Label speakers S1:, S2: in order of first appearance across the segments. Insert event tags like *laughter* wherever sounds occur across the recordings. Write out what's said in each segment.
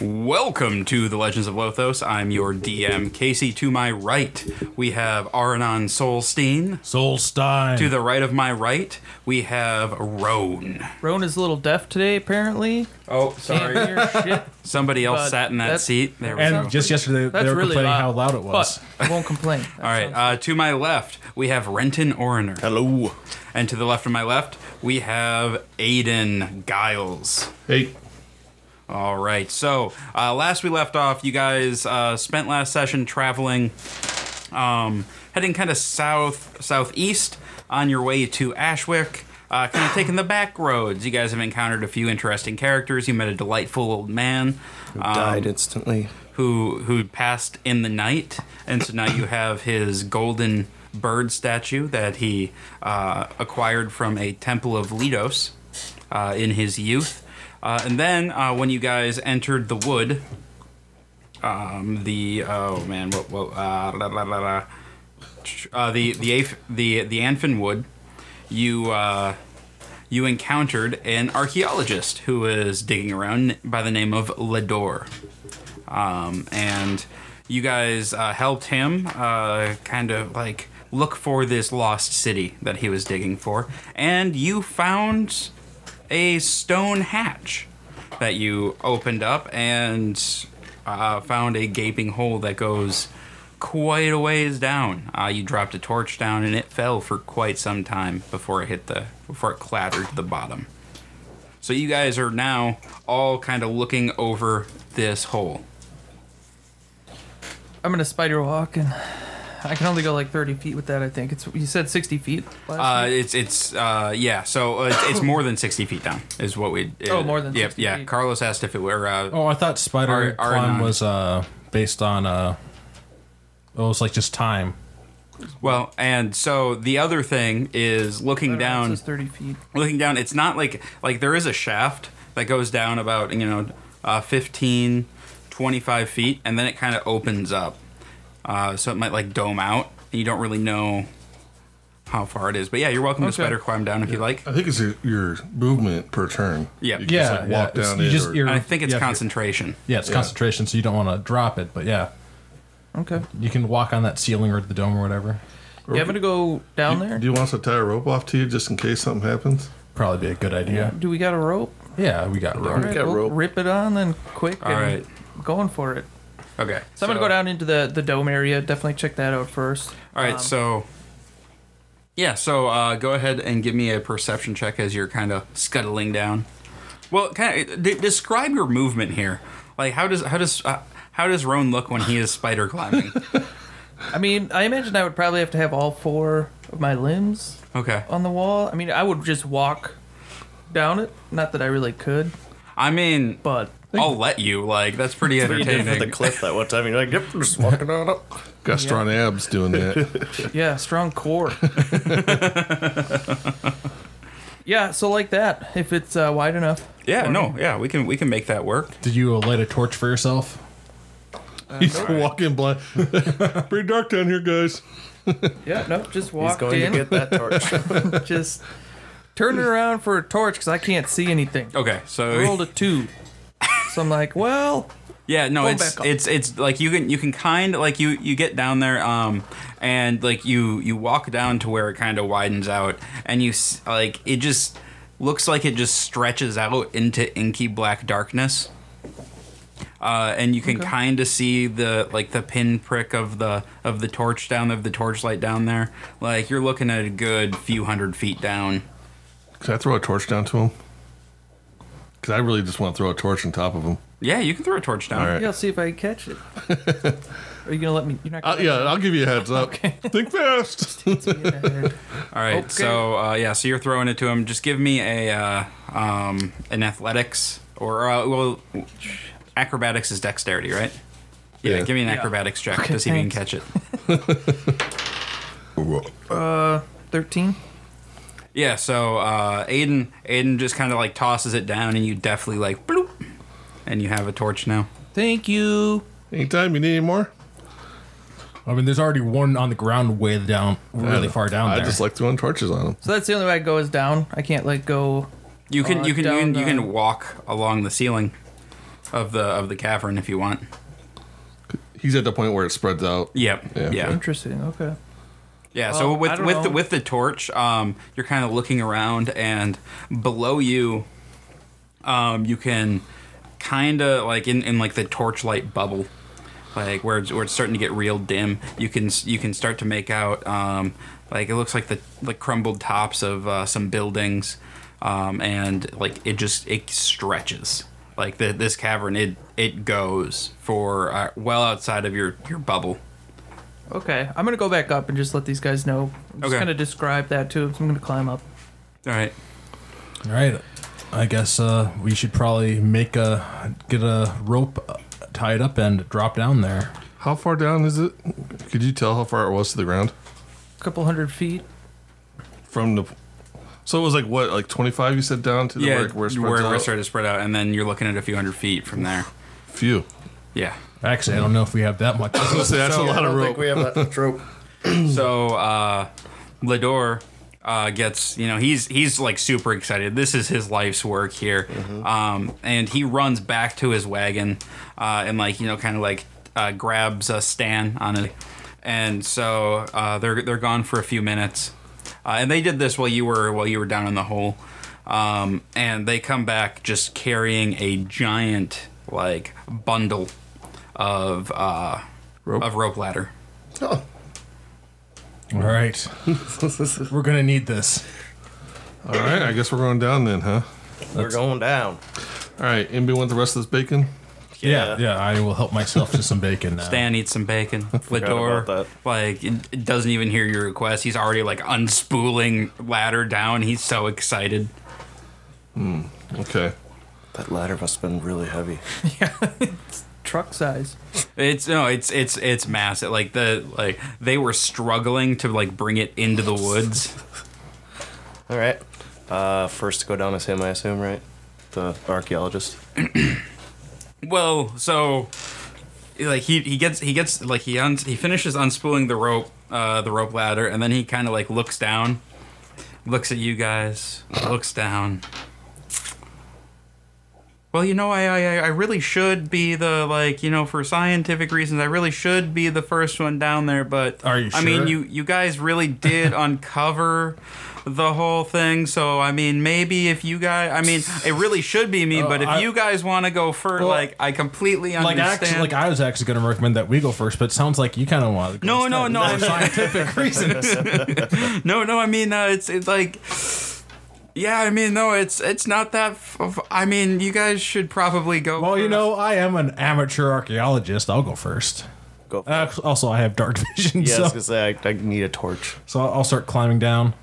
S1: Welcome to the Legends of Lothos. I'm your DM, Casey. To my right, we have Aranon Solstein.
S2: Solstein.
S1: To the right of my right, we have Roan.
S3: Roan is a little deaf today, apparently.
S1: Oh,
S3: Can't *laughs*
S1: sorry.
S3: hear
S1: *laughs*
S3: shit.
S1: Somebody else
S3: But
S1: sat in that
S3: that's-
S1: seat. There we go.
S2: and just yesterday they
S3: That's
S2: were
S3: really
S2: complaining
S3: loud.
S2: how loud it was.
S3: But I won't complain.
S1: *laughs* All right. Uh, to my left, we have Renton Orner.
S4: Hello.
S1: And to the left of my left, we have Aiden Giles.
S2: Hey.
S1: All right. So uh, last we left off, you guys uh, spent last session traveling, um, heading kind of south southeast on your way to Ashwick. Uh, kind of taking the back roads. You guys have encountered a few interesting characters. You met a delightful old man
S4: Died instantly.
S1: who who passed in the night, and so now you have his golden bird statue that he uh, acquired from a temple of Letos uh, in his youth. Uh, and then uh, when you guys entered the wood, um, the oh man, what what uh, la, la, la, la, uh, the the Af- the the Anfin wood, you. Uh, you encountered an archaeologist who is digging around by the name of Lador um, and you guys uh, helped him uh, kind of like look for this lost city that he was digging for, and you found a stone hatch that you opened up and uh, found a gaping hole that goes quite a ways down. Uh, you dropped a torch down, and it fell for quite some time before it hit the before it clattered to the bottom. So you guys are now all kind of looking over this hole.
S3: I'm gonna spider walk, and I can only go like 30 feet with that. I think it's. You said 60 feet.
S1: Uh,
S3: Last
S1: it's it's uh, yeah. So uh, it's, it's more than sixty feet down is what we. uh,
S3: Oh, more than
S1: yeah,
S3: 60
S1: yeah.
S3: feet.
S1: Carlos asked if it were. Uh,
S2: Oh, I thought Spider
S1: Ar-
S2: Climb
S1: Arnon.
S2: was uh, based on uh, it was like just time.
S1: Well, and so the other thing is looking
S3: week.
S1: down.
S3: This is 30 feet.
S1: looking down it's not like like there is a shaft that goes down about you know uh, 15 25 feet and then it kind of opens up uh, so it might like dome out and you don't really know how far it is but yeah you're welcome to
S3: Okay.
S1: spider climb down if you like
S5: I think it's your, your movement per turn.
S1: Yeah.
S5: You can just, like, walk
S2: it's-
S5: down
S2: you
S5: it.
S2: just,
S5: or-
S2: you're-
S1: i think it's
S2: yeah,
S1: concentration
S2: Yeah, it's
S5: Yeah.
S2: concentration, so you don't want to drop it. But yeah,
S3: Okay.
S2: you can walk on that ceiling or the dome or whatever.
S3: Yeah, I'm gonna go down
S5: you-
S3: there.
S5: do you want us to tie a rope off to you just in case something happens?
S2: Probably be a good idea.
S3: Do we got a rope?
S2: Yeah, we got rope.
S3: Alright,
S4: got
S3: we'll
S4: rope.
S3: Rip it on, then quick.
S1: All
S3: and
S1: right.
S3: Going for it.
S1: okay
S3: So, I'm gonna go down into the the dome area. Definitely check that out first.
S1: all right so yeah so uh, go ahead and give me a perception check as you're kind of scuttling down well kind of d- describe your movement here like how does how does uh, how does roan look when he is spider climbing
S3: I mean, I imagine I would probably have to have all four of my limbs
S1: Okay.
S3: on the wall. I mean, I would just walk down it. Not that I really could,
S1: I mean,
S3: but
S1: I'll let you. Like, that's pretty
S4: You did
S1: entertaining.
S4: for the cliff that one time. You're like, yep, I'm just walking on up.
S5: Got strong abs doing *laughs* that.
S3: yeah, strong
S4: *laughs*
S3: core. yeah, so like that, if it's uh, wide enough.
S1: yeah, no, yeah, we can we can make that work.
S2: Did you uh, light a torch for yourself? Uh,
S5: He's walking blind. *laughs* Pretty dark down here, guys.
S3: Yeah, no, just
S4: He's
S3: walk
S4: going
S3: in.
S4: to get that torch.
S3: *laughs* just turn it around for a torch because I can't see anything.
S1: Okay,
S3: I rolled
S1: so
S3: a two, so I'm like, well,
S1: yeah, no,
S3: Go
S1: it's
S3: back up.
S1: it's it's like you can you can kind of like you you get down there, um, and like you you walk down to where it kind of widens out, and you s- like it just looks like it just stretches out into inky black darkness. Uh, and you can kind of see the like the pinprick of the of the torch down of the torchlight down there. Like you're looking at a good few hundred feet down.
S5: Can I throw a torch down to him? Because I really just want to throw a torch on top of him.
S1: Yeah, you can throw a torch down.
S5: All right.
S3: yeah, I'll see if I can
S4: *laughs*
S3: catch it. Are you gonna let me? You're not
S5: Uh,
S3: gonna.
S5: yeah, I'll give you a heads up. *laughs* Think *laughs* fast.
S3: let me get ahead.
S1: All right.
S3: Okay.
S1: So uh, yeah, so you're throwing it to him. Just give me a uh, um, an athletics or uh, well, acrobatics is dexterity, right? Yeah.
S5: Yeah.
S1: Give me an
S3: Yeah.
S1: acrobatics check to see if you can catch it. *laughs*
S3: Thirteen.
S1: Yeah. So uh, Aiden, Aiden just kind of like tosses it down, and you deftly like bloop, and you have a torch now.
S3: Thank you.
S5: Anytime you need any more.
S2: I mean, there's already one on the ground way down, really
S5: I-
S2: far down
S5: I
S2: there.
S5: just like throwing torches on him.
S3: So that's the only way I go is down. I can't like go.
S1: You can
S3: Uh,
S1: you can you
S3: down
S1: can, you
S3: the-
S1: can walk along the ceiling. of the of the cavern if you want.
S5: He's at the point where it spreads out.
S1: Yep.
S5: Yeah,
S1: Yeah.
S5: okay.
S1: Yeah.
S3: Interesting. Okay.
S1: so
S3: Well, I
S1: with
S3: don't
S1: with
S3: know.
S1: the, with the torch, um, you're kind of looking around, and below you, um, you can kind of like in, in like the torchlight bubble, like where it's, where it's starting to get real dim. You can s- you can start to make out um, like it looks like the like crumbled tops of uh, some buildings, um, and like it just it stretches. Like the, this cavern, it it goes for uh, well outside of your your bubble.
S3: Okay. I'm gonna go back up and just let these guys know. I'm just
S1: Okay.
S3: gonna describe that to them. So I'm gonna climb up.
S1: All right.
S2: All right. I guess uh, we should probably make a get a rope uh, tied up and drop down there.
S5: How far down is it? Could you tell how far it was to the ground
S3: A couple hundred feet.
S5: from the? So it was like what, like twenty five? You said down to the where, where it spreads
S1: where,
S5: out.
S1: where it started to spread out, and then you're looking at a few hundred feet from there.
S5: Phew.
S1: Yeah.
S2: Actually, I don't know if we have that much.
S5: So that's a lot
S4: I
S5: of
S4: don't
S5: rope.
S4: think we have that much rope.
S1: So uh, Lador uh, gets, you know, he's he's like super excited. This is his life's work here, um, and he runs back to his wagon uh, and like you know, kind of like uh, grabs uh, Stan on it, and so uh, they're they're gone for a few minutes, uh, and they did this while you were while you were down in the hole. Um, and they come back just carrying a giant like bundle of uh,
S5: Rope.
S1: of rope ladder.
S4: Oh.
S2: All right. We're going to need this.
S5: *laughs* All right, I guess we're going down then, huh?
S4: We're going down.
S5: All right, anybody want the rest of this bacon?
S2: Yeah.
S4: Yeah.
S2: yeah, I will help myself to some bacon now.
S1: Stan eats some bacon. Flador,
S4: about
S1: like, it doesn't even hear your request. He's already like unspooling ladder down. He's so excited.
S5: Okay.
S4: That ladder must have been really heavy.
S3: Truck size.
S1: It's no, it's it's it's massive. Like the like they were struggling to like bring it into the woods.
S4: All right. Uh, first to go down is him, I assume, right? The archaeologist.
S1: Well, so like he he gets he gets like he uns he finishes unspooling the rope uh the rope ladder and then he kind of like looks down, looks at you guys, looks down. Well, you know, I, I I- I really should be the like you know for scientific reasons I really should be the first one down there, but
S2: Are you
S1: I mean,
S2: sure?
S1: you you guys really
S2: *laughs*
S1: did uncover the whole thing, so I mean, maybe if you guys, I mean, it really should be me, but if
S2: Oh, I-
S1: you guys want to go first,
S2: Well,
S1: like I completely
S2: like
S1: understand.
S2: actually, like I was actually going to recommend that we go first, but it sounds like you kind of want to.
S1: no, no, no, I mean,
S2: *laughs* Scientific reasons. *laughs*
S1: no, no. I mean, uh, it's it's like, yeah, I mean, no, it's it's not that. F- f- I mean, you guys should probably go.
S2: Well, you
S1: first.
S2: know, I am an amateur archaeologist. I'll go first.
S4: Go. For
S2: Uh,
S4: it.
S2: also, I have dark *laughs* vision,
S4: Yeah, I was
S2: so,
S4: gonna say I, I need a torch.
S2: so I'll start climbing down.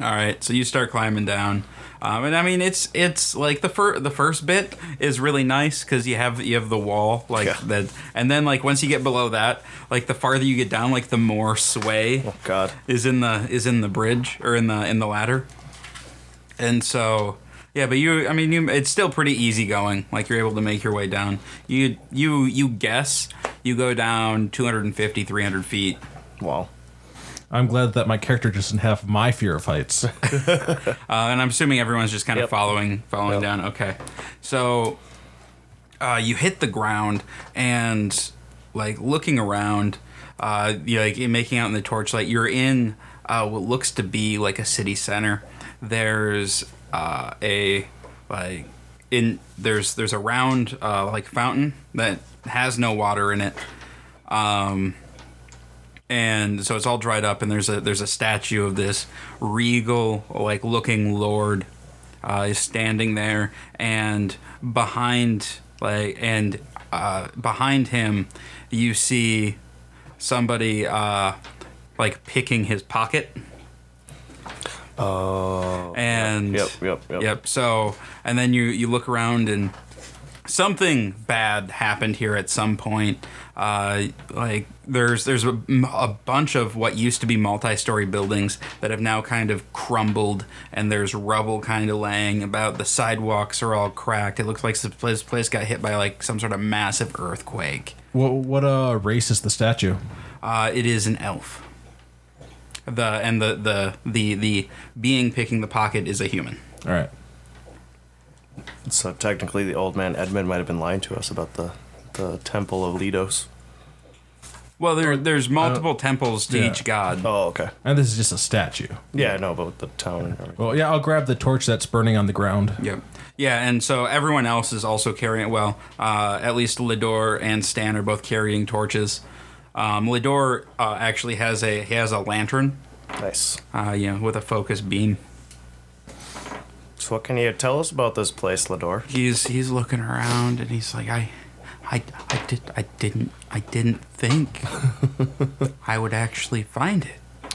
S1: All right, so you start climbing down, um, and I mean it's it's like the fir- the first bit is really nice because you have you have the wall like
S4: Yeah.
S1: that, and then like once you get below that, like the farther you get down, like the more sway
S4: Oh God.
S1: is in the is in the bridge or in the in the ladder, and so yeah, but you I mean you it's still pretty easy going. Like you're able to make your way down. You you you guess you go down 250 300 feet.
S4: Wow.
S2: I'm glad that my character doesn't have my fear of heights.
S1: Uh, and I'm assuming everyone's just kind of
S4: Yep.
S1: following, following
S4: Yep.
S1: down. Okay, so uh, you hit the ground and like looking around, uh, you like making out in the torchlight. You're in uh, what looks to be like a city center. There's uh, a like in there's there's a round uh, like fountain that has no water in it and so it's all dried up and there's a there's a statue of this regal like looking lord uh, is standing there and behind like and uh, behind him you see somebody uh, like picking his pocket
S4: Oh.
S1: and
S4: Yep, yep, yep.
S1: yep so and then you you look around and something bad happened here at some point uh, like there's there's a, a bunch of what used to be multi-story buildings that have now kind of crumbled and there's rubble kind of laying about the sidewalks are all cracked it looks like this place, this place got hit by like some sort of massive earthquake
S2: what what uh, race is the statue?
S1: uh, it is an elf the and the the the the being picking the pocket is a human
S2: All right.
S4: So technically, the old man Edmund might have been lying to us about the the temple of Lidos.
S1: Well, there there's multiple temples to
S2: yeah.
S1: each god.
S4: Oh, okay.
S2: And this is just a statue.
S4: Yeah, I know about the town and everything.
S2: Well, yeah, I'll grab the torch that's burning on the ground.
S1: Yep. Yeah, and so everyone else is also carrying. Well, uh, at least Lodor and Stan are both carrying torches. Um, Lodor uh, actually has a he has a lantern,
S4: Nice.
S1: uh, you know, with a focus beam.
S4: So, what can you tell us about this place, Lador?
S1: He's he's looking around and he's like, I, I, I did I didn't I didn't think I would actually find it.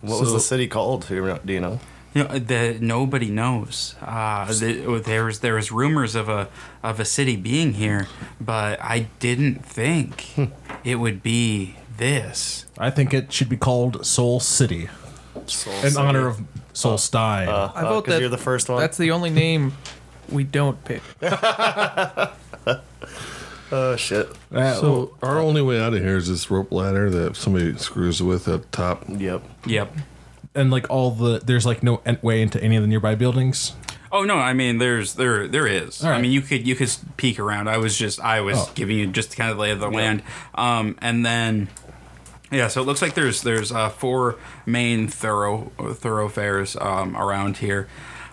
S4: What was
S5: So-
S4: the city called? Do you know- do you know?
S1: You know, the, nobody knows. Uh, the, there was there was rumors of a of a city being here, but I didn't think it would be this.
S2: I think it should be called Soul City in honor of Soul Stein. Uh,
S4: I
S3: vote
S4: vote
S3: that-
S4: Uh, Oh, you're the first one.
S3: That's the only name we don't pick.
S4: oh shit.
S2: Uh,
S5: So our only way out of here is this rope ladder that if somebody screws with up top.
S4: Yep.
S1: Yep.
S2: and like all the there's like no en- way into any of the nearby buildings.
S1: Oh no, I mean there's there there is.
S2: All right.
S1: I mean you could you could peek around. I was just I was
S2: Oh.
S1: giving you just kind of the lay of the land. Um and then yeah, so it looks like there's there's uh, four main thorough thoroughfares um, around here.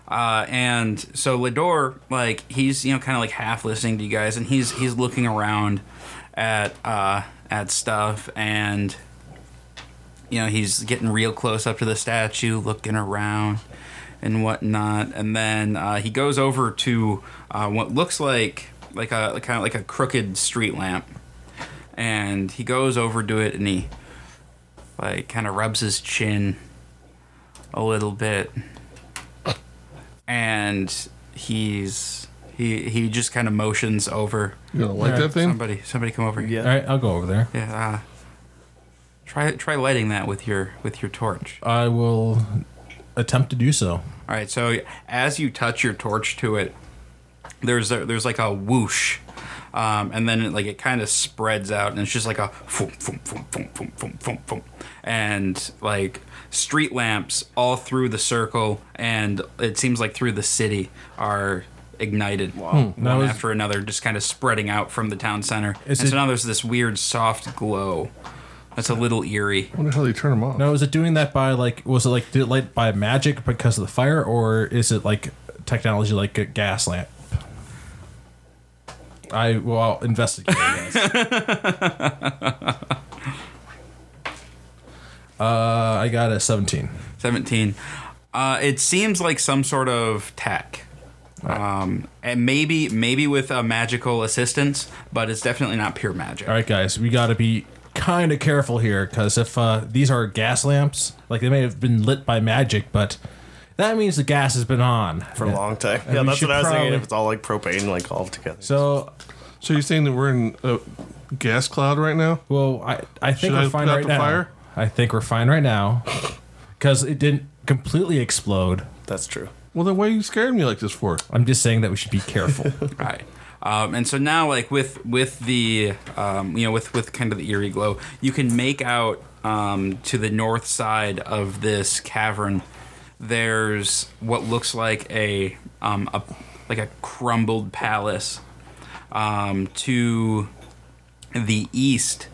S1: Uh, and so Lador, like he's you know kind of like half listening to you guys, and he's he's looking around at uh, at stuff, and you know he's getting real close up to the statue, looking around and whatnot, and then uh, he goes over to uh, what looks like like a kind of like a crooked street lamp, and he goes over to it and he like kind of rubs his chin a little bit and he's he he just kind of motions over
S5: You don't like that thing?
S1: somebody somebody come over here
S2: All right, I'll go over there.
S1: yeah uh, try try lighting that with your with your torch
S2: I will attempt to do so.
S1: all right so as you touch your torch to it there's a, there's like a whoosh um, and then it, like it kind of spreads out and it's just like a foom, foom, foom, foom, foom, foom, foom, foom. and like street lamps all through the circle and it seems like through the city are ignited
S2: Hmm. That
S1: one
S2: was-
S1: after another just kind of spreading out from the town center and
S2: Is
S1: so
S2: it-
S1: now there's this weird soft glow that's a little eerie
S5: I wonder how they turn them off.
S2: Now, is it doing that by like was it like did it light by magic because of the fire, or is it like technology like a gas lamp? I will I'll investigate. I guess. uh, I got a seventeen.
S1: 17. Uh, it seems like some sort of tech. Um, and maybe maybe with a magical assistance, but it's definitely not pure magic.
S2: All right, guys, we got to be kind of careful here because if uh, these are gas lamps, like they may have been lit by magic, but that means the gas has been on
S4: For a long time.
S2: And
S4: yeah,
S2: we
S4: that's
S2: should
S4: what I was thinking.
S2: probably-
S4: If it's all like propane, like all together.
S2: So,
S5: so you're saying that we're in a gas cloud right now?
S2: well, I I think
S5: Should I
S2: we're
S5: put
S2: fine
S5: out
S2: right
S5: the
S2: now.
S5: fire?
S2: I think we're fine right now because it didn't completely explode.
S4: that's true.
S5: Well, then why are you scaring me like this for?
S2: I'm just saying that we should be
S5: *laughs*
S2: careful.
S1: Right. Um, and so now, like with with the um, you know with with kind of the eerie glow, you can make out um, to the north side of this cavern. There's what looks like a um, a like a crumbled palace. Um, to the east,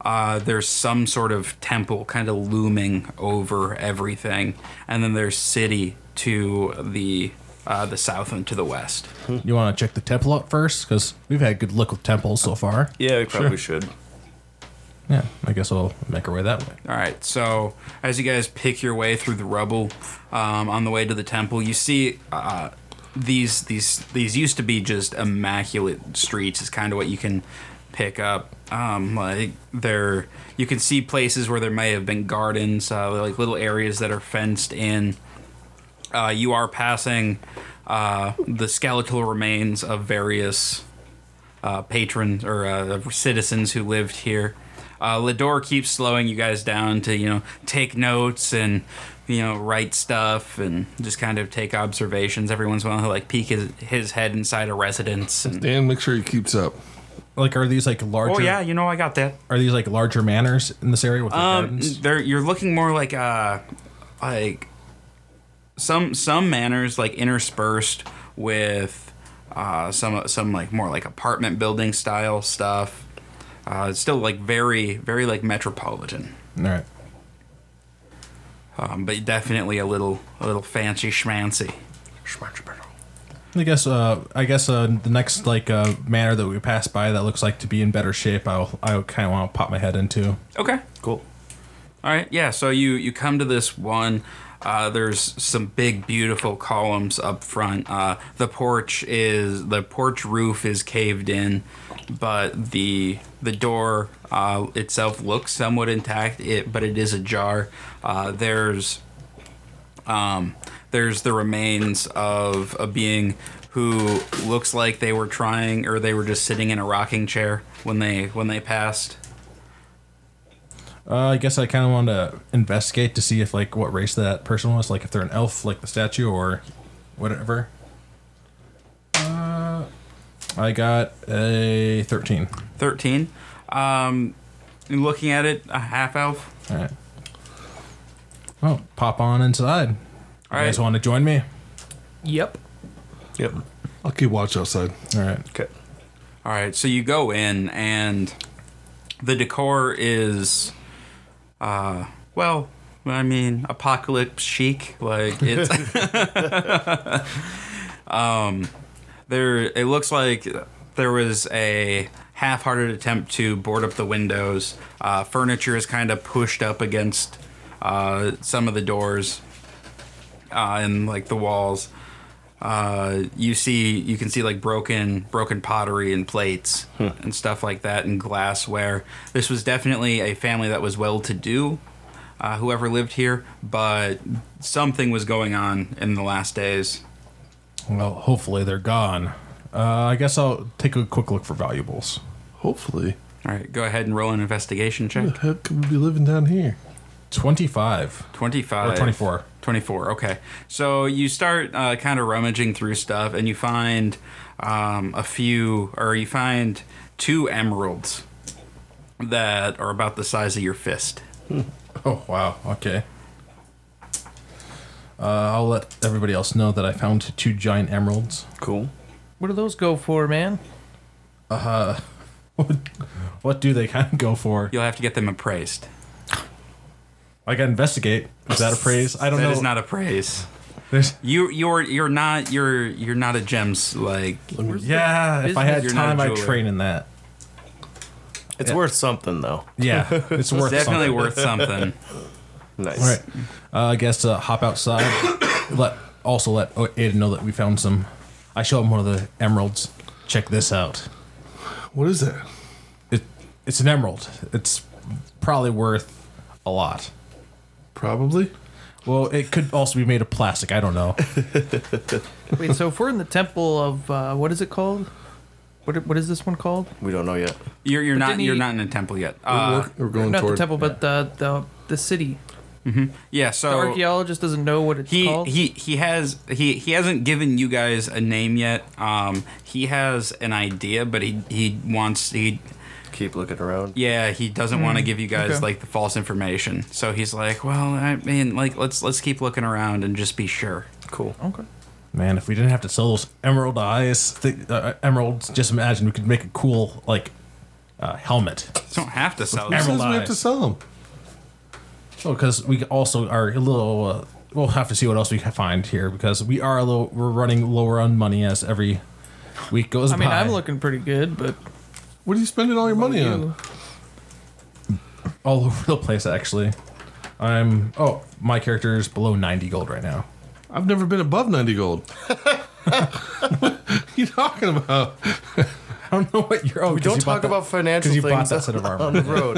S1: uh, there's some sort of temple kind of looming over everything, and then there's city to the uh, the south and to the west.
S2: you want to check the temple out first because we've had good luck with temples so far.
S4: Yeah, we probably should.
S2: Yeah, I guess we'll make our way that way.
S1: All right, so as you guys pick your way through the rubble um, on the way to the temple, you see uh, these these these used to be just immaculate streets. Is kind of what you can pick up. Um, like there, you can see places where there may have been gardens, uh, like little areas that are fenced in. Uh, you are passing uh, the skeletal remains of various uh, patrons or uh, citizens who lived here. Uh, Lador keeps slowing you guys down to you know take notes and you know write stuff and just kind of take observations. Every once in a while, he'll like peek his, his head inside a residence. And,
S5: Dan, make sure he keeps up.
S2: Like, are these like larger?
S1: oh yeah, you know I got that.
S2: Are these like larger manors in this area with the
S1: Um,
S2: gardens?
S1: there you're looking more like uh, like some some manners like interspersed with uh, some some like more like apartment building style stuff. Uh, it's still like very very like metropolitan,
S2: All right.
S1: um, but definitely a little a little fancy schmancy.
S2: I guess. Uh, I guess uh, the next like uh, manor that we pass by that looks like to be in better shape, I'll I kind of want to pop my head into.
S1: Okay.
S4: Cool.
S1: All right, yeah. So you you come to this one. Uh, there's some big, beautiful columns up front. Uh, the porch is the porch roof is caved in, but the the door uh, itself looks somewhat intact. It but it is ajar. Uh, there's um, there's the remains of a being who looks like they were trying or they were just sitting in a rocking chair when they when they passed.
S2: Uh, I guess I kind of want to investigate to see if like what race that person was, like if they're an elf, like the statue, or whatever. Uh, I got a thirteen.
S1: 13. Um, and looking at it, a half elf.
S2: All right. Well, pop on inside. You
S1: All
S2: guys
S1: right.
S2: want to join me?
S3: Yep.
S4: Yep.
S5: I'll keep watch outside.
S2: All right.
S4: Okay.
S1: All right. So you go in, and the decor is, uh, well, I mean, apocalypse chic. Like it's, *laughs* um, there. It looks like there was a half-hearted attempt to board up the windows. Uh, furniture is kind of pushed up against uh, some of the doors uh, and like the walls. uh, you see you can see like broken broken pottery and plates and stuff like that and glassware. This was definitely a family that was well to do, uh, whoever lived here, but something was going on in the last days.
S2: Well, hopefully they're gone. Uh, I guess I'll take a quick look for valuables.
S5: Hopefully.
S1: All right, go ahead and roll an investigation
S5: Who
S1: check.
S5: the heck could we be living down here?
S2: Twenty-five
S1: 25
S2: or twenty-four.
S1: 24 okay so you start uh, kind of rummaging through stuff and you find um, a few or you find two emeralds that are about the size of your fist
S2: Oh wow. Okay. Uh, I'll let everybody else know that I found two giant emeralds.
S4: Cool.
S3: What do those go for, man?
S2: What do they kind of go for?
S1: You'll have to get them appraised.
S2: I gotta investigate. Is that a praise? I don't
S1: That
S2: know.
S1: is not a praise.
S2: There's,
S1: You you're you're not you're you're not a gems like
S2: yeah, if I had
S1: You're not a
S2: time, I'd
S1: jeweler.
S2: train in that.
S4: It's worth something though.
S1: *laughs*
S2: Yeah, it's worth
S1: definitely
S2: something.
S1: worth something.
S2: *laughs*
S4: Nice.
S2: All right. Uh, I guess uh, hop outside. *coughs* let also let O- Aiden know that we found some. I show him one of the emeralds. Check this out.
S5: What is that?
S2: It it's an emerald. It's probably worth a lot.
S5: Probably.
S2: Well, it could also be made of plastic. I don't
S4: *laughs*
S2: know.
S3: Wait, so if we're in the temple of uh, what is it called? What what is this one called?
S4: We don't know yet.
S1: You're you're not
S3: didn't he-
S1: you're not in a temple yet.
S5: we're,
S1: Uh,
S5: work- we're going
S3: Not
S5: toward
S3: the temple, but the the the city.
S1: yeah,
S3: The
S1: so
S3: archaeologist doesn't know what it's
S1: Oh. he
S3: called.
S1: he he has he he hasn't given you guys a name yet. Um, he has an idea, but he he wants he
S4: Keep looking around.
S1: yeah he doesn't want to give you guys
S3: Hmm, okay.
S1: like the false information. So he's like, well, I mean, like let's let's keep looking around and just be sure.
S4: Cool.
S2: Oh,
S3: okay.
S2: Man, if we didn't have to sell those emerald eyes, thi- uh, emeralds, just imagine we could make a cool like uh, helmet.
S1: You don't have to sell.
S5: Who
S1: this.
S5: says we have
S2: Emerald
S5: to
S2: eyes.
S5: sell them?
S2: Oh, because we also are a little. Uh, we'll have to see what else we can find here because we are a little. We're running lower on money as every week goes
S3: I mean,
S2: by.
S3: I'm looking pretty good, but
S5: What are you spending all your money on?
S3: you,
S2: all *laughs* over the place. Actually, I'm. Oh, my character is below 90 gold right now. *laughs*
S5: I've never been above 90 gold. *laughs* what are you talking about?
S2: I don't know what you're. Oh,
S4: We
S2: 'cause
S4: don't
S2: you bought
S4: talk
S2: that-
S4: about financial
S2: 'cause
S4: things
S2: you bought that set of armor.
S4: *laughs* on the
S2: *laughs*
S4: road.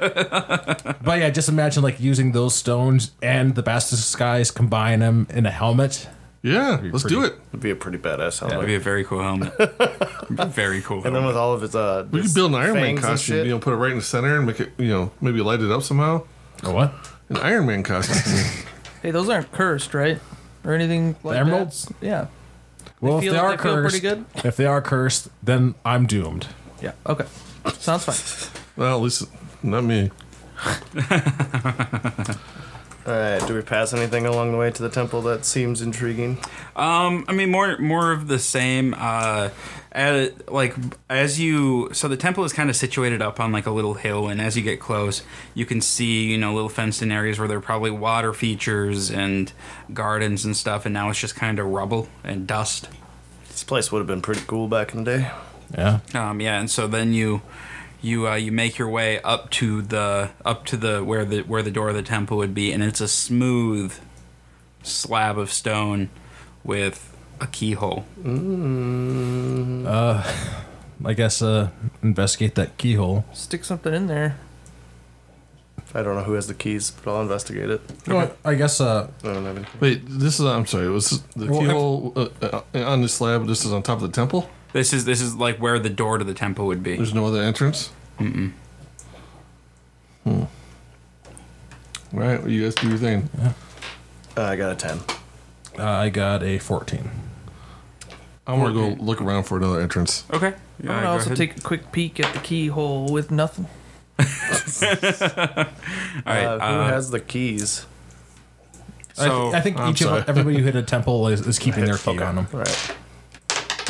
S2: But yeah, just imagine like using those stones and the best of skies, combine them in a helmet.
S5: Yeah, let's do
S2: pretty.
S5: it.
S4: It'd be a pretty badass helmet.
S1: That'd be a very cool helmet.
S4: *laughs*
S1: very cool.
S4: and then
S1: helmet.
S4: with all of his uh,
S5: We
S4: his
S5: could build an Iron Man
S4: fangs and
S5: costume.
S4: shit.
S5: You know, put it right in the center and make it. You know, maybe light it up somehow.
S2: Oh, what?
S5: An Iron
S4: *laughs*
S5: Man costume.
S3: hey, those aren't cursed, right? Or anything like
S2: emeralds?
S3: That? Yeah.
S2: Well,
S3: feel-
S2: if they are
S3: they feel
S2: cursed,
S3: pretty good?
S2: if they are cursed, then I'm doomed.
S3: Yeah. Okay. Sounds fine.
S5: well, at least not me.
S4: All right. Do we pass anything along the way to the temple that seems intriguing?
S1: Um, I mean, more more of the same. Uh, a- like as you, so the temple is kind of situated up on like a little hill, and as you get close, you can see you know little fenced-in areas where there are probably water features and gardens and stuff, and now it's just kind of rubble and dust.
S4: This place would have been pretty cool back in the day.
S2: Yeah.
S1: Um, yeah, and so then you you uh, you make your way up to the up to the where the where the door of the temple would be, and it's a smooth slab of stone with a keyhole.
S2: I guess uh, investigate that keyhole.
S3: Stick something in there.
S4: I don't know who has the keys, but I'll investigate it.
S2: Well, I guess uh,
S4: I don't have any.
S5: Wait, this is. I'm sorry. Was the
S2: Well,
S5: keyhole uh, uh, on the slab? This is on top of the temple.
S1: This is this is like where the door to the temple would be.
S5: There's no other entrance. Mm-mm. Hmm. All right. Well, you guys do your thing.
S4: Uh, I got a ten.
S2: I got a 14.
S5: I'm gonna go look around for another entrance.
S1: Okay.
S3: I'm gonna also take a quick peek at the keyhole with nothing.
S1: All right.
S4: Uh, who
S1: uh,
S4: has the keys?
S2: I,
S1: so
S2: th- I think
S5: I'm
S2: each of
S5: sorry.
S2: everybody who hit a temple is, is keeping their
S4: Hit
S2: key on them.
S4: All right.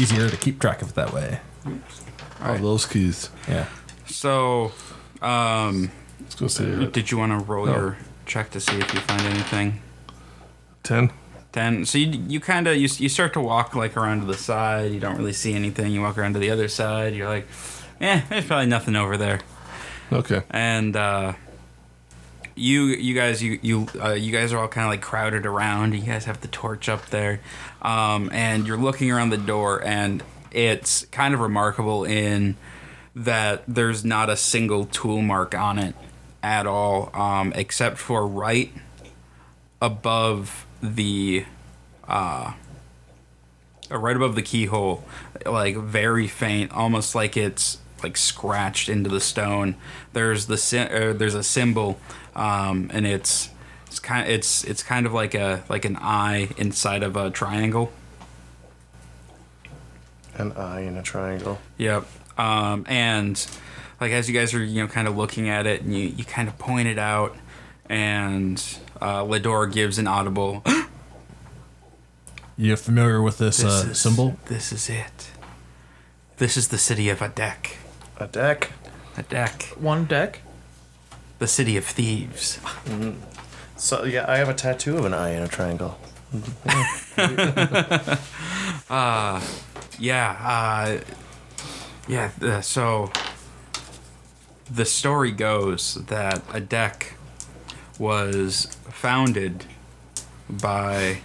S2: Easier to keep track of it that way.
S5: All those keys.
S2: Yeah.
S1: so um,
S5: Let's go see.
S1: did you want to roll your check to see if you find anything?
S5: Ten.
S1: Then so you you kind of you, you start to walk like around to the side. You don't really see anything. You walk around to the other side. You're like, eh, there's probably nothing over there.
S5: Okay.
S1: and uh, you you guys you you uh, you guys are all kind of like crowded around. You guys have the torch up there, um, and you're looking around the door, and it's kind of remarkable in that there's not a single tool mark on it at all, um, except for right above the. Uh, right above the keyhole, like very faint, almost like it's like scratched into the stone. There's the sy- uh, there's a symbol, um, and it's it's kind it's it's kind of like a like an eye inside of a triangle.
S4: An eye in a triangle.
S1: Yep. Um, and like as you guys are you know kind of looking at it, and you you kind of point it out, and uh, Lador gives an audible.
S2: You're familiar with this, uh,
S1: is-
S2: symbol?
S1: This is it. This is the city of Adek.
S4: A deck.
S1: Adek.
S3: One deck.
S1: The city of thieves.
S4: So yeah, I have a tattoo of an eye in a triangle.
S1: Yeah, uh, yeah. Uh, so the story goes that a deck was founded by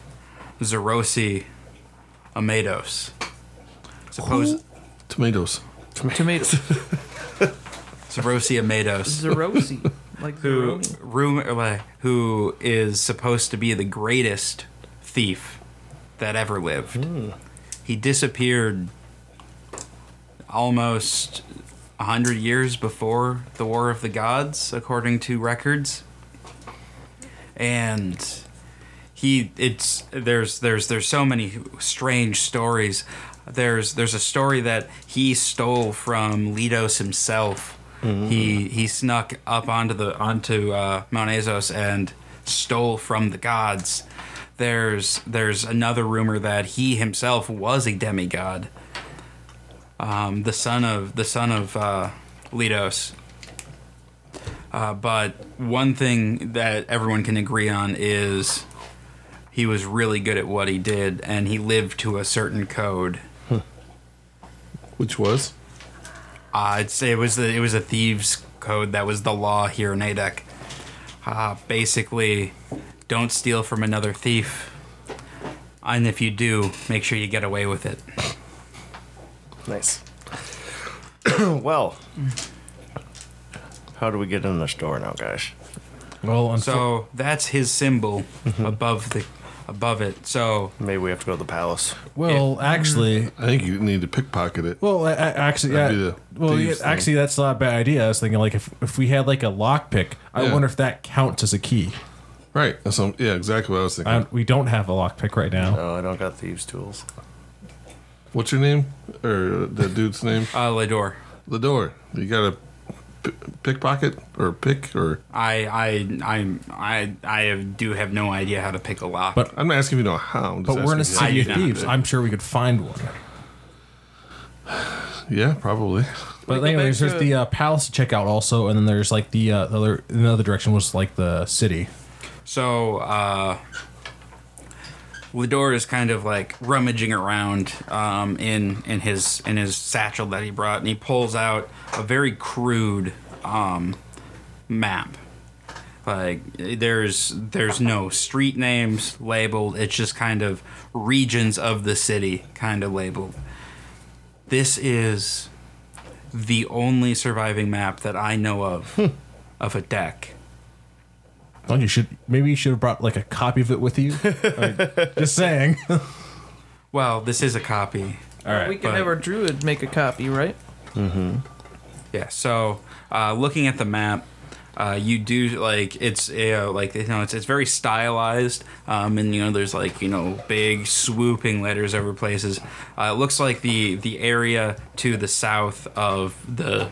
S1: Zerosi Amados. Suppose
S5: Tomatoes.
S3: Tomato.
S5: *laughs*
S1: Zerosi Amados,
S3: Zerosi. Like
S1: who
S3: Zeroni.
S1: room like, who is supposed to be the greatest thief that ever lived. He disappeared almost 100 years before the War of the Gods, according to records. And he it's there's there's there's so many strange stories. There's there's a story that he stole from Lidos himself. He he snuck up onto the onto uh, Mount Azos and stole from the gods. There's there's another rumor that he himself was a demigod um, the son of the son of uh, Letos. Uh, but one thing that everyone can agree on is he was really good at what he did, and he lived to a certain code.
S5: Which was?
S1: Uh, I'd say it was the, it was a thieves code that was the law here in Adek. Uh, basically, don't steal from another thief, and if you do, make sure you get away with it.
S4: Nice. *clears throat* well, how do we get in the store now, guys?
S2: Well, unfor-
S1: So that's his symbol above the above it. So
S4: Maybe we have to go to the palace.
S2: well, actually,
S5: I think you need to pickpocket it.
S2: well, I, I- actually,
S5: That'd
S2: yeah,
S5: be the
S2: well, yeah,
S5: thieves' thing.
S2: actually, that's not a bad idea. I was thinking, like, if, if we had like a lockpick, I
S5: Yeah.
S2: wonder if that counts as a key.
S5: Right. That's some, yeah, exactly what I was thinking.
S2: I, we don't have a lockpick right now.
S4: No, I don't got thieves' tools.
S5: What's your name? Or the dude's name?
S1: uh, Lador.
S5: The door. You gotta p- pickpocket or pick or?
S1: I I I I I have, do have no idea how to pick a lock.
S2: But-
S5: I'm not asking if you know how. I'm just
S2: But we're in a
S5: asking if
S2: city
S5: you
S2: of
S1: do
S5: can.
S1: not.
S2: thieves. I'm sure we could find one.
S5: Yeah, probably. *laughs*
S2: But
S3: go
S2: anyways,
S3: back
S2: there's
S3: to-
S2: the uh, palace to check out also, and then there's like the, uh, the other in the other direction was like the city.
S1: so uh, Lodore is kind of like rummaging around um, in in his in his satchel that he brought, and he pulls out a very crude um, map. Like there's there's no street names labeled. It's just kind of regions of the city kind of labeled. This is the only surviving map that I know of of a deck.
S2: Oh, you should maybe you should have brought like a copy of it
S1: *laughs*
S2: with you. Like, just saying. *laughs* All
S1: Well, this is a copy.
S2: right.
S3: we can
S1: but-
S3: have our druid make a copy, right?
S1: Yeah. So, uh, looking at the map, uh, you do like it's you know, like you know it's it's very stylized, um, and you know there's like you know big swooping letters over places. Uh, it looks like the the area to the south of the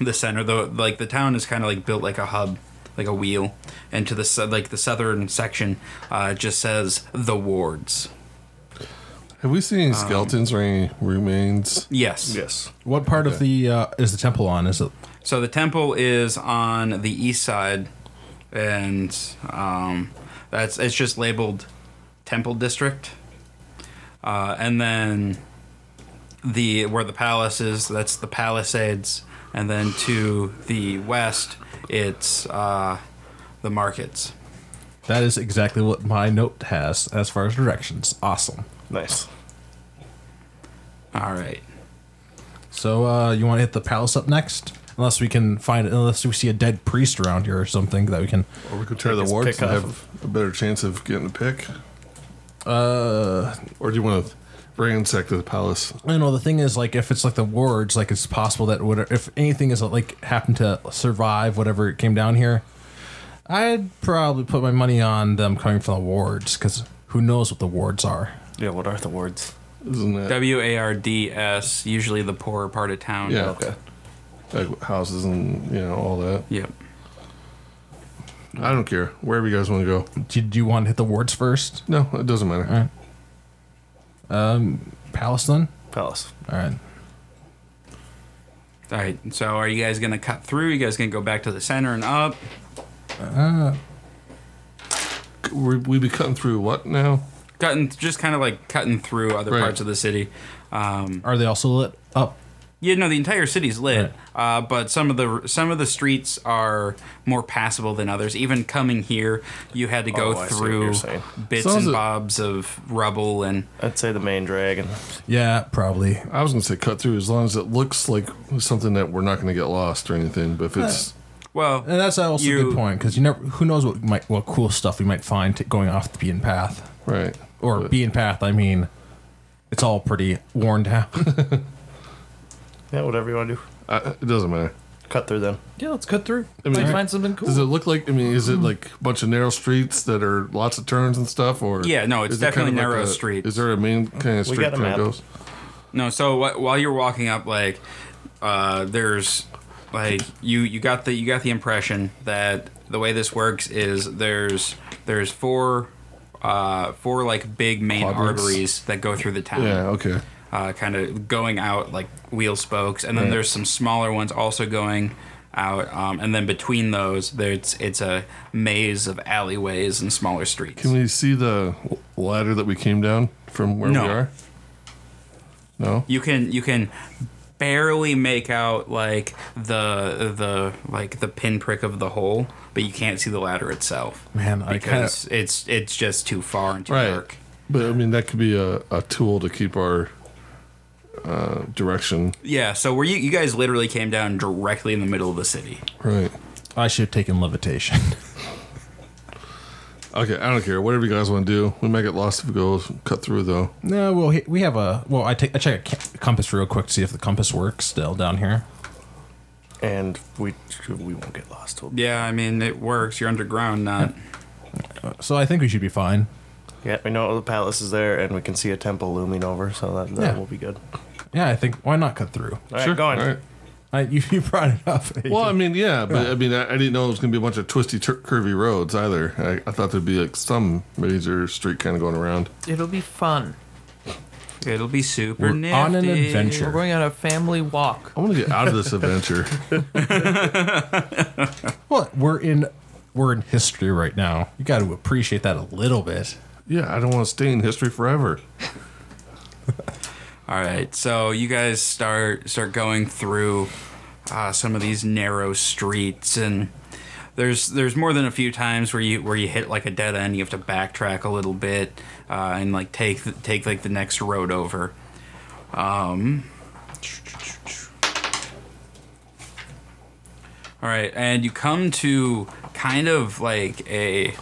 S1: the center though like the town is kind of like built like a hub like a wheel and to the sou- like the southern section uh, it just says the wards
S5: Have we seen
S2: Um,
S5: any skeletons or any remains?
S1: yes
S4: Yes.
S2: What part of the uh, is the temple on? Is it
S1: So the temple is on the east side, and um, that's it's just labeled Temple District, uh, and then the where the palace is that's the Palisades, and then to the west it's uh, the markets.
S2: That is exactly what my note has as far as directions. Awesome.
S4: Nice.
S1: All right.
S2: So uh, you want to hit the palace up next? Unless we can find, unless we see a dead priest around here or something that we can.
S5: Or we could try the
S4: his
S5: wards
S4: pick
S5: and
S4: off
S5: have a better chance of getting a pick? Uh, or do you want to bring insect to the palace?
S2: You know, the thing is, like, if it's like the wards, like it's possible that would, if anything is like happened to survive whatever it came down here, I'd probably put my money on them coming from the wards because who knows what the wards are.
S4: Yeah. What are the wards?
S5: Isn't that
S1: W A R D S, usually the poorer part of town.
S5: Yeah. like houses and you know all that?
S1: Yep.
S5: I don't care. Wherever you guys want to go.
S2: Do, do you want to hit the wards first?
S5: No, it doesn't matter.
S2: All right. Um, palace then.
S4: Palace.
S2: All right.
S1: All right. So are you guys gonna cut through? you guys gonna go back to the center and up?
S5: We we be cutting through what now?
S1: cutting just kind of like cutting through other
S5: Right.
S1: parts of the city. Um,
S2: Are they also lit up?
S1: yeah, no, the entire city's lit, uh, but some of the some of the streets are more passable than others. Even coming here, you had to go
S4: Oh, I see what
S1: through
S4: you're saying.
S1: bits
S5: Sounds
S1: and
S5: a-
S1: bobs of rubble, and
S4: I'd say the main dragon.
S2: Yeah, probably.
S5: I was gonna say cut through as long as it looks like something that we're not gonna get lost or anything. But if it's
S1: well,
S2: And that's also a
S1: you-
S2: good point because you never who knows what might what cool stuff we might find t- going off the beaten path
S5: right
S2: or
S5: But-
S2: beaten path. I mean, it's all pretty worn down. *laughs*
S4: Yeah. Whatever you want to do.
S5: I, it doesn't matter.
S4: Cut through them.
S3: Yeah, let's cut through.
S5: I mean,
S3: Might
S5: right.
S3: find something cool.
S5: Does it look like? I mean, is it like a bunch of narrow streets that are lots of turns and stuff? Or
S1: Yeah, no, it's
S5: is it kind
S1: definitely
S5: of
S1: narrow
S5: a-
S1: streets.
S5: Is there a main kind of street
S4: got a
S5: that
S4: map.
S5: goes?
S1: No, so wh- while you're walking up, like, uh, there's, like, you you got the you got the impression that the way this works is there's there's four, uh, four like big main
S5: Quadrants.
S1: arteries that go through the town.
S5: Yeah, okay.
S1: Uh, kind of going out like wheel spokes, and then there's some smaller ones also going out, um, and then between those, there's it's a maze of alleyways and smaller streets.
S5: Can we see the ladder that we came down from where
S1: No.
S5: we are? No.
S1: you can you can barely make out like the the like the pinprick of the hole, but you can't see the ladder itself.
S2: Man, I kind
S1: because
S2: of
S1: it's it's just too far and too
S5: Right.
S1: dark.
S5: But I mean, that could be a, a tool to keep our uh, direction
S1: Yeah, so where you you guys literally came down directly in the middle of the city.
S5: right.
S2: I should have taken levitation.
S5: Okay, I don't care. Whatever you guys want to do, we might get lost if we go cut through though.
S2: no, well he- we have a well. I take I check a ca- compass real quick to see if the compass works still down here.
S4: And we we won't get lost. We'll
S1: Yeah, I mean it works. You're underground, not
S2: So I think we should be fine.
S4: Yeah, we know the palace is there, and we can see a temple looming over, so that, that
S2: Yeah.
S4: will be good.
S2: Yeah, I think why not cut through?
S4: All right, going.
S5: All right.
S2: I, you, you brought it up. *laughs*
S5: Well, I mean, yeah, but I mean, I, I didn't know it was going to be a bunch of twisty, tur curvy roads either. I, I thought there'd be like some major street kind of going around.
S3: It'll be fun.
S1: It'll be super
S2: We're on an
S1: nifty.
S2: adventure.
S3: We're going on a family walk.
S5: I want to get out of this adventure.
S2: well, we're in we're in history right now. You got to appreciate that a little bit.
S5: Yeah, I don't want to stay in history forever.
S1: All right, so you guys start start going through uh, some of these narrow streets, and there's there's more than a few times where you where you hit like a dead end. You have to backtrack a little bit uh, and like take the, take like the next road over. Um, all right, and you come to kind of like a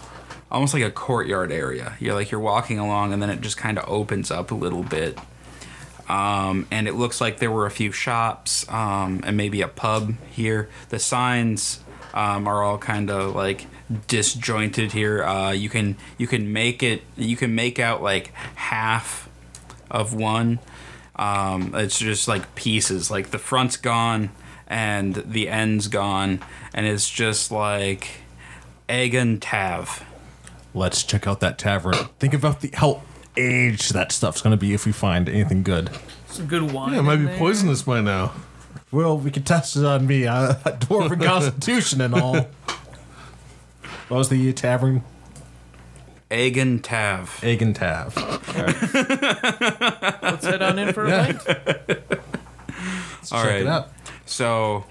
S1: almost like a courtyard area. You're like you're walking along, and then it just kind of opens up a little bit um, and it looks like there were a few shops um, and maybe a pub here. The signs um, are all kind of like disjointed here. Uh, you can you can make it you can make out like half of one. Um, it's just like pieces. Like the front's gone and the end's gone, and it's just like egg and tav.
S2: Let's check out that tavern. Think about the how aged that stuff's going to be if we find anything good.
S3: Some good wine.
S5: Yeah, it might
S3: in
S5: be
S3: there.
S5: poisonous by now.
S2: Well, we could test it on me. *laughs* I, dwarven constitution and all. What was the tavern?
S1: Egg and tav.
S2: Egg and Tav.
S3: Let's head on in for a
S2: Yeah.
S3: night.
S2: *laughs* Let's
S1: All
S2: check
S1: right.
S2: it out.
S1: So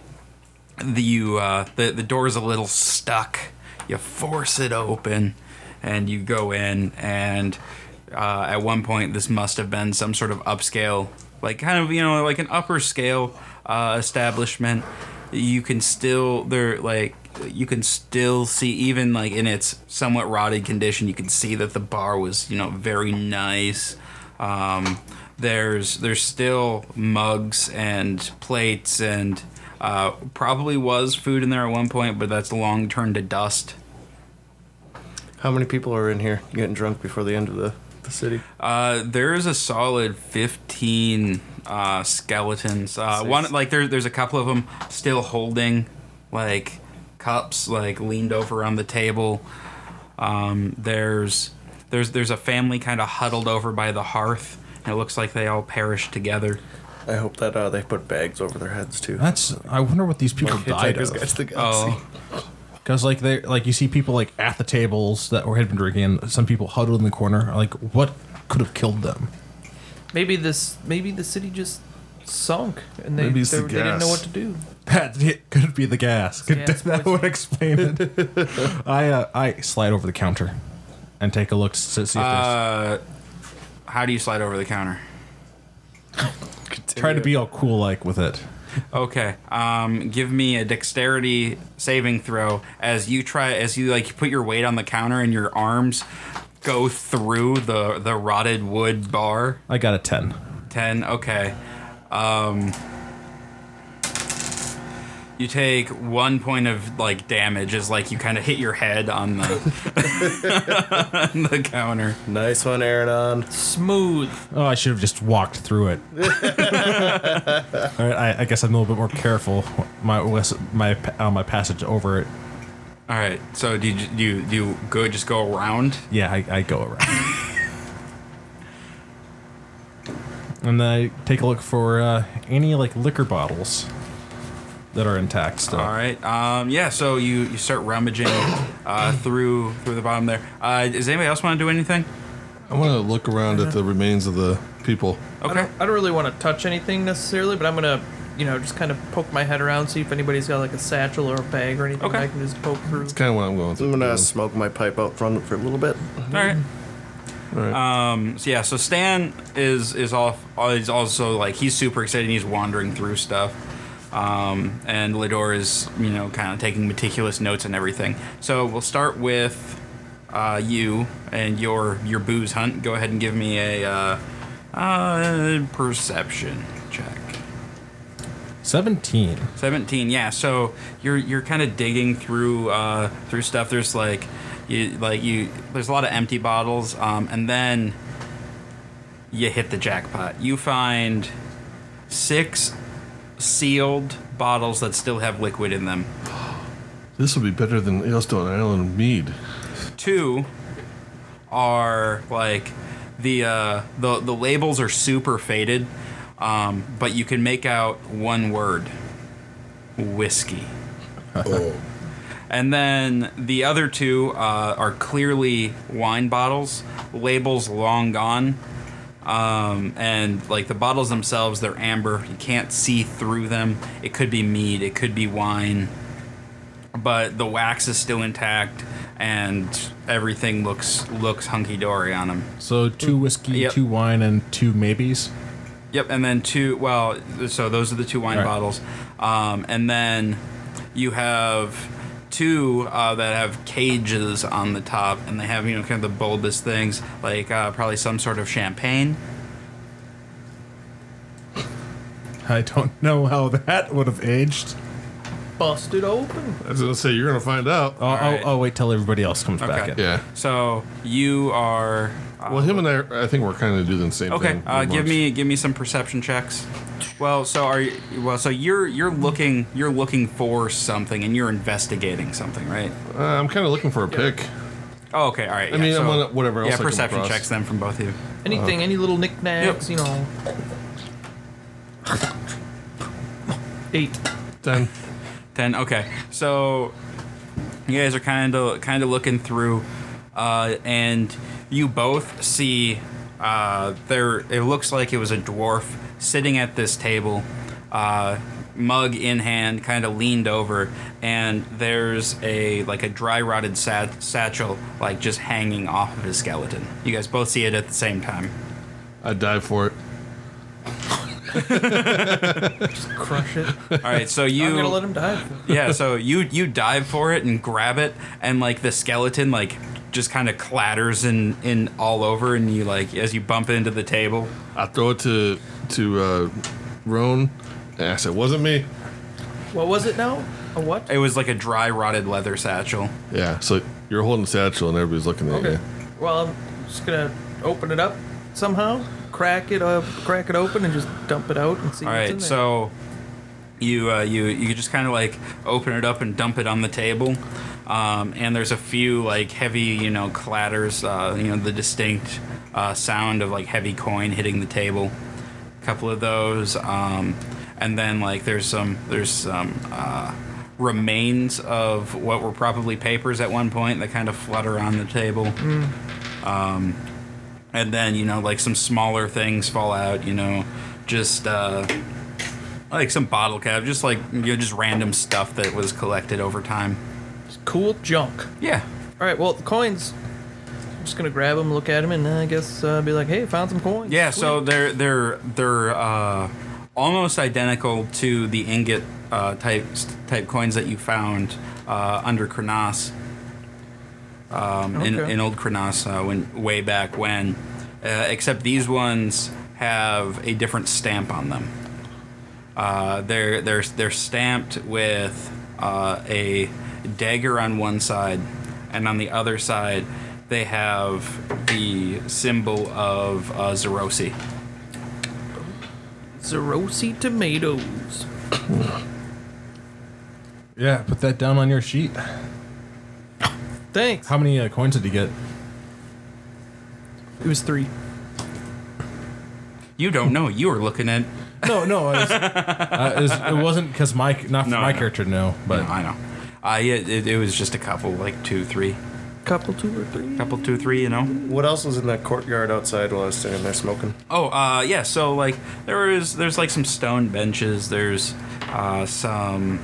S1: the you uh, the the door's a little stuck. You force it open, and you go in. And uh, at one point, this must have been some sort of upscale, like kind of you know like an upper scale uh, establishment. You can still there like you can still see even like in its somewhat rotted condition. You can see that the bar was you know very nice. Um, there's there's still mugs and plates and uh, probably was food in there at one point, but that's long turned to dust.
S4: How many people are in here getting drunk before the end of the, the city?
S1: Uh, there's a solid 15 uh, skeletons. Uh, one like there, there's a couple of them still holding like cups like leaned over on the table. Um, there's there's there's a family kind of huddled over by the hearth. And it looks like they all perished together.
S4: I hope that uh, they put bags over their heads too.
S2: That's. I wonder what these people died
S4: Hitchhiker's Guide
S2: of.
S4: to the Galaxy.
S1: Oh,
S2: Because like they like you see people like at the tables that were had been drinking. and Some people huddled in the corner. Like what could have killed them? *laughs*
S3: Maybe this. Maybe the city just sunk and they,
S5: Maybe
S3: they,
S5: it's the
S3: they didn't know
S5: gas.
S3: what to do.
S2: That it could be the gas. Could,
S3: Gas
S2: *laughs* that would explain it. *laughs* I uh, I slide over the counter and take a look to see if there's
S1: uh, how do you slide over the counter?
S2: trying to be all cool like with it.
S1: Okay. Um, give me a dexterity saving throw as you try as you like put your weight on the counter and your arms go through the the rotted wood bar.
S2: I got a ten.
S1: Ten. Okay. Um, you take one point of like damage as like you kind of hit your head on the on the *laughs* counter.
S4: Nice one, Aaron.
S3: Smooth.
S2: Oh, I should have just walked through it. all right, I, I guess I'm a little bit more careful. My my on my passage over it.
S1: All right. So do you do you, do you go just go around?
S2: Yeah, I, I go around. and then I take a look for uh, any like liquor bottles that are intact still.
S1: All right. Um, yeah. So you, you start rummaging uh, through through the bottom there. Uh, does anybody else want to do anything?
S5: I want to look around at the remains of the people.
S3: I
S1: Okay.
S3: don't, I don't really want to touch anything necessarily, but I'm gonna, you know, just kind of poke my head around, see if anybody's got like a satchel or a bag or anything
S1: Okay.
S3: I can just poke through.
S5: It's kind of what I'm going through.
S4: I'm
S1: Mm.
S4: gonna smoke my pipe out front for a little bit.
S1: All right. Um, so yeah. So Stan is is off. Is also like he's super excited. He's wandering through stuff. Um, and Lidor is you know kind of taking meticulous notes and everything. So we'll start with uh, you and your your booze hunt. Go ahead and give me a uh, uh, perception check.
S2: Seventeen.
S1: 17 yeah so you're you're kind of digging through uh through stuff there's like you like you there's a lot of empty bottles um and then you hit the jackpot you find six sealed bottles that still have liquid in them.
S5: This would be better than Yellowstone Island mead.
S1: Two are like the uh, the the labels are super faded, um, but you can make out one word: whiskey.
S6: Oh.
S1: And then the other two uh, are clearly wine bottles, labels long gone. Um, and like the bottles themselves, they're amber. You can't see through them. It could be mead, it could be wine. But the wax is still intact, and everything looks looks hunky dory on them.
S2: So two whiskey,
S1: Yep.
S2: two wine, and two maybes.
S1: Yep, and then two. Well, so those are the two wine
S2: All right.
S1: bottles, um, and then you have two uh, that have cages on the top, and they have you know kind of the bulbous things, like uh, probably some sort of champagne.
S2: I don't *laughs* know how that would have aged.
S3: Bust it open.
S5: I was gonna say you're gonna find out.
S2: Oh,
S1: right.
S2: oh, oh, wait till everybody else comes back
S1: Okay.
S2: in.
S5: Yeah.
S1: So you are uh,
S5: Well, him and I, I think we're kind of doing the same
S1: okay.
S5: thing.
S1: Uh, give
S5: Remarks.
S1: me give me some perception checks. Well, so are you, well, so you're you're looking you're looking for something, and you're investigating something, right?
S5: Uh, I'm kind of looking for a pick.
S1: Oh, okay, all right.
S5: I
S1: yeah,
S5: mean, I'm
S1: so-
S5: on whatever else
S1: Yeah,
S5: I come
S1: perception
S5: across.
S1: checks then from both of you.
S3: Anything, any little knickknacks, you know. Eight.
S5: Ten.
S1: Ten. Okay, so you guys are kind of kind of looking through, uh, and you both see uh, there. It looks like it was a dwarf sitting at this table, uh, mug in hand, kind of leaned over, and there's a like a dry rotted sat- satchel like just hanging off of his skeleton. You guys both see it at the same
S3: *laughs*
S1: time.
S5: I dive for it.
S1: *laughs*
S3: Crush it.
S1: All right, so you
S3: I'm gonna let him dive.
S1: yeah so you you dive for it and grab it and like the skeleton like just kind of clatters in in all over and you like as you bump into the table
S5: I throw it to to uh, Roan. And I said, "Wasn't me."
S3: What was it now? A what?
S1: it was like a dry rotted leather satchel
S5: Yeah. So you're holding the satchel and everybody's looking at
S3: Okay.
S5: you.
S3: Well, I'm just gonna open it up somehow, crack it up, crack it open, and just dump it out and see
S1: all
S3: what's in
S1: right
S3: there.
S1: so you uh, you you just kind of like open it up and dump it on the table um, and there's a few like heavy you know clatters uh, you know the distinct uh, sound of like heavy coin hitting the table couple of those um, and then like there's some there's some uh, remains of what were probably papers at one point that kind of flutter on the table
S3: Hmm.
S1: um, and then you know like some smaller things fall out you know just uh, like some bottle cap just like you know just random stuff that was collected over time
S3: cool junk.
S1: yeah
S3: All right. Well, the coins. I'm just gonna grab them, look at them, and uh, I guess uh, be like, "Hey, found some coins."
S1: Yeah, so they're they're they're uh, almost identical to the ingot uh, type type coins that you found uh, under Krenas, um, in,
S3: Okay.
S1: in old Krenas uh, when way back when, uh, except these ones have a different stamp on them. Uh, they're they're they're stamped with uh, a dagger on one side, and on the other side, they have the symbol of uh, Zerosi.
S3: Zerosi tomatoes.
S2: Yeah, put that down on your sheet.
S3: Thanks.
S2: How many uh, coins did you get?
S3: It was three.
S1: You don't know. You were looking at.
S2: No, no, it,
S1: *laughs*
S2: was, uh, it, was, it wasn't because my not for
S1: No,
S2: my
S1: no.
S2: character, no, but
S1: no, I know. I it, it, it was just a couple, like two, three,
S3: Couple, two or three.
S1: couple, two, three. You know.
S4: What else was in that courtyard outside while I was standing there smoking?
S1: Oh, uh, yeah. So like there is there's like some stone benches. There's uh, some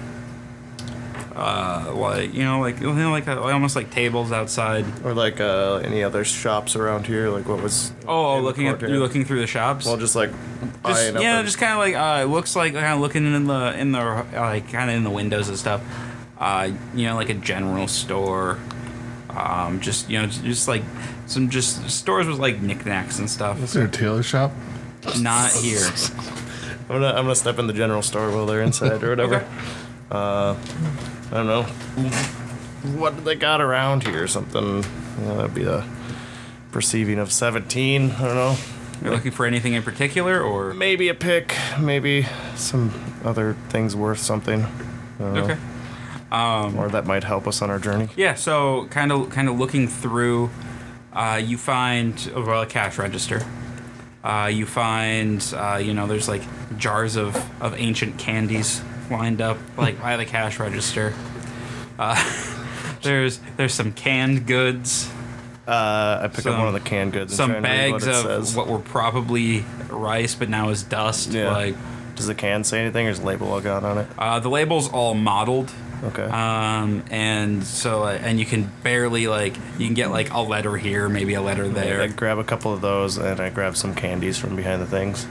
S1: uh, like you know like you know, like uh, almost like tables outside.
S4: Or like uh, any other shops around here? Like what was?
S1: Oh,
S4: in the
S1: looking at
S4: courtyard?
S1: you're looking through the shops.
S4: Well, just like
S1: Just-
S4: eyeing up
S1: yeah,
S4: a-
S1: just kind of like uh, it looks like kind of looking in the in the like kind of in the windows and stuff. Uh, you know, like a general store. Um, just you know, just like some just stores with like knickknacks and
S4: *laughs*
S1: stuff.
S5: Is there a tailor shop?
S1: Not here.
S4: I'm gonna I'm gonna step in the general store while they're
S1: *laughs*
S4: inside or whatever.
S1: Okay.
S4: I don't know. What do they got around here? Something. You know, that'd be a perceiving of 17. I don't know.
S1: You're looking for anything in particular, or
S4: Maybe a pick, maybe some other things worth something. I don't know.
S1: okay.
S4: Or that might help us on our journey.
S1: Yeah, so kind of kind of looking through, uh, you find well a cash register. Uh, you find uh, you know there's like jars of of ancient candies lined up like by the cash register. Uh, *laughs* there's there's some canned goods,
S4: Uh, I pick
S1: Some-
S4: up one of the canned goods. and
S1: some
S4: try and read
S1: bags
S4: what it
S1: of
S4: says.
S1: what were probably rice but now is dust.
S4: Yeah.
S1: Like
S4: Does the can say anything, or is the label all got on it?
S1: uh, the labels all modeled.
S4: Okay.
S1: Um, and so uh, and you can barely like you can get like a letter here, maybe a letter there.
S4: I grab a couple of those, and I grab some candies from behind the things.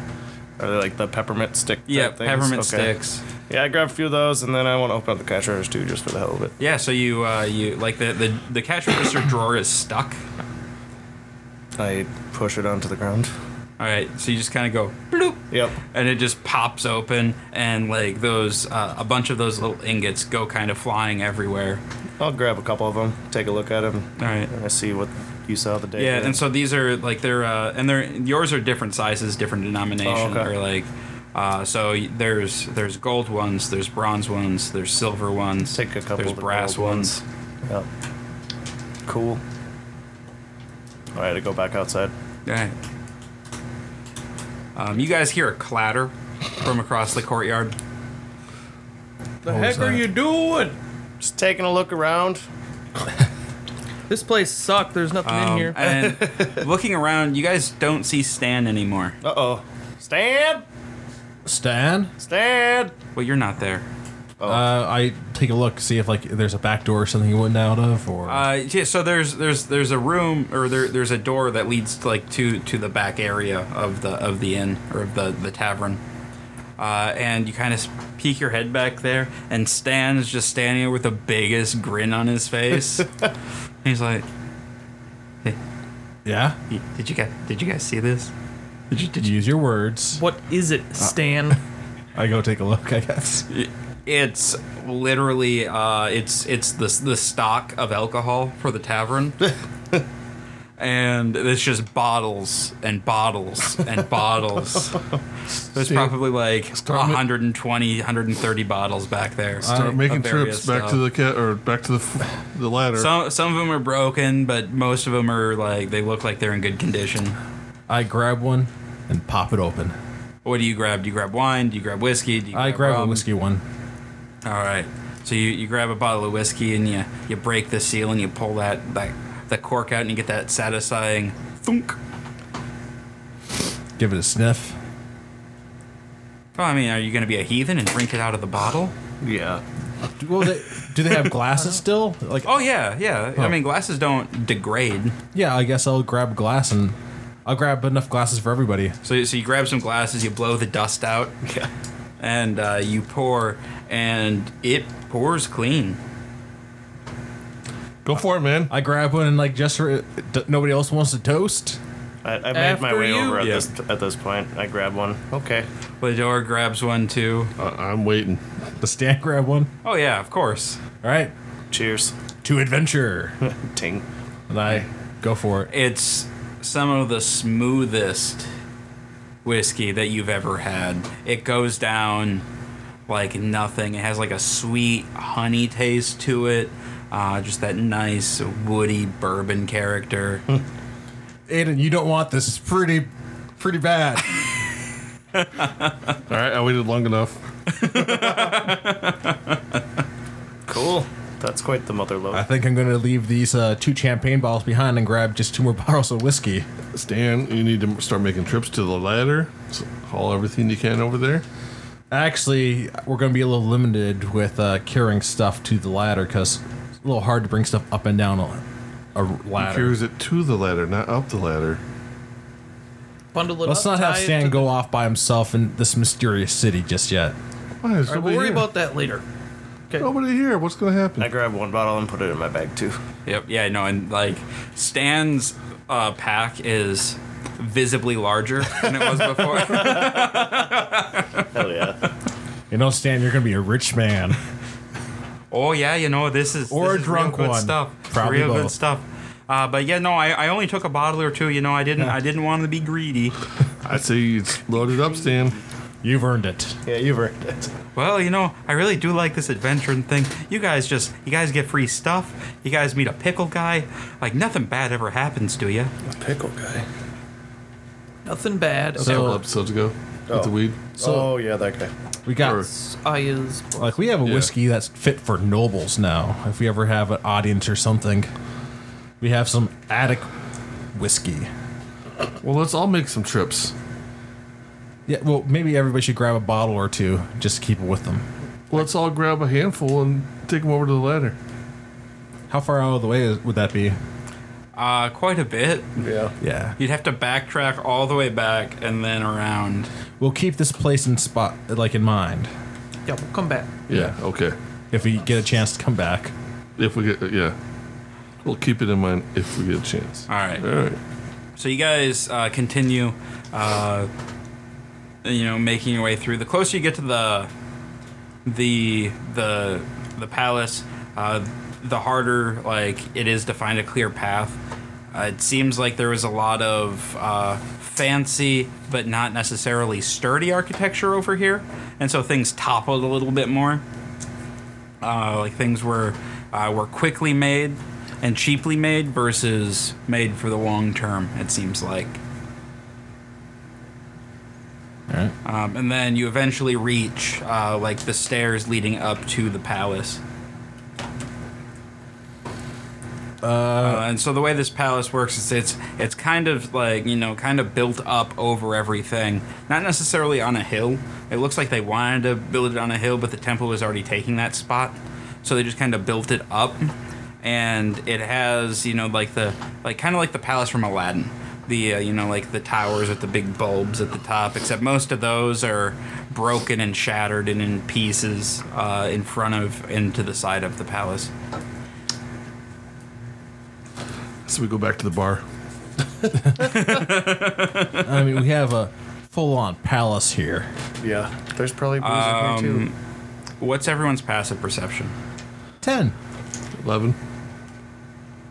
S4: Are they like the peppermint stick? type
S1: Yeah,
S4: things?
S1: peppermint
S4: Okay.
S1: sticks.
S4: Yeah, I grab a few of those, and then I want to open up the cash register too, just for the hell of it.
S1: Yeah, so you uh, you like the, the the cash register drawer is stuck.
S4: I push it onto the ground.
S1: All right, so you just kind of go bloop,
S4: Yep.
S1: and it just pops open, and like those uh, a bunch of those little ingots go kind of flying everywhere.
S4: I'll grab a couple of them, take a look at them,
S1: All right.
S4: and I see what you saw the day.
S1: Yeah,
S4: did.
S1: and so these are like they're uh, and they're yours are different sizes, different denomination,
S4: Oh, okay.
S1: or like uh, so y- there's there's gold ones, there's bronze ones, there's silver ones,
S4: Take a couple
S1: there's
S4: of the
S1: brass
S4: gold
S1: ones.
S4: ones. Yep. Cool. All right, I go back outside.
S1: All right. Um, you guys hear a clatter from across the courtyard.
S3: The
S2: What was
S3: heck are
S2: that?
S3: you doing?
S4: Just taking a look around.
S3: This place sucked. There's nothing in
S1: Um,
S3: here.
S1: and looking around, you guys don't see Stan anymore.
S4: Uh oh. Stan!
S2: Stan,
S4: Stan!
S1: Well, you're not there. Oh.
S2: uh, I take a look, see if like there's a back door or something you went out of, or
S1: Uh, yeah, so there's there's there's a room or there there's a door that leads to, like to to the back area of the of the inn or of the the tavern. Uh, and you kind of peek your head back there, and Stan is just standing there with the biggest grin on his face. He's like, "Hey,
S2: yeah.
S1: y- "Did you guys did you guys see this?"
S2: Did you, did you use your words?
S3: what is it,
S1: Uh,
S3: Stan?
S1: *laughs*
S2: I go take a look, I guess.
S1: It's literally uh, it's it's the the stock of alcohol for the tavern,
S5: *laughs*
S1: and it's just bottles and bottles and bottles. There's
S5: See,
S1: probably like
S5: start with-
S1: 120, 130 bottles back there.
S5: Start
S2: Alright.
S5: making
S1: Of various
S5: trips back
S1: stuff.
S5: to the cat or back to the f- the ladder.
S1: Some some of them are broken, but most of them are like they look like they're in good condition.
S2: I grab one and pop it open.
S1: What do you grab? Do you grab wine? Do you grab whiskey? Do you
S2: I grab a
S1: rum?
S2: whiskey one.
S1: All right. So you, you grab a bottle of whiskey and you, you break the seal and you pull that, that that cork out and you get that satisfying thunk.
S2: Give it a sniff.
S1: Well, I mean, are you going to be a heathen and drink it out of the bottle?
S4: Yeah.
S2: Do, well, they, do they have glasses still? Like,
S1: Oh yeah, yeah. I
S2: Huh.
S1: mean, glasses don't degrade.
S2: yeah, I guess I'll grab a glass and I'll grab enough glasses for everybody.
S1: So so you grab some glasses, you blow the dust out,
S4: Yeah.
S1: and uh, you pour, and it pours clean.
S5: Go for it, man.
S2: I grab one and like just for, d- nobody else wants to toast.
S4: I, I made
S3: After
S4: my way
S3: you.
S4: over at
S1: Yeah.
S4: this at this point. I grab one. Okay.
S1: Lador grabs one too.
S5: I- I'm waiting.
S2: The stand grab one.
S1: Oh yeah, of course.
S2: All right,
S4: Cheers.
S2: to adventure,
S4: Ting.
S2: and I go for it.
S1: it's some of the smoothest whiskey that you've ever had. It goes down like nothing. It has like a sweet honey taste to it. Uh, just that nice woody bourbon
S2: *laughs*
S1: character.
S2: Aiden, you don't want this. It's pretty, pretty bad.
S5: All right, I waited long enough.
S4: Cool. That's quite the mother
S2: I
S4: load.
S2: think I'm gonna leave these uh, two champagne bottles behind and grab just two more *laughs* bottles of whiskey.
S5: Stan, you need to start making trips to the ladder. So haul everything you can over there.
S2: Actually, we're gonna be a little limited with uh, carrying stuff to the ladder because it's a little hard to bring stuff up and down a, a
S5: He
S2: ladder.
S5: carries it to the ladder, not up the ladder.
S3: Bundle it
S2: Let's not
S3: up.
S2: have
S3: tie it
S2: Stan
S3: to
S2: go off by himself in this mysterious city just yet.
S5: Why? There's
S3: All right,
S5: nobody
S3: we'll worry
S5: here.
S3: about that later. Okay.
S5: nobody here. What's gonna happen?
S4: I grab one bottle and put it in my bag too.
S1: Yep. Yeah. No. And like Stan's uh, pack is visibly larger than it
S2: *laughs*
S1: was before.
S4: Hell yeah.
S2: You know, Stan, you're gonna be a rich man.
S1: oh yeah. You know this is
S2: Or
S1: this
S2: a
S1: is
S2: drunk
S1: real good
S2: one.
S1: stuff.
S2: Probably
S1: real good
S2: both.
S1: stuff. Uh, but yeah, no, I, I only took a bottle or two. You know, I didn't I didn't want to be greedy.
S5: I see it's loaded up, Stan.
S2: You've earned it.
S4: *laughs* Yeah, you've earned it.
S1: Well, you know, I really do like this adventure and thing. You guys just you guys get free stuff. You guys meet a pickle guy. Like nothing bad ever happens to you.
S4: Pickle guy.
S3: Nothing bad.
S2: So-
S5: Several episodes ago
S4: Oh.
S5: with the weed.
S2: So-
S4: oh yeah, that guy.
S2: We got
S5: Sure.
S3: I is
S2: like we have a
S5: Yeah.
S2: whiskey that's fit for nobles now. If we ever have an audience or something, we have some attic whiskey.
S5: Well, let's all make some trips.
S2: Yeah, well, maybe everybody should grab a bottle or two just to keep it with them.
S5: Let's all grab a handful and take them over to the ladder.
S2: How far out of the way is- would that be?
S1: Uh, quite a bit.
S4: Yeah.
S2: Yeah,
S1: You'd have to backtrack all the way back and then around.
S2: we'll keep this place in spot like in mind
S3: yeah, we'll come back.
S5: Yeah. Okay.
S2: if we get a chance to come back.
S5: If we get yeah, we'll keep it in mind if we get a chance.
S1: All right.
S5: All right.
S1: So you guys uh, continue, uh, you know, making your way through. The closer you get to the the the the palace, uh, the harder like it is to find a clear path. Uh, it seems like there was a lot of uh, fancy but not necessarily sturdy architecture over here, and so things toppled a little bit more. Uh, like things were uh, were quickly made and cheaply made versus made for the long term. It seems like.
S2: All right.
S1: Um, and then you eventually reach uh, like the stairs leading up to the palace. Uh, and so the way this palace works is it's it's kind of like you know kind of built up over everything, not necessarily on a hill. It looks like they wanted to build it on a hill, but the temple was already taking that spot, so they just kind of built it up. And it has you know like the like kind of like the palace from Aladdin, the uh, you know like the towers with the big bulbs at the top. Except most of those are broken and shattered and in pieces uh, in front of and to the side of the palace.
S5: So we go back to the bar.
S2: I mean, we have a full-on palace here.
S4: Yeah. Um, There's probably booze in here too.
S1: What's everyone's passive perception?
S2: Ten.
S5: Eleven.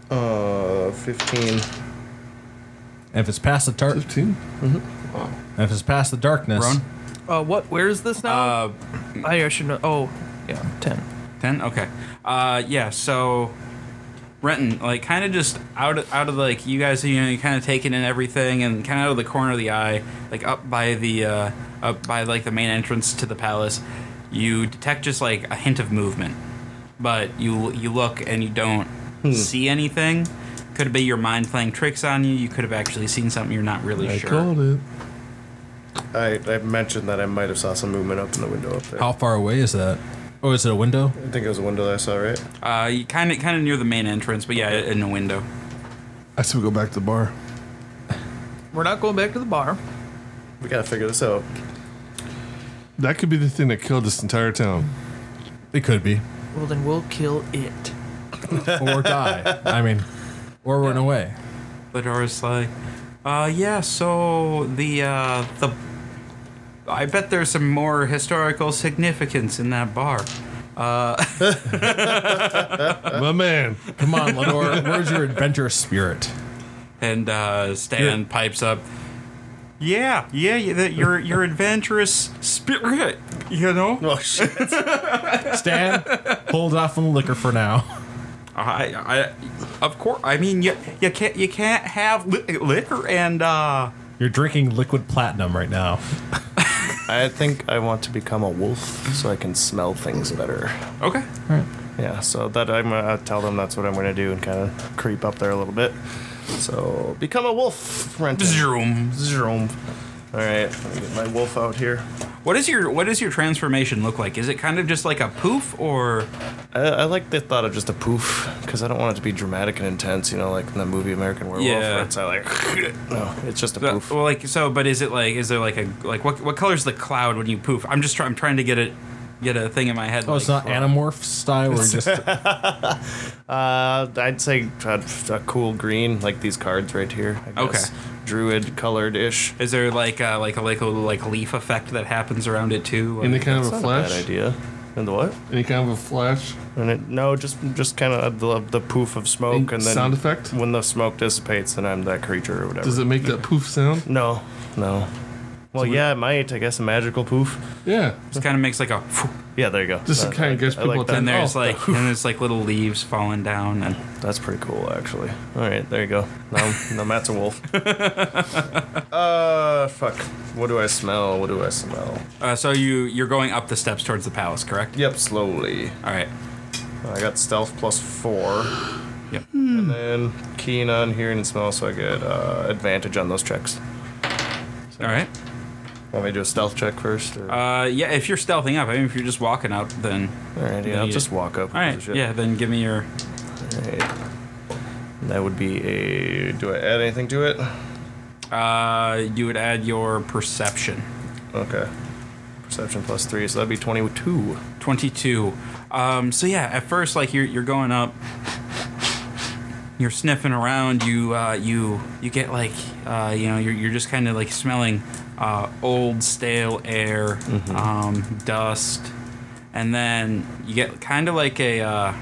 S4: Uh, fifteen.
S2: And if it's past the dark, and
S5: Fifteen.
S2: if it's past the darkness,
S1: Roan?
S3: Uh, what? Where is this now?
S1: Uh,
S3: I, I should know. Oh, yeah, ten.
S1: 10? Okay. Uh, yeah, so Renton, like kind of just out of, out of like you guys you know you kind of taking in everything and kind of out of the corner of the eye, like up by the uh, up by like the main entrance to the palace, you detect just like a hint of movement. But you you look and you don't see anything. Could be your mind playing tricks on you. You could have actually seen something you're not really
S5: I
S1: sure.
S5: called it.
S4: I, I mentioned that I might have saw some movement up in the window up there.
S2: how far away is that? Oh, is it a window?
S4: I think it was a window that I saw, right?
S1: Uh, you kind of kind of near the main entrance, but yeah, in a window.
S5: I said we go back to the bar.
S3: We're not going back to the bar.
S4: We gotta figure this out.
S5: That could be the thing that killed this entire town.
S2: It could be,
S3: Well, then we'll kill it.
S2: or die. I mean, or run away.
S1: Lidora's like, uh, yeah, so the, uh, the, I bet there's some more historical significance in that bar.
S5: My man.
S2: Come on, Lenore. Where's your adventurous spirit?
S1: And, uh, Stan pipes up, yeah, yeah, y- that your, your adventurous spirit, you know?
S4: *laughs* Oh shit!
S2: Stan, hold off on the liquor for now.
S1: I, I, of course, I mean, you, you can't, you can't have li- liquor and, uh,
S2: You're drinking liquid platinum right now.
S4: I think I want to become a wolf so I can smell things better.
S1: okay.
S4: Yeah, so that I'm gonna tell them that's what I'm gonna do and kind of creep up there a little bit. So become a wolf, Renton.
S1: Zoom.
S4: Zoom. All right, let me get my wolf out here.
S1: What is your, what does your transformation look like? Is it kind of just like a poof or?
S4: I, I like the thought of just a poof because I don't want it to be dramatic and intense, you know, like in the movie American Werewolf.
S1: Yeah.
S4: Where it's not like *laughs* no, it's just a
S1: So-
S4: poof.
S1: Well, like so, but is it like is there like a like what what color's the cloud when you poof? I'm just trying. I'm trying to get it get a thing in my head.
S2: Oh, it's
S1: like,
S2: not anamorph style. We're
S4: *laughs*
S2: just
S4: Uh, I'd say a, a cool green, like these cards right here. I guess.
S1: Okay.
S4: Druid colored ish.
S1: Is uh, there like a, like a like a little like leaf effect that happens around it too?
S5: Any
S1: Like,
S5: kind of a
S4: Not a
S5: flash?
S4: bad idea. And the what?
S5: Any kind of a flash?
S4: And it, no, just just kind of the, the poof of smoke,
S5: And
S4: and, then
S5: sound effect?
S4: when the smoke dissipates, then I'm that creature or whatever.
S5: Does it make that poof sound?
S4: No, no. Well, yeah, it might. I guess a magical poof.
S5: Yeah.
S1: Just kind of makes like a.
S4: Yeah, there you go.
S5: Just to
S4: That-
S5: kinda gets
S4: I
S5: people
S4: like
S5: to-
S4: that.
S1: And there's
S5: Oh.
S1: like and there's like little leaves falling down and
S4: That's pretty cool, actually. All right, there you go. Now, now Matt's a wolf. *laughs* uh, fuck. What do I smell? What do I smell?
S1: uh, so you you're going up the steps towards the palace, correct?
S4: Yep, slowly.
S1: All right.
S4: I got stealth plus four,
S1: Yep.
S4: and then keen on hearing and smell, so I get uh, advantage on those checks.
S1: All right.
S4: Want me to do a stealth check first? Or?
S1: Uh, yeah, if you're stealthing up, I mean, if you're just walking up, then
S4: All right, yeah, I'll
S1: you-
S4: just walk up.
S1: all
S4: and
S1: right.
S4: shit.
S1: Yeah, then give me your.
S4: All right. That would be a. Do I add anything to it?
S1: Uh, you would add your perception.
S4: Okay. Perception plus three, so that'd be twenty-two.
S1: 22. Um, so yeah, at first, like you're you're going up, you're sniffing around. You uh, you you get like uh, you know you're you're just kind of like smelling uh, old stale air,
S4: Mm-hmm.
S1: um, dust, and then you get kind of like a uh,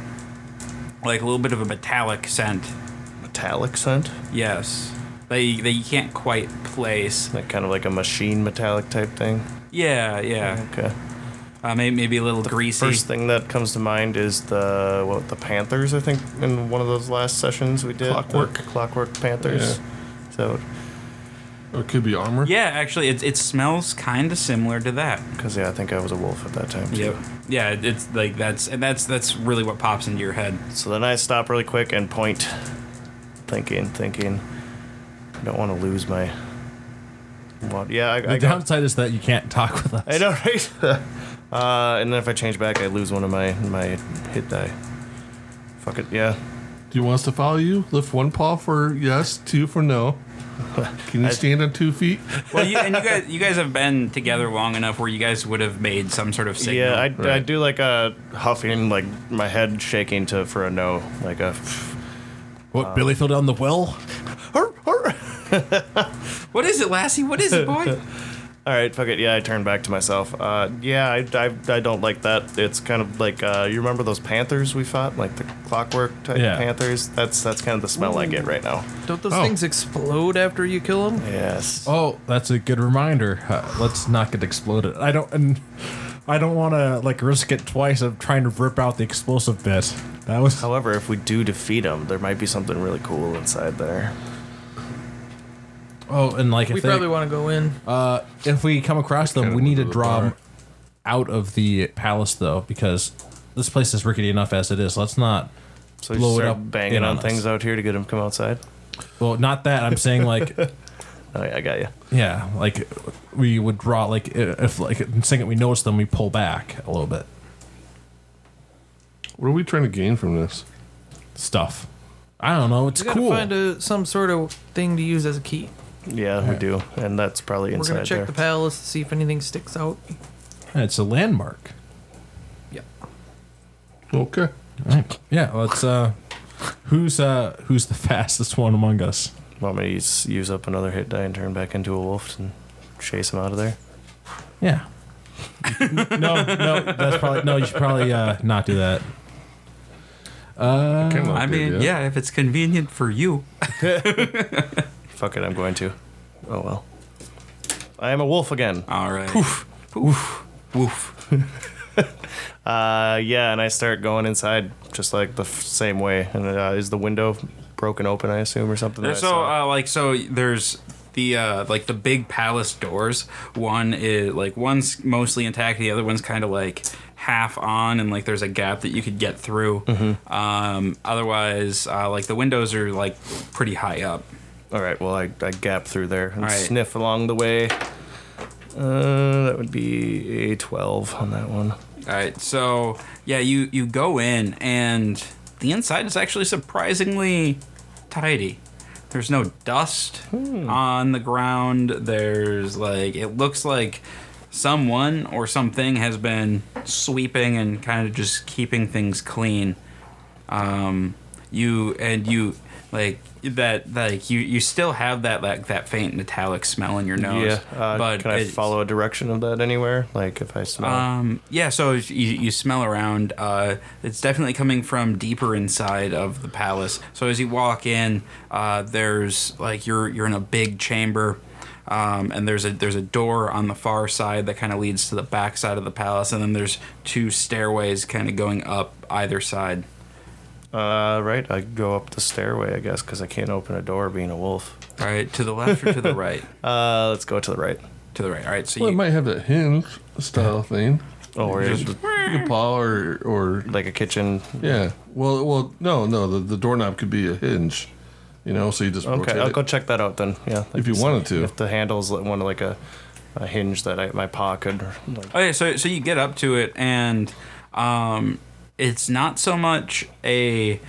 S1: like a little bit of a metallic scent.
S4: Metallic scent.
S1: Yes, that you, that you can't quite place.
S4: Like kind of like a machine metallic type thing.
S1: Yeah, yeah.
S4: Okay.
S1: Uh, maybe maybe a little greasy.
S4: First thing that comes to mind is the what the Panthers. I think in one of those last sessions we did the
S5: Clockwork.
S4: Clockwork Panthers. So
S5: Or it could be armor.
S1: Yeah, actually, it it smells kind of similar to that.
S4: because yeah, I think I was a wolf at that time. too.
S1: Yep. Yeah, it- it's like that's and that's that's really what pops into your head.
S4: So then I stop really quick and point, thinking, thinking. I don't want to lose my. What? Yeah, I,
S2: The
S4: I got.
S2: downside is that you can't talk with us.
S4: I know, *laughs* right? uh, and then if I change back, I lose one of my my hit die. Fuck it, yeah.
S5: Do you want us to follow you? Lift one paw for yes, two for no. Can you stand on two feet?
S1: Well, you, and you guys you guys have been together long enough where you guys would have made some sort of signal.
S4: yeah, I, I
S5: Right.
S4: do like a huffing, like my head shaking to for a no, like a. *laughs*
S2: What, Billy fell down the well?
S1: What is it, Lassie? What is it, boy?
S4: All right, fuck it. Yeah, I turn back to myself. Uh, yeah, I, I, I don't like that. It's kind of like uh, you remember those panthers we fought, like the clockwork type
S2: Yeah.
S4: panthers. That's that's kind of the smell I get right now.
S3: Don't those
S2: Oh.
S3: things explode after you kill them?
S4: Yes.
S2: Oh, that's a good reminder. Uh, let's not get exploded. I don't and I don't want to like risk it twice of trying to rip out the explosive bit. That was
S4: However, if we do defeat them, there might be something really cool inside there.
S2: Oh, and like if
S3: We
S2: they,
S3: probably want to go in.
S2: uh, if we come across them,
S5: kinda
S2: we need to
S5: went to the
S2: draw 'em
S5: bar.
S2: out of the palace though because this place is rickety enough as it is. Let's not
S4: So
S2: Blow
S4: you
S2: it
S4: start
S2: up in
S4: banging
S2: on
S4: on
S2: us.
S4: things out here to get them to come outside.
S2: well, not that. I'm saying like
S4: Oh yeah, I got you.
S2: yeah, like we would draw like i- if like the second we notice them, we pull back a little bit.
S5: What are we trying to gain from this?
S2: Stuff. I don't know. It's
S3: We gotta
S2: cool.
S3: find a, some sort of thing to use as a key.
S4: Yeah, we do, and that's probably
S3: We're
S4: inside
S3: gonna check
S4: there.
S3: the palace to see if anything sticks out.
S2: it's a landmark.
S3: Yep.
S5: Okay.
S2: Right. Yeah, let's uh who's uh who's the *laughs* fastest one among us?
S4: Want me to use, use up another hit die and turn back into a wolf and chase him out of there?
S3: *laughs*
S2: Yeah. no, no, that's probably no, you should probably uh not do that.
S5: Kinda like
S1: I
S5: the
S1: mean,
S5: idea.
S1: yeah, if it's convenient for you.
S4: Fuck it, I'm going to. Oh well. I am a wolf again.
S1: All right. Poof. Poof. Woof.
S4: Uh, yeah, and I start going inside just like the f- same way. And uh, is the window broken open? I assume or something. that I
S1: So,
S4: saw?
S1: uh, like, so there's the uh, like the big palace doors. One is like one's mostly intact. The other one's kind of like half on, and like there's a gap that you could get through. Um, otherwise, uh, like the windows are like pretty high up.
S4: All right. Well, I, I gap through there and
S1: All right.
S4: sniff along the way. Uh, that would be a twelve on that one.
S1: All right, so yeah, you you go in and the inside is actually surprisingly tidy. There's no dust
S4: Hmm.
S1: on the ground. There's like it looks like someone or something has been sweeping and kind of just keeping things clean. Um, you and you like that like you you still have that like that faint metallic smell in your nose.
S4: Yeah, uh,
S1: but
S4: can I
S1: it's-
S4: follow a direction of that anywhere? Like if I smell,
S1: Um, yeah, so if you, you smell around. Uh, it's definitely coming from deeper inside of the palace. So as you walk in, uh, there's like you're you're in a big chamber, um, and there's a there's a door on the far side that kind of leads to the back side of the palace, and then there's two stairways kind of going up either side.
S4: uh, right, I go up the stairway, I guess, because I can't open a door being a wolf.
S1: All right, to the left or to
S5: *laughs*
S1: the right?
S4: Uh, let's go to the right.
S1: To the right. All right. So
S5: Well, it
S1: you,
S5: might have that hinge style thing.
S4: Oh, or
S5: Just the, the paw or or
S4: like a kitchen.
S5: yeah. Well, well, no, no. The, the doorknob could be a hinge, you know. So you just
S4: Okay,
S5: rotate
S4: I'll
S5: it.
S4: go check that out then. Yeah,
S5: If you
S4: like,
S5: wanted to.
S4: If the handles li- one like a, a hinge that I, my paw could. Like,
S1: Okay, so so you get up to it, and um, it's not so much a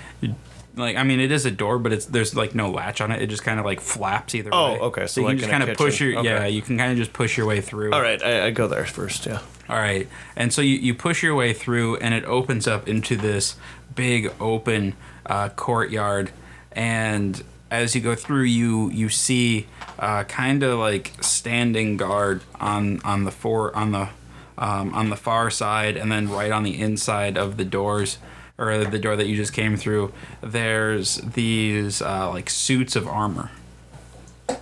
S1: like I mean it is a door, but it's there's like no latch on it. It just kind of like flaps either
S4: Oh,
S1: way.
S4: okay,
S1: So,
S4: so
S1: you
S4: like
S1: can just
S4: in a
S1: kind of push
S4: kitchen.
S1: your
S4: Okay.
S1: yeah, you can kind of just push your way through.
S4: all right, I, I go there first. Yeah.
S1: all right, and so you you push your way through, and it opens up into this big open uh, courtyard, and as you go through, you you see uh, kind of like standing guard on on the four on the um, on the far side, and then right on the inside of the doors or the door that you just came through. There's these uh, like suits of armor.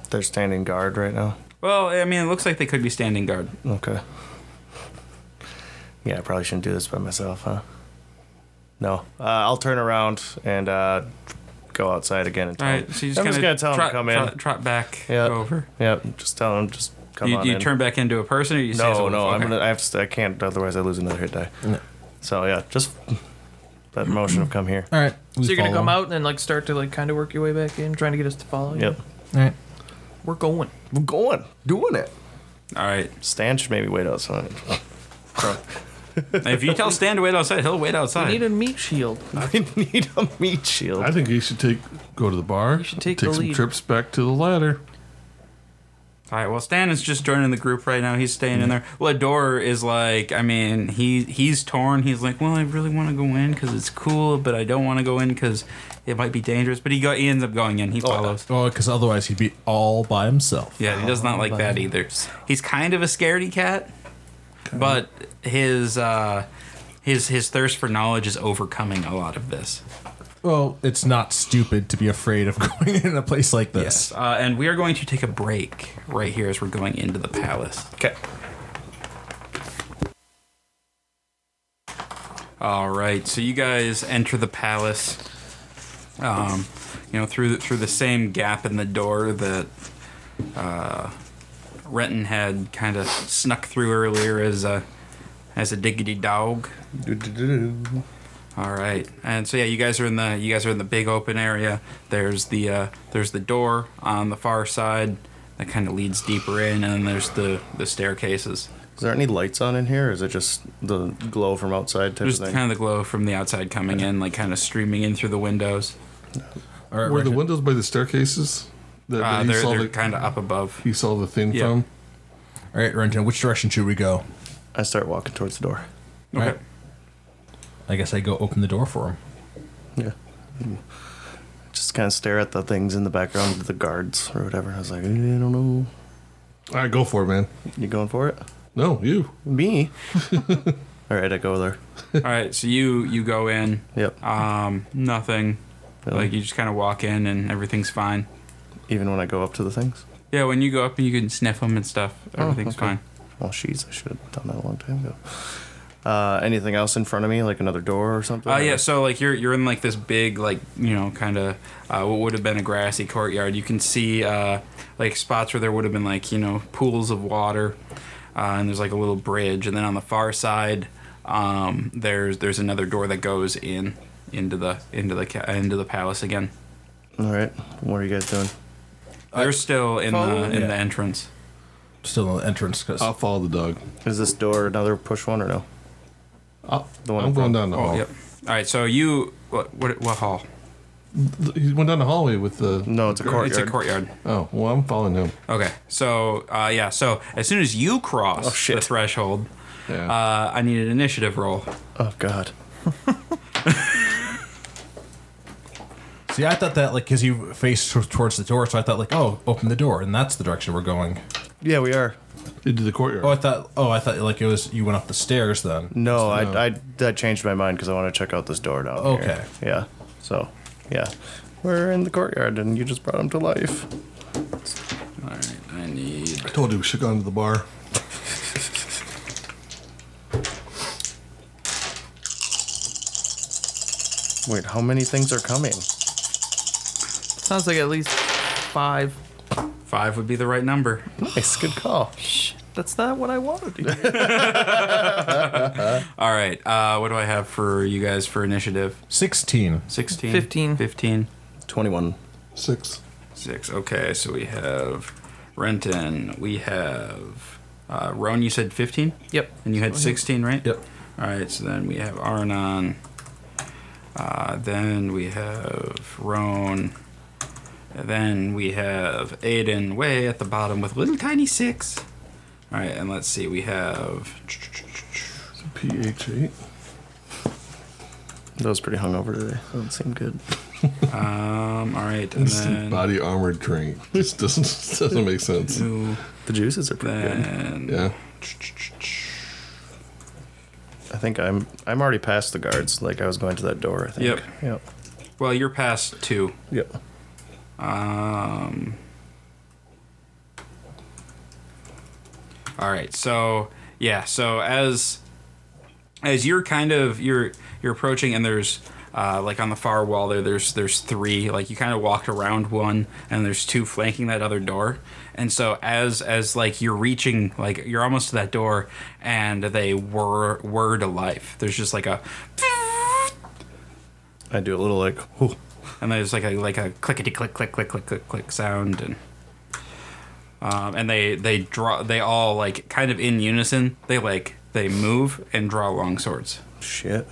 S4: They're standing guard right now.
S1: Well, I mean, it looks like they could be standing guard.
S4: Okay. Yeah, I probably shouldn't do this by myself, huh? No, uh, I'll turn around and uh, go outside again. And tell
S1: All
S4: him.
S1: right, so you just
S4: I'm just
S1: kinda
S4: gonna tell him
S1: trot,
S4: to come
S1: trot,
S4: in.
S1: trot back
S4: Yeah.
S1: over.
S4: Yep, just tell him just come
S1: you,
S4: on
S1: you
S4: in.
S1: turn back into a person, or you stay as a
S4: no,
S1: wolf?
S4: no, I'm
S1: Okay.
S4: gonna. I, have to, I can't. Otherwise, I lose another hit die. So yeah, just that motion of come here.
S2: All right. we
S3: So you're gonna
S2: follow.
S3: come out and then like start to like kind of work your way back in, trying to get us to follow you.
S4: Yep,
S2: All right.
S3: We're going.
S4: we're going, doing it.
S1: All right.
S4: Stan should maybe wait *laughs* outside.
S1: If you tell Stan to wait outside, he'll wait
S3: We
S1: outside.
S3: need a meat shield.
S4: I need a meat shield.
S5: I think he should take go to the bar.
S3: You should take the
S5: some
S3: lead.
S5: trips back to the ladder.
S1: All right. Well, Stan is just joining the group right now. He's
S4: Mm.
S1: staying in there. Lador is like, I mean, he he's torn. He's like, well, I really want to go in because it's cool, but I don't want to go in because it might be dangerous. But he go, he ends up going in. He follows.
S2: Oh, because otherwise he'd be all by himself.
S1: Yeah, he does not like that either. He's kind of a scaredy cat, but his uh, his his thirst for knowledge is overcoming a lot of this.
S2: Well, it's not stupid to be afraid of *laughs* going in a place like this.
S1: Uh, and we are going to take a break right here as we're going into the palace.
S4: Okay.
S1: All right, so you guys enter the palace. Um, you know, through the, through the same gap in the door that uh, Renton had kind of snuck through earlier as a as a diggity dog. All right, and so yeah, you guys are in the you guys are in the big open area. There's the uh, there's the door on the far side that kind of leads deeper in, and there's the the staircases.
S4: Is there any lights on in here, or is it just the glow from outside type of
S1: There's
S4: thing?
S1: kind of the glow from the outside coming in, like kind of streaming in through the windows.
S2: All right,
S5: Were the
S2: Richard.
S5: windows by the staircases that,
S1: Uh,
S5: that he
S1: they're
S5: saw
S1: they're
S5: the
S1: kind of up above.
S5: he saw the thing
S1: Yeah.
S5: from?
S2: All right, Renton, which direction should we go?
S4: I start walking towards the door.
S2: Okay. I guess I go open the door for him.
S4: Yeah. Just kind of stare at the things in the background, the guards or whatever. I was like, "Eh, I don't know.
S5: All right, go for it, man.
S4: You going for it?
S5: No, you.
S4: Me. *laughs* All right, I go there.
S1: All right, so you you go in,
S4: Yep.
S1: um, nothing.
S4: Really?
S1: Like you just kind of walk in and everything's fine.
S4: Even when I go up to the things.
S1: Yeah, when you go up and you can sniff them and stuff, everything's
S4: Oh, okay.
S1: fine.
S4: Well, she's. Oh, I should have done that a long time ago. Uh, anything else in front of me, like another door or something?
S1: Uh, yeah, so like you're you're in like this big like you know kind of uh, what would have been a grassy courtyard. You can see uh, like spots where there would have been like you know pools of water, uh, and there's like a little bridge, and then on the far side um, there's there's another door that goes in into the into the ca- into the palace again.
S4: All right. What are you guys doing? Uh,
S1: They're still in
S3: follow-
S1: the in the
S2: yeah.
S1: entrance.
S2: Still in the entrance. 'cause-
S5: I'll follow the dog.
S4: Is this door another push one or no?
S5: I'll,
S4: The one
S5: I'm
S4: in
S5: going
S4: front.
S5: down the
S1: Oh,
S5: hall.
S1: yep. All right, so you what what, what hall?
S5: Th- He went down the hallway with the.
S4: No, it's a courtyard.
S1: It's a courtyard.
S5: Oh, well, I'm following him.
S1: Okay, so uh, yeah, so as soon as you cross
S4: Oh, shit.
S1: the threshold,
S5: Yeah.
S1: uh, I need an initiative roll.
S4: Oh God.
S2: See, I thought that like because you faced t- towards the door, so I thought like, oh, open the door, and that's the direction we're going.
S4: Yeah, we are.
S5: Into the courtyard.
S2: Oh, I thought, oh, I thought like it was you went up the stairs then.
S4: No, I, I that changed my mind because I want to check out this door now.
S2: Okay.
S4: Yeah. So, yeah, we're in the courtyard, and you just brought him to life.
S1: All right, I need.
S5: I told you we should have gone to the bar.
S4: Wait, how many things are coming?
S3: Sounds like at least five.
S1: Five would be the right number.
S4: Nice, good call.
S3: That's not what I wanted. to
S2: *laughs*
S3: hear.
S1: All right, uh, what do I have for you guys for initiative?
S2: Sixteen.
S1: 16?
S3: Fifteen.
S1: 15?
S4: Twenty-one.
S5: Six.
S1: 6. Okay, so we have Renton. We have. Uh, Roan, you said 15?
S3: yep.
S1: And you had 16, right?
S2: Yep.
S1: All right, so then we have Arnon. Uh, then we have Roan. And then we have Aiden way at the bottom with little tiny six. All right, and let's see, we have.
S5: PH eight.
S4: That was pretty hungover today. That don't seem good.
S1: Um, all right, and
S5: Instant
S1: then.
S5: body armored drink. This doesn't *laughs* this doesn't make sense.
S1: two,
S4: The juices are pretty good.
S1: Then.
S5: Yeah.
S4: I think I'm I'm already past the guards. Like I was going to that door. I think.
S1: Yep.
S4: Yep.
S1: Well, you're past two.
S4: Yep.
S1: Um, all right, so yeah, so as as you're kind of you're you're approaching, and there's uh, like on the far wall there, there's there's three. Like you kind of walked around one, and there's two flanking that other door. And so as as like you're reaching, like you're almost to that door, and they were were to life. There's just like a
S4: I do a little like. Whew.
S1: and there's like a like a clickety click click click click click click sound and um, and they they draw they all like kind of in unison they like they move and draw long swords
S4: Shit.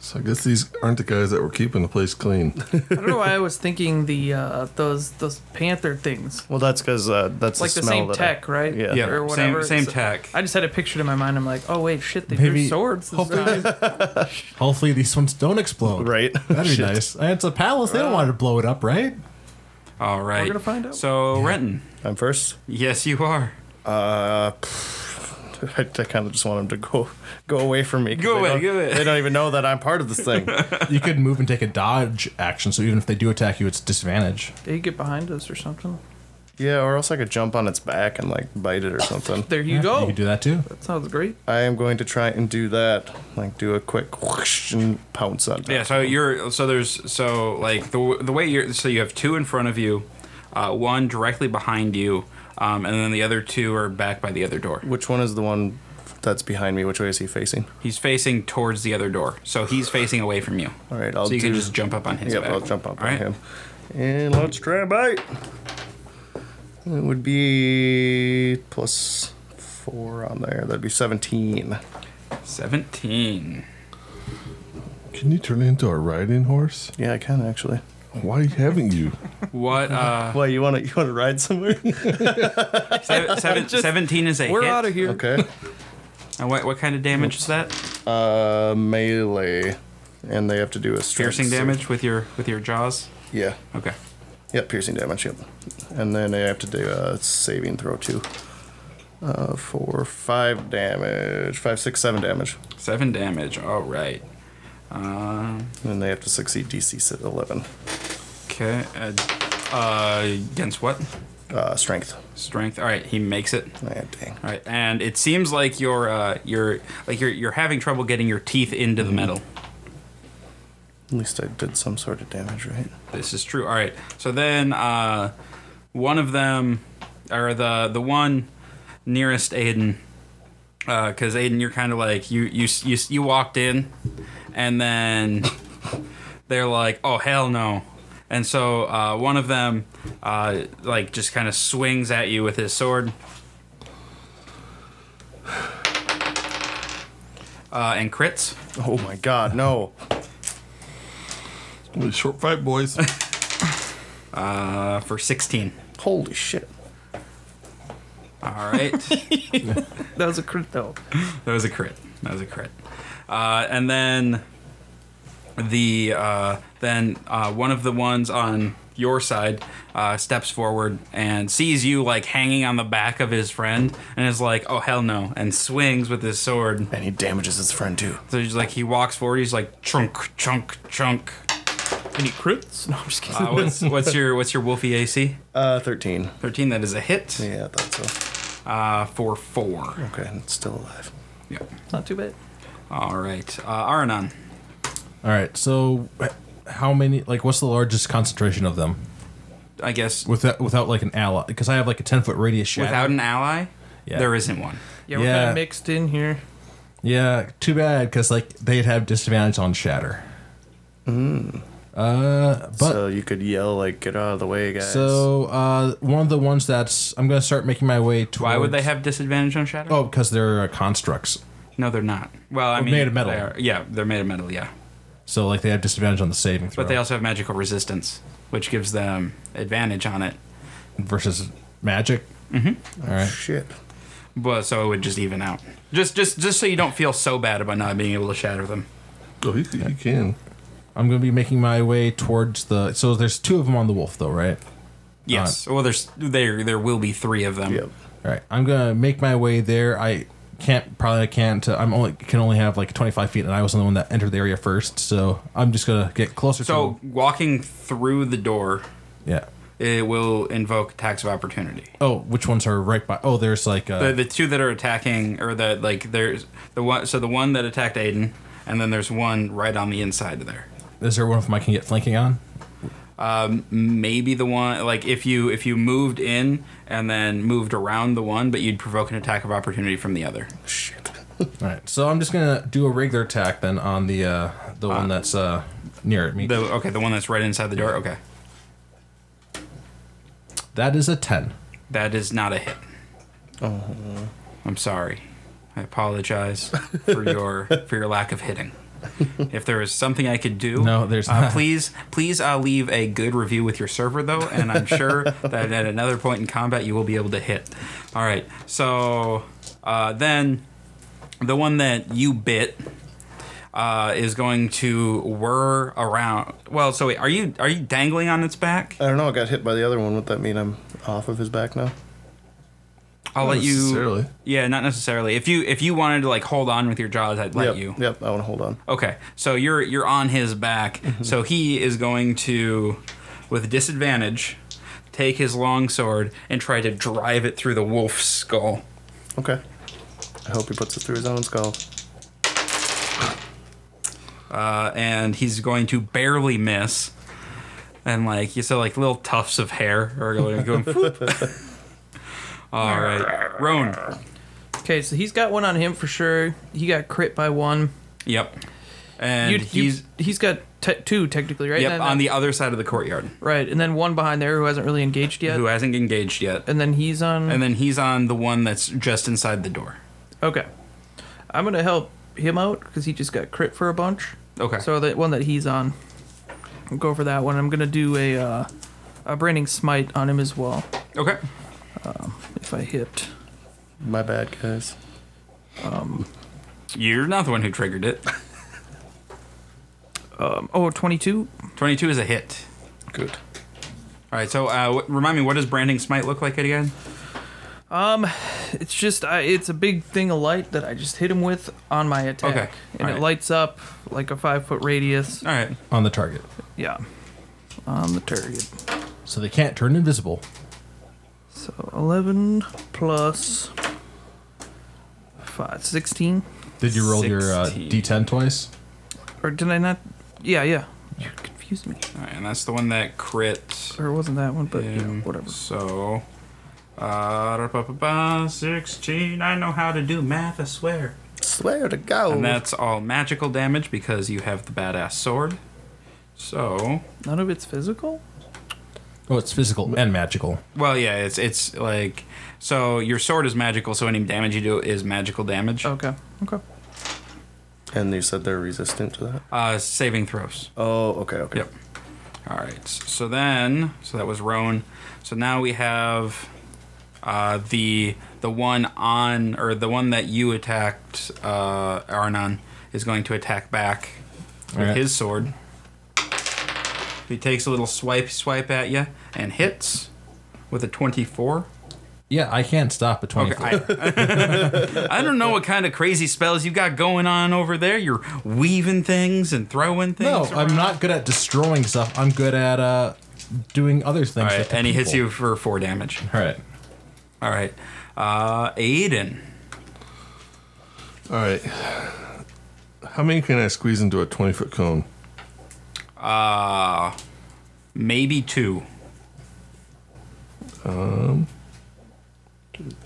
S5: So I guess these aren't the guys that were keeping the
S1: *laughs*
S5: place clean.
S3: I don't know why I was thinking the uh, those those panther things.
S4: Well, that's because uh, that's
S3: Like
S4: the,
S3: the,
S4: smell
S3: same
S4: that I-
S3: tech, right?
S4: Yeah.
S1: yeah
S3: Or
S1: same
S3: whatever.
S1: same
S3: So-
S1: tech
S3: I just had it pictured in my mind. I'm like, oh wait, shit, they
S2: Maybe-
S3: drew swords. This
S2: hopefully-
S3: time.
S2: Hopefully these ones don't explode.
S4: Right.
S2: That'd be
S4: Shit.
S2: nice. And It's a palace. They don't want to blow it up, right?
S1: all right
S3: gonna find out.
S1: so Renton
S4: I'm first.
S1: yes you are
S4: Uh, *laughs* I, kind of just want them to go go away from me. 'cause
S1: Go
S4: they
S1: away,
S4: don't-
S1: go away.
S4: They don't even know that I'm part of
S1: *laughs*
S4: this thing.
S2: You could move and take a dodge action, so even if they do attack you, it's disadvantage.
S3: Did you get behind us or something?
S4: yeah, or else I could jump on its back and like bite it or
S1: *laughs*
S4: something.
S3: There you
S2: You
S3: go.
S2: could do that too.
S3: That sounds great.
S4: I am going to try and do that. Like do a quick whoosh and pounce on. top.
S1: yeah so you're so there's so like the the way you're so you have two in front of you uh, one directly behind you um, and then the other two are back by the other door
S4: Which one is the one that's behind me? Which way is he facing?
S1: he's facing towards the other door so he's facing away from you
S4: All right, I'll
S1: so you can
S4: do-
S1: just jump up on his
S4: Yep,
S1: back.
S4: I'll jump up
S1: All
S4: on
S1: right?
S4: him. And let's try and bite. It would be plus four on there. That'd be seventeen.
S1: 17.
S5: Can you turn it into a riding horse?
S4: Yeah, I can *laughs* actually.
S5: Why haven't you?
S1: What? Uh,
S4: Why you want to you want to ride somewhere?
S3: *laughs*
S4: *laughs*
S1: seven, seven, 17 is a
S3: We're
S1: hit.
S3: out of here.
S4: okay.
S1: And what, what kind of damage is that?
S4: Uh, melee, and they have to do a strength
S1: Piercing
S4: save.
S1: damage with your with your jaws?
S4: Yeah.
S1: Okay.
S4: Yep. Piercing damage. Yep. And then they have to do a saving throw too. Uh, four, five damage, five, six, seven damage,
S1: 7 damage. All right. Um,
S4: and then they have to succeed DC at eleven.
S1: okay. Uh, uh, against what?
S4: Uh, strength.
S1: Strength. All right. He makes it.
S4: Ah, dang.
S1: All right. And it seems like you're uh, you're like you're you're having trouble getting your teeth into the metal.
S4: At least I did some sort of damage, right?
S1: This is true. All right. So then, uh, one of them, or the the one nearest Aiden, because Aiden, you're kind of like you you you you walked in, and then *laughs* they're like, oh hell no. And so uh, one of them, uh, like, just kind of swings at you with his sword, *sighs* uh, and crits.
S4: Oh my God, no!
S5: Only short fight, boys.
S1: uh, for 16.
S4: Holy shit!
S1: All right.
S3: That was a crit though.
S1: That was a crit. That was a crit. Uh, and then the uh, then uh, one of the ones on your side uh, steps forward and sees you like hanging on the back of his friend and is like, "Oh hell no!" and swings with his sword.
S4: And he damages his friend too.
S1: So he's like, he walks forward. He's like, "Chunk, chunk, chunk."
S3: Any crits? No, I'm just kidding.
S1: Uh, what's what's your what's your Wolfie AC?
S4: Uh, 13.
S1: Thirteen. That is a hit
S4: Yeah, I thought so.
S1: uh, for four.
S4: Okay, and it's still alive.
S1: Yep.
S3: Not too bad.
S1: All right, uh, Aranon.
S2: All right. So, h- how many? Like, what's the largest concentration of them?
S1: I guess
S2: Without without like an ally, because I have like a ten foot radius. Shadow.
S1: without an ally,
S2: Yeah.
S1: there isn't one.
S3: Yeah, we're
S2: Yeah.
S3: kind of mixed in here.
S2: Yeah, too bad because like they'd have disadvantage on shatter. Uh, but
S4: so you could yell, like, get out of the way, guys.
S2: So uh, one of the ones that's I'm gonna start making my way towards.
S1: Why would they have disadvantage on shadow?
S2: Oh, because they're uh, constructs.
S1: no, they're not. Well, I
S2: Well,
S1: mean,
S2: made of metal.
S1: they are- yeah, they're made of metal. Yeah,
S2: So like they have disadvantage on the saving throw.
S1: but they also have magical resistance, which gives them advantage on it.
S2: versus magic. Mm-hmm. All right.
S4: Oh, Shit.
S1: But so it would just even out. Just, just, just so you don't feel so bad about not being able to shatter them.
S5: Oh, he, he can.
S2: I'm gonna be making my way towards the. So there's two of them on the wolf though, right?
S1: Yes. well, there's there there will be three of them.
S4: Yep.
S2: All right. I'm gonna make my way there. I can't probably I can't. Uh, I'm only can only have like 25 feet, and I was the one that entered the area first. So I'm just gonna get closer. to
S1: So
S2: them.
S1: walking through the door,
S2: yeah.
S1: it will invoke attacks of opportunity.
S2: Oh, which ones are right by? Oh, there's like uh,
S1: The, the two that are attacking, or the like, there's the one. So the one that attacked Aiden, and then there's one right on the inside there.
S2: is there one of them I can get flanking on?
S1: Maybe the one like if you if you moved in and then moved around the one, but you'd provoke an attack of opportunity from the other.
S4: Shit.
S2: All right, so I'm just gonna do a regular attack then on the uh, the one that's uh, near me.
S1: The okay, the one that's right inside the door. Okay,
S2: that is a ten.
S1: that is not a hit. I'm sorry. I apologize for your for your lack of hitting. If there is something I could do,
S2: No, there's
S1: uh,
S2: not.
S1: Please, please uh, leave a good review with your server though, and I'm sure that at another point in combat you will be able to hit. All right, so uh, then the one that you bit uh, is going to whir around. Well, so wait, are you are you dangling on its back?
S4: I don't know, I got hit by the other one. Would that mean I'm off of his back now?
S1: I'll let you.
S5: necessarily.
S1: Yeah, not necessarily. If you if you wanted to like hold on with your jaws, I'd let
S4: yep.
S1: you.
S4: Yep, I want to hold on.
S1: Okay, so you're you're on his back.
S4: Mm-hmm.
S1: So he is going to, with disadvantage, take his longsword and try to drive it through the wolf's skull.
S4: Okay. I hope he puts it through his own skull.
S1: Uh, and he's going to barely miss. And like you said, like little tufts of hair are
S4: *laughs*
S1: going going. whoop. All right, Roan.
S3: Okay, so he's got one on him for sure. He got crit by one.
S1: Yep. And
S3: You- you-
S1: he's
S3: he's got te- two technically, right? uh,
S1: yep
S3: And-
S1: on the other side of the courtyard,
S3: right, and then one behind there who hasn't really engaged yet.
S1: who hasn't engaged yet.
S3: and then he's on.
S1: And then he's on the one that's just inside the door.
S3: okay, I'm gonna help him out because he just got crit for a bunch.
S1: Okay.
S3: So the one that he's on, I'll go for that one. I'm gonna do a uh, a branding smite on him as well
S1: Okay.
S3: if I hit.
S4: My bad, guys.
S1: You're not the one who triggered it.
S3: Um, oh, 22.
S1: 22 is a hit.
S4: Good.
S1: All right, so uh, w- remind me, what does Branding Smite look like again?
S3: It's just I, it's a big thing of light that I just hit him with on my attack,
S1: Okay,
S3: and
S1: alright.
S3: it lights up like a five foot radius.
S1: All right.
S2: on the target,
S3: Yeah, on the target.
S2: so they can't turn invisible.
S3: So 11 plus 5, 16.
S2: Did you roll your uh,
S1: 16.
S2: d10 twice?
S3: Or did I not? Yeah, yeah. You confused me.
S1: All right, and that's the one that crit.
S3: Or it wasn't that one, but you know,
S1: him.
S3: whatever.
S1: So, uh, da-ba-ba-ba, 16. I know how to do math, I swear.
S4: Swear to God.
S3: Oh.
S1: And that's all magical damage because you have the badass sword. So,
S3: None of it's physical?
S2: Oh, it's physical and magical.
S1: well, yeah, it's it's like so your sword is magical, so any damage you do is magical damage.
S3: Okay, okay.
S4: And you said they're resistant to that?
S1: Uh, saving throws.
S4: Oh, okay, okay.
S1: Yep. All right. So then, so that was Roan. So now we have uh, the the one on or the one that you attacked, uh, Arnon, is going to attack back
S2: All right.
S1: his sword. He takes a little swipe swipe at you and hits with a 24.
S2: Yeah, I can't stop at
S1: Okay,
S2: 24.
S1: I, I *laughs* don't know what kind of crazy spells you got going on over there. You're weaving things and throwing
S2: no,
S1: things.
S2: I'm not good at destroying stuff. I'm good at uh, doing other things.
S1: All
S2: with
S1: right,
S2: the
S1: and he hits
S2: people.
S1: you for four damage.
S2: All right.
S1: All right, uh, Aiden.
S5: All right. How many can I squeeze into a 20 foot cone?
S1: Maybe two.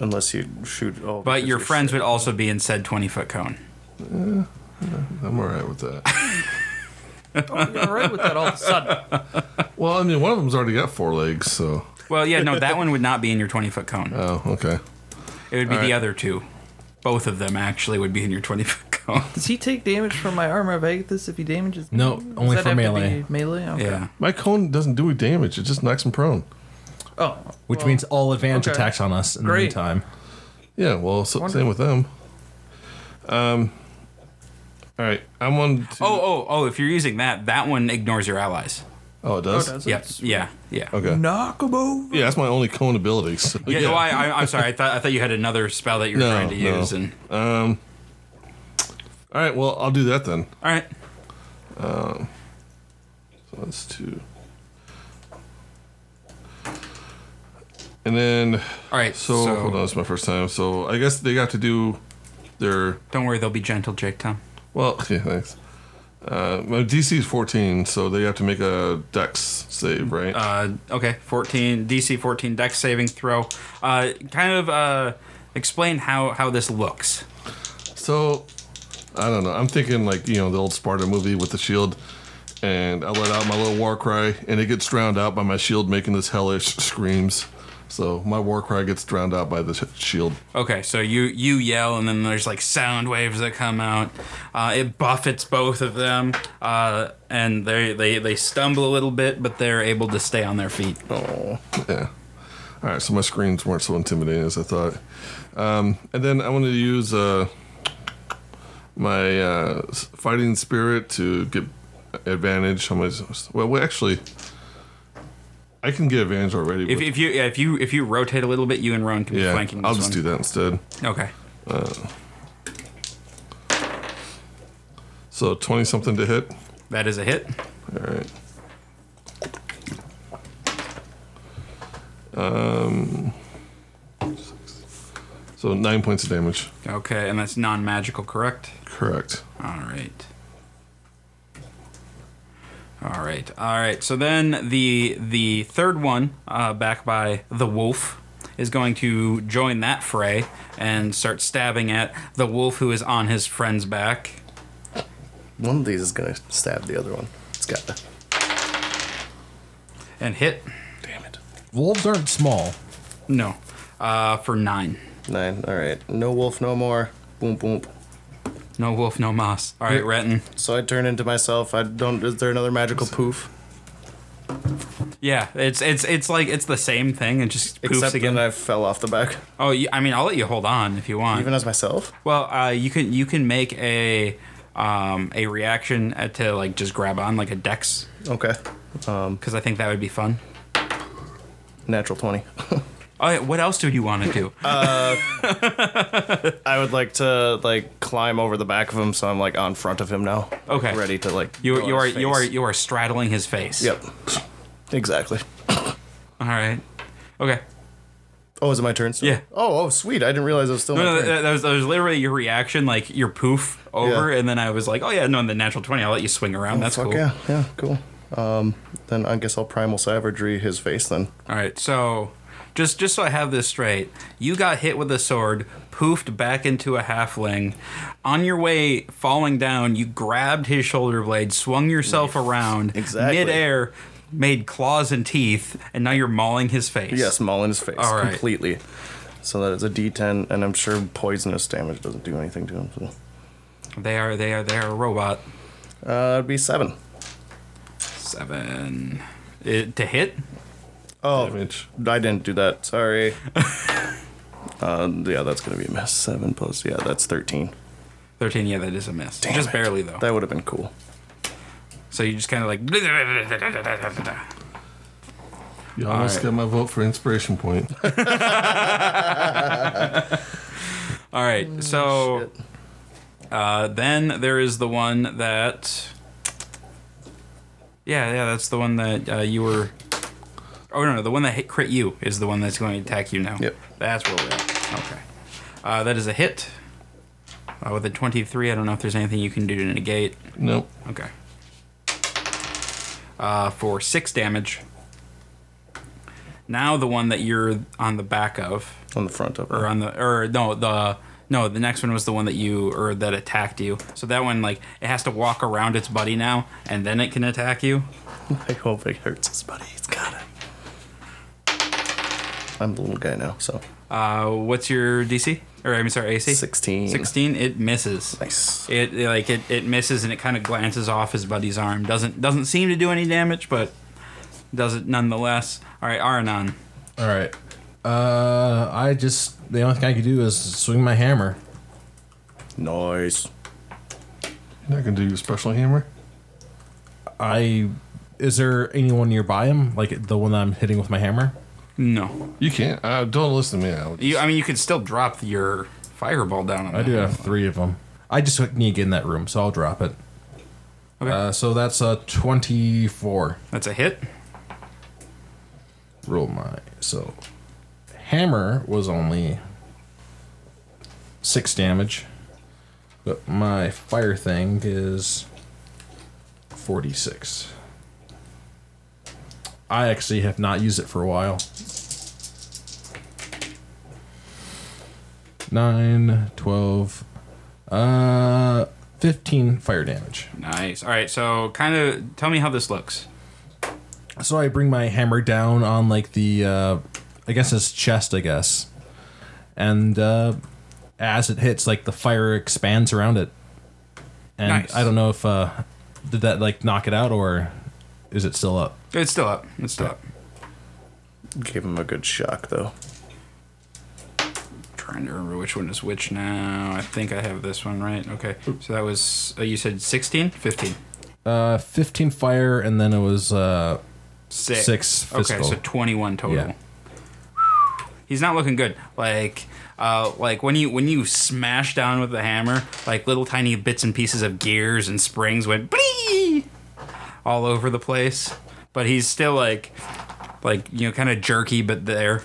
S4: Unless you shoot all.
S1: But your friends would also be in said 20 foot cone.
S5: I'm all right
S1: *laughs*
S5: with that.
S3: Oh, You're all right with that all of a sudden.
S2: *laughs*
S5: well, I mean, one of them's already got four legs, so.
S1: Well, yeah, no, that one would not be in your 20 foot cone.
S5: Oh, okay.
S1: It would be
S5: all
S1: the
S5: right.
S1: other two. Both of them actually would be in your 20 foot *laughs* cone.
S3: Does he take damage from my armor of Agathis if he damages? me?
S2: No,
S3: Does
S2: only
S3: that
S2: for
S3: have to
S2: melee.
S3: be melee. Okay.
S1: Yeah.
S5: My cone doesn't do any damage, it just knocks him prone.
S3: Oh,
S2: Which
S3: well,
S2: means all advantage
S3: okay.
S2: attacks on us in
S3: Great.
S2: the meantime.
S5: Yeah, well, so, same with them. Um, all right, I'm on. To,
S1: Oh, oh, oh, if you're using that, that one ignores your allies.
S5: oh, it
S3: oh,
S5: does?
S3: does it?
S1: Yep. Yeah. Yeah.
S5: Okay.
S3: Knock him over.
S5: Yeah, that's my only cone ability. So,
S1: Yeah, no, I, I, I'm sorry. I thought I thought you had another spell that you were
S5: No,
S1: trying to
S5: no.
S1: use. And
S5: Um, All right, well, I'll do that then.
S1: all right,
S5: So that's two. And then,
S1: all right.
S5: so,
S1: So,
S5: hold on, it's my first time. So I guess they got to do their
S1: don't worry, they'll be gentle, Jake. Tom.
S5: well. *laughs* Yeah, thanks. Uh, my DC is 14, so they have to make a Dex save, right?
S1: Uh, okay, 14 DC 14 Dex saving throw. Uh, kind of uh, explain how how this looks.
S5: So, I don't know. I'm thinking like you know the old Sparta movie with the shield, and I let out my little war cry, and it gets drowned out by my shield making this hellish screams. So my war cry gets drowned out by the sh- shield.
S1: Okay, so you you yell, and then there's like sound waves that come out. Uh, it buffets both of them, uh, and they, they they stumble a little bit, but they're able to stay on their feet.
S5: Oh, Yeah. All right. So my screams weren't so intimidating as I thought. Um, and then I wanted to use uh, my uh, s- fighting spirit to get advantage on my. Well, well actually, I can get advantage already.
S1: If,
S5: but-
S1: if you yeah, if you if you rotate a little bit, you and Rowan can be
S5: yeah,
S1: flanking. This
S5: I'll just do that instead.
S1: that. Okay.
S5: So twenty something to hit.
S1: That is a hit.
S5: All right. Um, so nine points of damage.
S1: Okay, and that's non magical, correct?
S5: Correct.
S1: All right. All right. All right. So then the the third one, uh, back by the wolf, is going to join that fray and start stabbing at the wolf who is on his friend's back.
S4: One of these is gonna stab the other one. It's got. to
S1: And hit?
S4: Damn it.
S2: Wolves aren't small.
S1: No. Uh, for nine.
S4: Nine. All right. No wolf, no more. Boom, boom.
S1: No wolf, no moss. All right, Renton.
S4: So I turn into myself. I don't. Is there another magical poof?
S1: Yeah, it's it's it's like it's the same thing. It just poofs
S4: Except
S1: again.
S4: again, I fell off the back.
S1: Oh, you, I mean, I'll let you hold on if you want.
S4: Even as myself.
S1: Well, uh, you can you can make a um, a reaction uh, to like just grab on like a dex
S4: Okay.
S1: because I think that would be fun.
S4: Natural twenty.
S1: All right, what else do you want to
S4: *laughs*
S1: do?
S4: I would like to like climb over the back of him, so I'm like on front of him now.
S1: Okay.
S4: Ready to like.
S1: you
S4: go
S1: you
S4: at
S1: are
S4: his
S1: you are
S4: face.
S1: you are straddling his face.
S4: Yep. Exactly.
S1: All right. Okay.
S4: Oh, is it my turn? Still?
S1: Yeah.
S4: Oh, oh, sweet. I didn't realize it was still
S1: No,
S4: my
S1: no,
S4: turn.
S1: that, that was that was literally your reaction, like your poof over, and then I was like, oh yeah, no, in the natural twenty, I'll let you swing around. That's
S4: Oh, Fuck
S1: cool.
S4: yeah, yeah, cool. Um, then I guess I'll primal savagery his face then.
S1: All right, so just just so I have this straight, you got hit with a sword, poofed back into a halfling. On your way falling down, you grabbed his shoulder blade, swung yourself around
S4: Exactly.
S1: midair, made claws and teeth, and now you're mauling his face.
S4: Yes, maul in his face
S1: All right.
S4: completely. So that is a D10, and I'm sure poisonous damage doesn't do anything to him. So.
S1: they are they are they are a robot.
S4: Uh, it'd be seven.
S1: Seven it, to hit.
S4: Oh,
S5: Damage.
S4: I didn't do that.
S1: *laughs*
S4: Sorry. uh, yeah, that's gonna be a miss. Seven plus, yeah, that's thirteen.
S1: Thirteen, yeah, that is a miss. Just barely though.
S4: That would have been cool.
S1: So you just kind of like.
S5: You almost
S1: right.
S5: got my vote for inspiration point. *laughs*
S1: All right. So uh, then there is the one that. Yeah, yeah, that's the one that uh, you were. Oh no, no, the one that hit crit you is the one that's going to attack you now.
S5: Yep.
S1: That's where we're at. Okay. Uh, that is a hit. Uh, with a 23, I don't know if there's anything you can do to negate.
S5: nope.
S1: Okay. Uh, for six damage. Now the one that you're on the back of
S4: on the front of
S1: or
S4: her.
S1: on the or no the no the next one was the one that you or that attacked you so that one like it has to walk around its buddy now and then it can attack you
S4: *laughs* I hope it hurts his buddy. He's got it. I'm the little guy now, so
S1: uh what's your dc or i'm sorry ac
S4: 16.
S1: 16 it misses
S4: nice.
S1: it it, like it, it misses and it kind of glances off his buddy's arm doesn't doesn't seem to do any damage but does it nonetheless all right aranon
S2: All right. Uh, I just the only thing I could do is swing my hammer.
S4: Nice.
S5: You're not gonna do your special hammer.
S2: I is there anyone nearby him? Like the one that I'm hitting with my hammer?
S1: no
S5: You can't. Uh, don't listen to me. I would-
S1: you i mean you could still drop your fireball down on
S2: I
S1: that.
S2: do have three of them. I just need to get in that room, so I'll drop it.
S1: Okay.
S2: Uh, so that's a twenty-four.
S1: that's a hit
S2: Roll my so hammer was only six damage, but my fire thing is forty-six. I actually have not used it for a while. Nine, twelve, uh, fifteen fire damage.
S1: nice all right so kind of tell me how this looks
S2: So I bring my hammer down on like the, uh, I guess his chest, I guess, and uh, as it hits, like the fire expands around it. And
S1: Nice.
S2: I don't know if uh, did that like knock it out or is it still up?
S1: It's still up. It's still up.
S4: Gave him a good shock, though.
S1: trying to remember which one is which now. I think I have this one right. Okay. So that was uh, you said 16, 15.
S2: Uh, fifteen fire, and then it was uh,
S1: Six.
S2: Six
S1: Okay,
S2: physical.
S1: so 21 total.
S2: Yeah.
S1: He's not looking good. Like uh, like when you when you smash down with the hammer, like little tiny bits and pieces of gears and springs went blee all over the place. But he's still like like you know kind of jerky but there.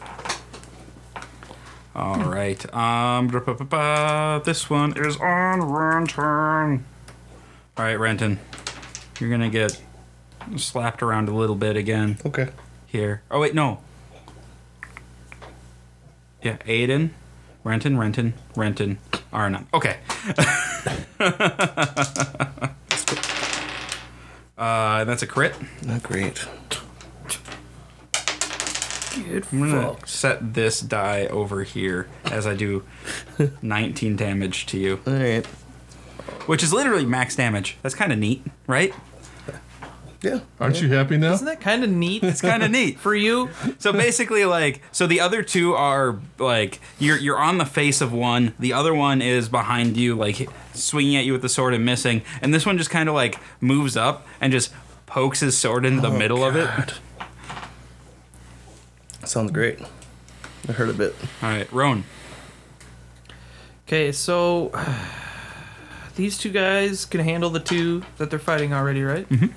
S1: All right. Um ba-ba-ba-ba. this one is on Renton. All right, Renton. You're going to get slapped around a little bit again
S4: Okay.
S1: here. Oh wait, no. Yeah, Aiden, Renton, Renton, Renton, Arnon. Okay. *laughs* uh, that's a crit.
S4: Not great.
S1: I'm gonna set this die over here as I do 19 damage to you,
S4: All right.
S1: which is literally max damage. That's kind of neat, right?
S4: Yeah.
S5: Aren't you happy now?
S3: Isn't that kind of neat?
S1: It's
S4: *laughs*
S1: kind of neat.
S3: for you.
S1: So basically, like, so the other two are like you're you're on the face of one. The other one is behind you, like swinging at you with the sword and missing. And this one just kind of like moves up and just pokes his sword into the middle of it.
S4: Sounds great. I heard a bit.
S1: All right, Roan.
S3: Okay, so *sighs* these two guys can handle the two that they're fighting already, right? Mm-hmm.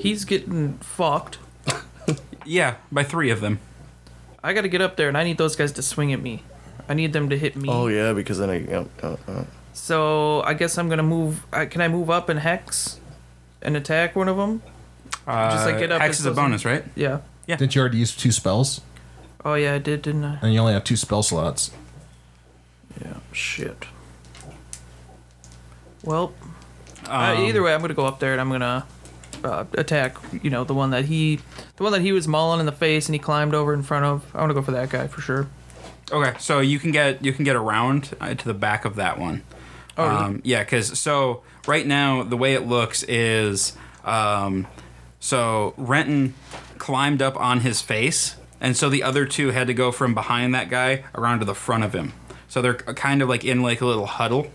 S3: He's getting fucked.
S1: Yeah, by three of them.
S3: I gotta get up there, and I need those guys to swing at me. I need them to hit me.
S4: Oh yeah, because then I. Uh, uh, uh.
S3: So I guess I'm gonna move. I, can I move up and hex and attack one of them?
S1: Uh,
S3: Just, like, get up
S1: Hex
S3: and
S1: is a
S3: doesn't-
S1: bonus, right?
S3: Yeah.
S2: Didn't you already use two spells?
S3: Oh yeah, I did, didn't I?
S2: And you only have two spell slots.
S3: Yeah. Shit. Well, uh,
S1: Um,
S3: either way, I'm gonna go up there and I'm gonna uh, attack. You know, the one that he, the one that he was mauling in the face and he climbed over in front of. I want to go for that guy for sure.
S1: Okay, so you can get you can get around uh, to the back of that one.
S3: Oh, really?
S1: um, yeah, because so right now the way it looks is um, so Renton climbed up on his face, and so the other two had to go from behind that guy around to the front of him. So they're kind of like in like a little huddle,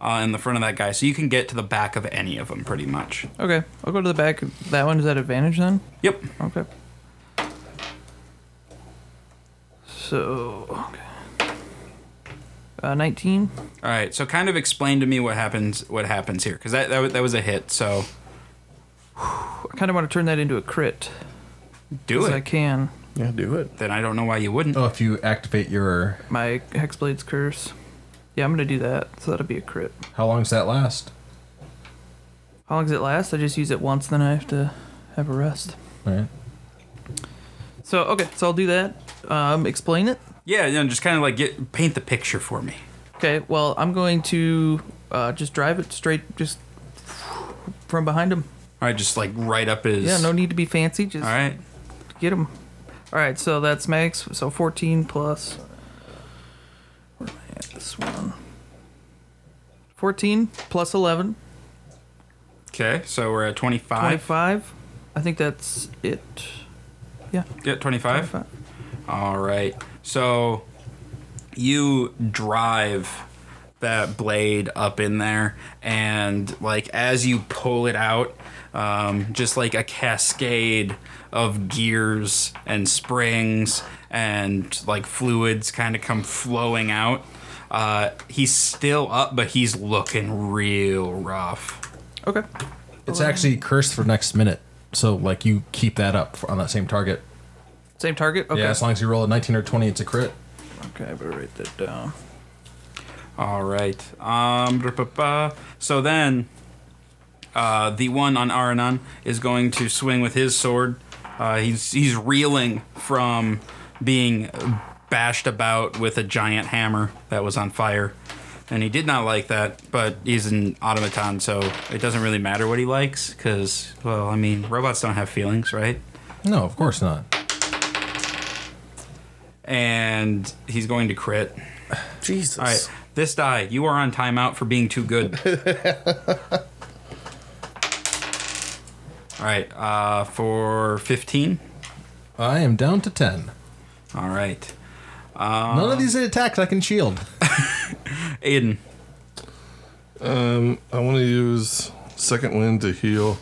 S1: uh, in the front of that guy, so you can get to the back of any of them pretty much.
S3: Okay, I'll go to the back. That one is that advantage then?
S1: Yep.
S3: Okay. So, okay. Uh, 19.
S1: All right. So kind of explain to me what happens what happens here because that, that wa- that was a hit. So
S3: I kind of want to turn that into a crit.
S1: do
S3: As
S1: it.
S3: I can.
S4: Yeah, do it.
S1: then I don't know why you wouldn't.
S2: Oh, if you activate your,
S3: My Hexblade's Curse. Yeah, I'm going to do that. So that'll be a crit.
S2: how long does that last?
S3: How long does it last? I just use it once, then I have to have a rest.
S2: All right.
S3: So, okay, so I'll do that. Um, explain it.
S1: Yeah. You know, just kind of like get paint the picture for me.
S3: Okay, well, I'm going to uh, just drive it straight, just from behind him.
S1: All right. Just like right up his.
S3: Yeah, no need to be fancy. Just
S1: All right.
S3: get him. All right, so that's max. So 14 plus. Where am I at? This one. 14 plus 11.
S1: Okay. So we're at twenty five.
S3: 25. I think that's it. Yeah.
S1: Yeah. Twenty five.
S3: 25.
S1: All right. So you drive that blade up in there, and like as you pull it out, um, just like a cascade of gears and springs and like fluids kind of come flowing out. Uh, he's still up, but he's looking real rough.
S3: Okay.
S2: It's actually cursed for next minute, so like you keep that up for, on that same target.
S3: Same target? Okay.
S2: Yeah, as long as you roll a 19 or 20, it's a crit.
S3: Okay, I better write that down.
S1: All right. Um. ba-ba-ba. So then, uh, the one on Aranon is going to swing with his sword. Uh, he's he's reeling from being bashed about with a giant hammer that was on fire, and he did not like that. But he's an automaton, so it doesn't really matter what he likes, because well, I mean, robots don't have feelings, right?
S2: No, of course not.
S1: And he's going to crit.
S4: Jesus.
S1: All right, this die, you are on timeout for being too
S5: *laughs*
S1: good. All right, uh, for 15.
S2: I am down to 10.
S1: All right,
S2: None of these attacks I can shield.
S1: Aiden.
S5: Um, I want to use second wind to heal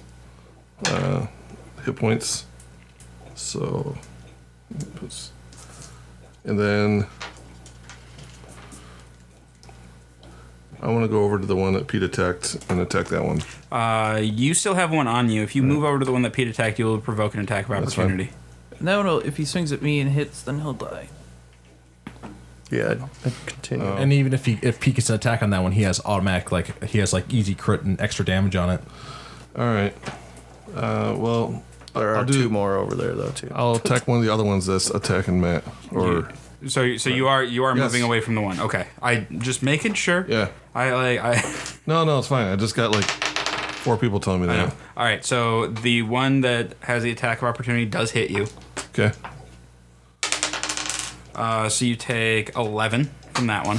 S5: uh, hit points. So, oops. and then I want to go over to the one that Pete attacked and attack that one.
S1: Uh, you still have one on you. If you move over to the one that Pete attacked, you'll provoke an attack of
S5: fine.
S1: opportunity.
S3: And that one, will, if he swings at me and hits, then he'll die.
S4: Yeah, I'd, I'd continue.
S2: And even if he if Pete gets an attack on that one, he has automatic like he has like easy crit and extra damage on it.
S5: All right. Uh, well,
S4: there are
S5: I'll do-
S4: two more over there though too.
S5: I'll attack one of the other ones that's attacking Matt. Or
S1: So, so you are you are
S5: Yes.
S1: moving away from the one. Okay, I just making sure.
S5: yeah,
S1: I like I.
S5: no, no, it's fine. I just got like four people telling me
S1: I
S5: that.
S1: know. *laughs* All right, so the one that has the attack of opportunity does hit you.
S5: Okay.
S1: Uh, so you take 11 from that one.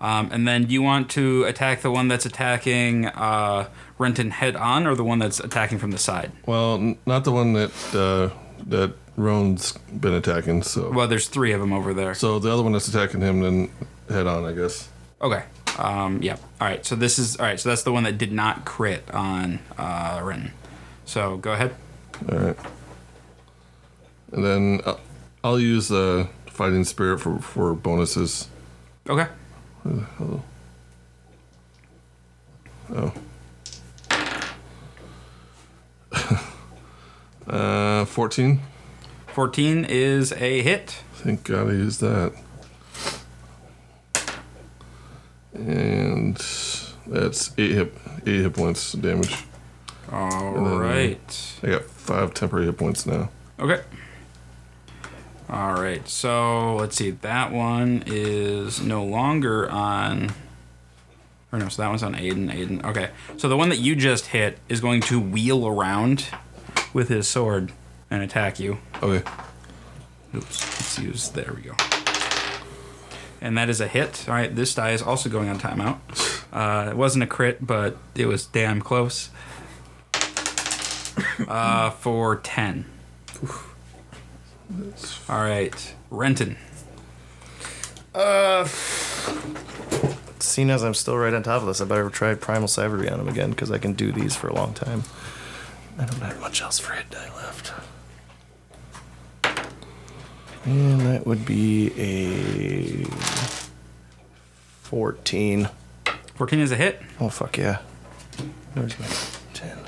S1: Um, and then you want to attack the one that's attacking uh, Renton head on or the one that's attacking from the side?
S5: Well, n- not the one that uh, that Roan's been attacking. So,
S1: Well, there's three of them over there.
S5: so the other one that's attacking him, then head on, I guess.
S1: Okay. Um, yeah. All right. So this is. All right. So that's the one that did not crit on uh, Renton. So go ahead.
S5: All right. And then uh, I'll use the fighting spirit for for bonuses.
S1: Okay.
S5: Uh, fourteen.
S1: 14 is a hit.
S5: Thank God I used that. And that's eight hit eight hit points damage.
S1: All
S5: then-
S1: right.
S5: I got five temporary hit points now.
S1: Okay. All right. So let's see. That one is no longer on. Or no, so that one's on Aiden. Aiden. Okay. So the one that you just hit is going to wheel around with his sword and attack you.
S5: Okay.
S1: Oops. Let's use. There we go. And that is a hit. All right. This die is also going on timeout. Uh, it wasn't a crit, but it was damn close. Uh, for 10. All right. Renton.
S4: Uh, seeing as I'm still right on top of this, I better try Primal Savagery on him again because I can do these for a long time. I don't have much else for hit die left. And that would be a 14.
S1: 14 is a hit.
S4: Oh, fuck yeah. Where's my 10?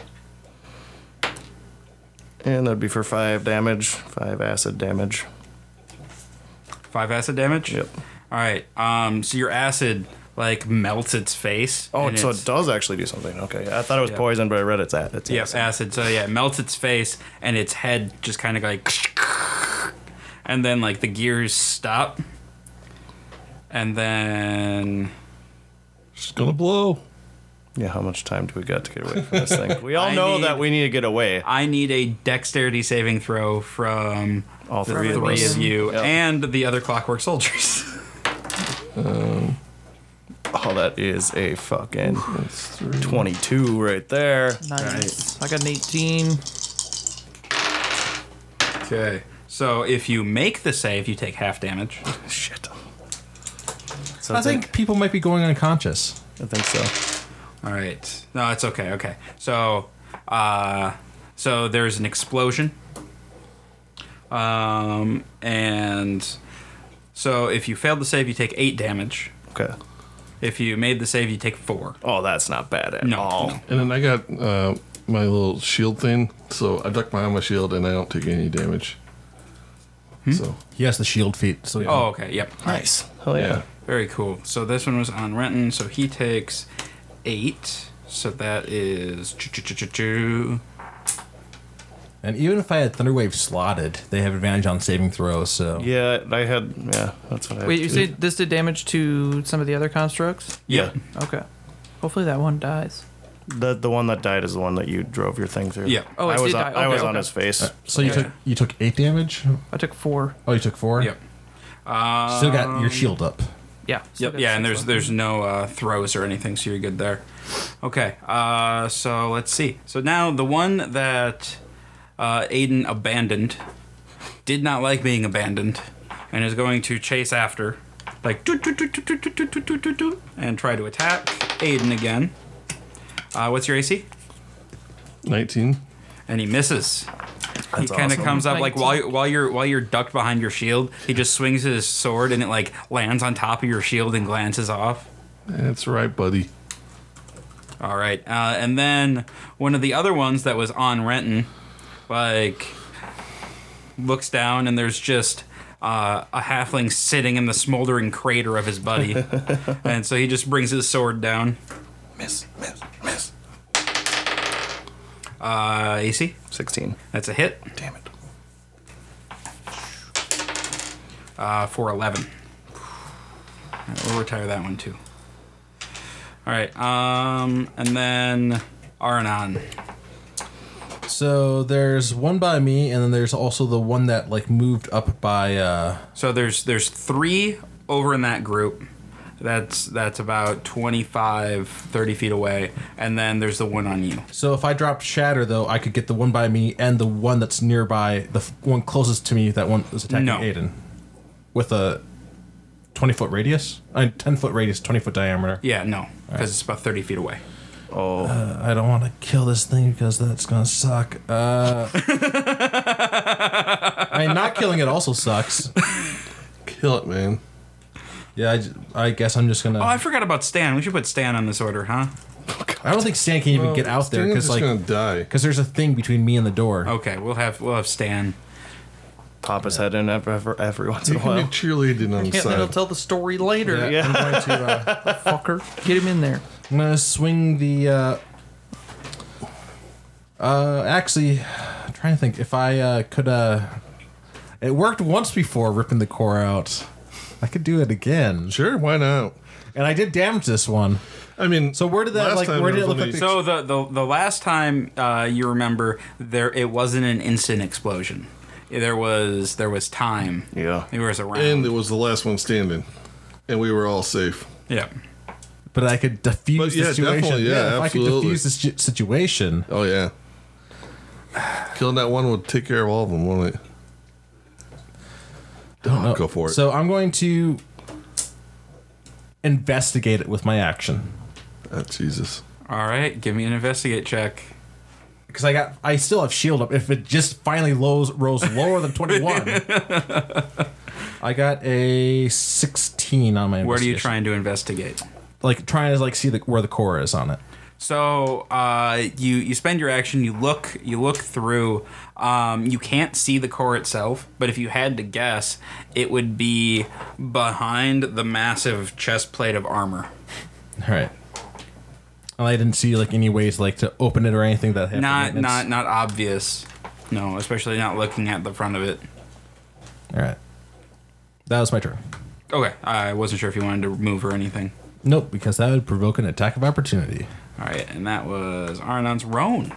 S4: And that'd be for 5 damage, 5 acid damage.
S1: Five acid damage.
S4: Yep.
S1: All right. Um. So your acid like melts its face.
S4: Oh,
S1: and
S4: so
S1: it's-
S4: it does actually do something. Okay. I thought it was
S1: Yeah.
S4: poison, but I read it's at. It's
S1: Yeah,
S4: acid.
S1: acid. So yeah, it melts its face, and its head just kind of like, *laughs* and then like the gears stop, and then
S5: She's gonna blow.
S4: Yeah, how much time do we got to get away from this thing? We all
S1: I
S4: know
S1: need-
S4: that we need to get away.
S1: I need a dexterity saving throw from
S4: All
S1: the
S4: three of
S1: three
S4: us.
S1: of you
S4: Yep.
S1: and the other clockwork soldiers. *laughs*
S4: Oh, that is a fucking
S5: That's three.
S4: 22 right there.
S3: Nice. I got an 18.
S1: okay. So if you make the save, you take half damage.
S4: Shit. So
S2: I think people might be going unconscious.
S4: I think so.
S1: All right. No, it's okay. Okay. So, uh, so there's an explosion. Um, and so if you failed the save, you take eight damage.
S4: Okay.
S1: If you made the save, you take four.
S4: Oh, that's not bad at
S1: No.
S4: all.
S5: And then I got uh, my little shield thing, so I duck behind my shield and I don't take any damage. So
S2: He has the shield feet. So
S1: Oh, okay. Yep.
S4: Nice. Hell yeah.
S5: yeah,
S1: Very cool. So this one was on Renton, so he takes eight. So that is choo-choo-choo-choo-choo.
S2: And even if I had Thunderwave slotted, they have advantage on saving throws. So
S4: Yeah, I had. Yeah, that's what I.
S3: Wait, you say this did damage to some of the other constructs?
S4: Yeah.
S3: Okay. Hopefully that one dies.
S4: The the one that died is the one that you drove your thing through.
S1: Yeah.
S3: Oh, it
S4: I was.
S3: did
S4: on,
S3: die.
S4: I
S3: Okay,
S4: was on
S3: okay.
S4: his face.
S2: so you
S1: Okay.
S2: took you took eight damage.
S3: I took four.
S2: Oh, you took four.
S1: Yep. Uh,
S2: Still got your shield up.
S3: Yeah. still
S1: Yep.
S3: got
S1: Yeah, and
S3: six
S1: there's there's no uh, throws or anything, so you're good there. Okay. Uh, so let's see. So now the one that uh, Aiden abandoned did not like being abandoned, and is going to chase after, like doot, doot, doot, doot, doot, doot, doot, doot, doot, doot, and try to attack Aiden again. Uh, what's your AC?
S5: nineteen.
S1: And he misses. he kind of
S4: awesome.
S1: comes up like
S3: Nineteen.
S1: while you- while you're while you're ducked behind your shield, he just swings his sword and it like lands on top of your shield and glances off.
S5: That's right, buddy.
S1: All right, uh, and then one of the other ones that was on Renton, like looks down and there's just uh, a halfling sitting in the smoldering crater of his buddy, and so he just brings his sword down.
S4: Miss, miss, miss.
S1: Uh, AC,
S4: Sixteen.
S1: that's a hit
S4: Damn it.
S1: uh, for eleven. All right, we'll retire that one too. All right, um, and then Aranon.
S2: So there's one by me, and then there's also the one that like moved up by. uh
S1: So there's there's three over in that group. That's that's about 25, 30 feet away, and then there's the one on you.
S2: So if I dropped Shatter, though, I could get the one by me and the one that's nearby, the f- one closest to me, that one that was attacking
S1: No.
S2: Aiden, with a twenty foot radius, I mean, ten foot radius, twenty foot diameter.
S1: Yeah, no, because it's about thirty feet away.
S4: Oh,
S2: I don't want to kill this thing because that's gonna
S1: *laughs*
S2: suck. Uh, I mean, not killing it also sucks.
S5: Kill it, man.
S2: Yeah, I, j- I guess I'm just gonna.
S1: Oh, I
S2: I
S1: forgot about Stan. We should put Stan on this order, huh?
S2: don't think Stan can even get out there
S5: Thing is
S2: because
S5: just
S2: like
S5: gonna die.
S2: because there's a thing between me and the door.
S1: Okay, we'll have we'll have Stan.
S4: Pop his head in every, every, every once *laughs* in
S5: You
S4: a
S5: can
S4: while.
S5: be cheerleading on the
S3: Yeah, then he'll
S5: side.
S3: tell the story later.
S2: Yeah, I'm going to. Uh,
S3: Fucker. Get him in there.
S2: I'm gonna swing the. Uh, uh, actually, I'm trying to think if I uh, could. Uh, it worked once before ripping the core out. I could do it again,
S5: Sure, why not?
S2: and I did damage this one.
S5: I mean,
S2: So where did that,
S5: last
S2: like,
S5: time
S2: where
S5: it
S2: did it
S5: was
S2: look
S5: only-
S2: like
S1: So the the, the last time uh, you remember there, it wasn't an instant explosion. There was there was time.
S4: Yeah.
S1: There was a round.
S5: and it was the last one standing, and we were all safe.
S1: yeah.
S2: But I could defuse
S5: But
S2: the
S5: yeah,
S2: situation.
S5: definitely, yeah,
S2: if I could
S5: absolutely.
S2: defuse this ju- situation.
S5: Oh yeah, killing that one would take care of all of them, wouldn't it? Oh, go for it.
S2: So I'm going to investigate it with my action
S5: Ah, Jesus.
S1: All right, give me an investigate check.
S2: because I got I still have shield up. If it just finally lows rose lower than twenty
S3: *laughs*
S2: one, I got a sixteen on my.
S1: Where are you
S2: investigation.
S1: trying to investigate?
S2: Like trying to like see the, where the core is on it.
S1: So uh, you you spend your action. You look you look through. Um, you can't see the core itself, but if you had to guess, it would be behind the massive chest plate of armor.
S2: All right. And I didn't see like any ways like to open it or anything that had
S1: Not
S2: maintenance.
S1: not not obvious. No, especially not looking at the front of it.
S2: All right. That was my turn.
S1: Okay, I wasn't sure if you wanted to move or anything.
S2: Nope, because that would provoke an attack of opportunity.
S1: All right, and that was Arnon's Roan.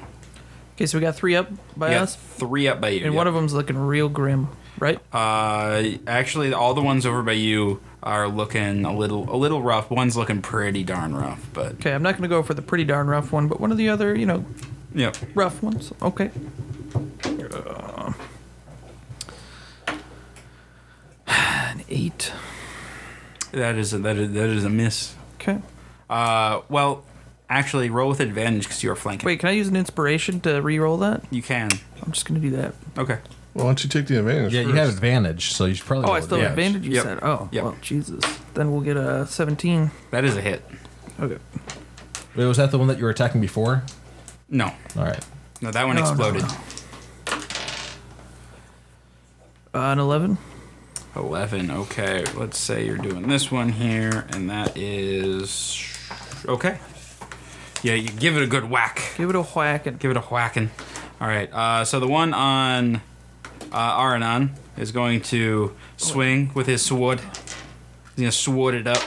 S3: Okay, so we got three up by
S1: You got
S3: us,
S1: three up by you. yep.
S3: and one of them's looking real grim, right?
S1: Uh, actually, all the ones over by you are looking a little a little rough. One's looking pretty darn rough, but
S3: Okay, I'm not gonna go for the pretty darn rough one, but one of the other, you know,
S1: yep.
S3: rough ones. Okay. Uh, *sighs* An eight.
S1: That is a, that is that is a miss.
S3: Okay.
S1: Uh, well, actually, roll with advantage because you are flanking.
S3: Wait, can I use an inspiration to re-roll that?
S1: you can.
S3: I'm just gonna do that.
S1: Okay.
S5: Well, why don't you take the advantage?
S2: Yeah, you
S5: first?
S2: have advantage, so you should probably.
S3: Oh, I
S2: roll
S3: still have advantage. You
S1: Yep.
S3: said. Oh,
S1: Yep.
S3: well, Jesus. Then we'll get a 17.
S1: That is a hit.
S3: Okay.
S2: Wait, was that the one that you were attacking before?
S1: No,
S2: All right.
S1: no, that one
S3: No, no,
S1: exploded.
S3: Uh, an 11.
S1: Eleven. Okay, let's say you're doing this one here, and that is okay. Yeah, you give it a good whack.
S3: Give it a whack and
S1: Give it a whacking. All right. Uh, so the one on uh, Aranon is going to swing with his sword. He's gonna sword it up,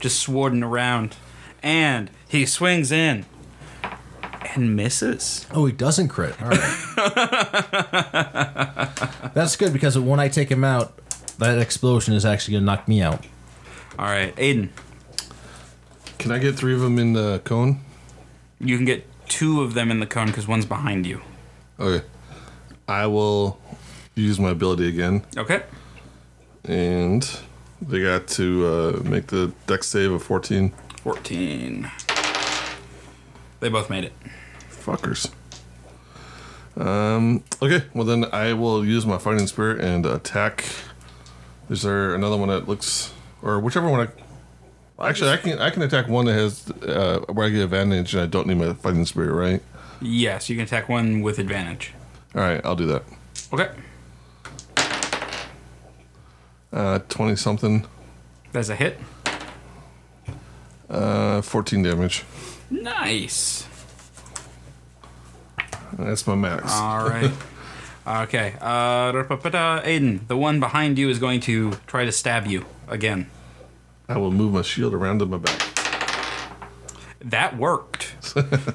S1: just swording around, and he swings in and misses.
S2: Oh, he doesn't crit. All right. That's good because when I take him out, that explosion is actually going to knock me out.
S1: All right, Aiden,
S5: Can I get three of them in the cone?
S1: you can get two of them in the cone because one's behind you.
S5: Okay. I will use my ability again,
S1: Okay.
S5: and they got to uh, make the deck save of 14.
S1: Fourteen. They both made it.
S5: Fuckers. Um. Okay. Well, then I will use my fighting spirit and attack. Is there another one that looks, or whichever one? I, actually, I can I can attack one that has uh, where I get advantage and I don't need my fighting spirit, right?
S1: Yes, you can attack one with advantage.
S5: All right, I'll do that.
S1: Okay.
S5: Uh, twenty something,
S1: That's a hit.
S5: uh, fourteen damage.
S1: Nice.
S5: That's my max.
S1: All right. *laughs* okay. Uh, ra-pa-pa-da. Aiden, the one behind you is going to try to stab you again.
S5: I will move my shield around to my back.
S1: That worked.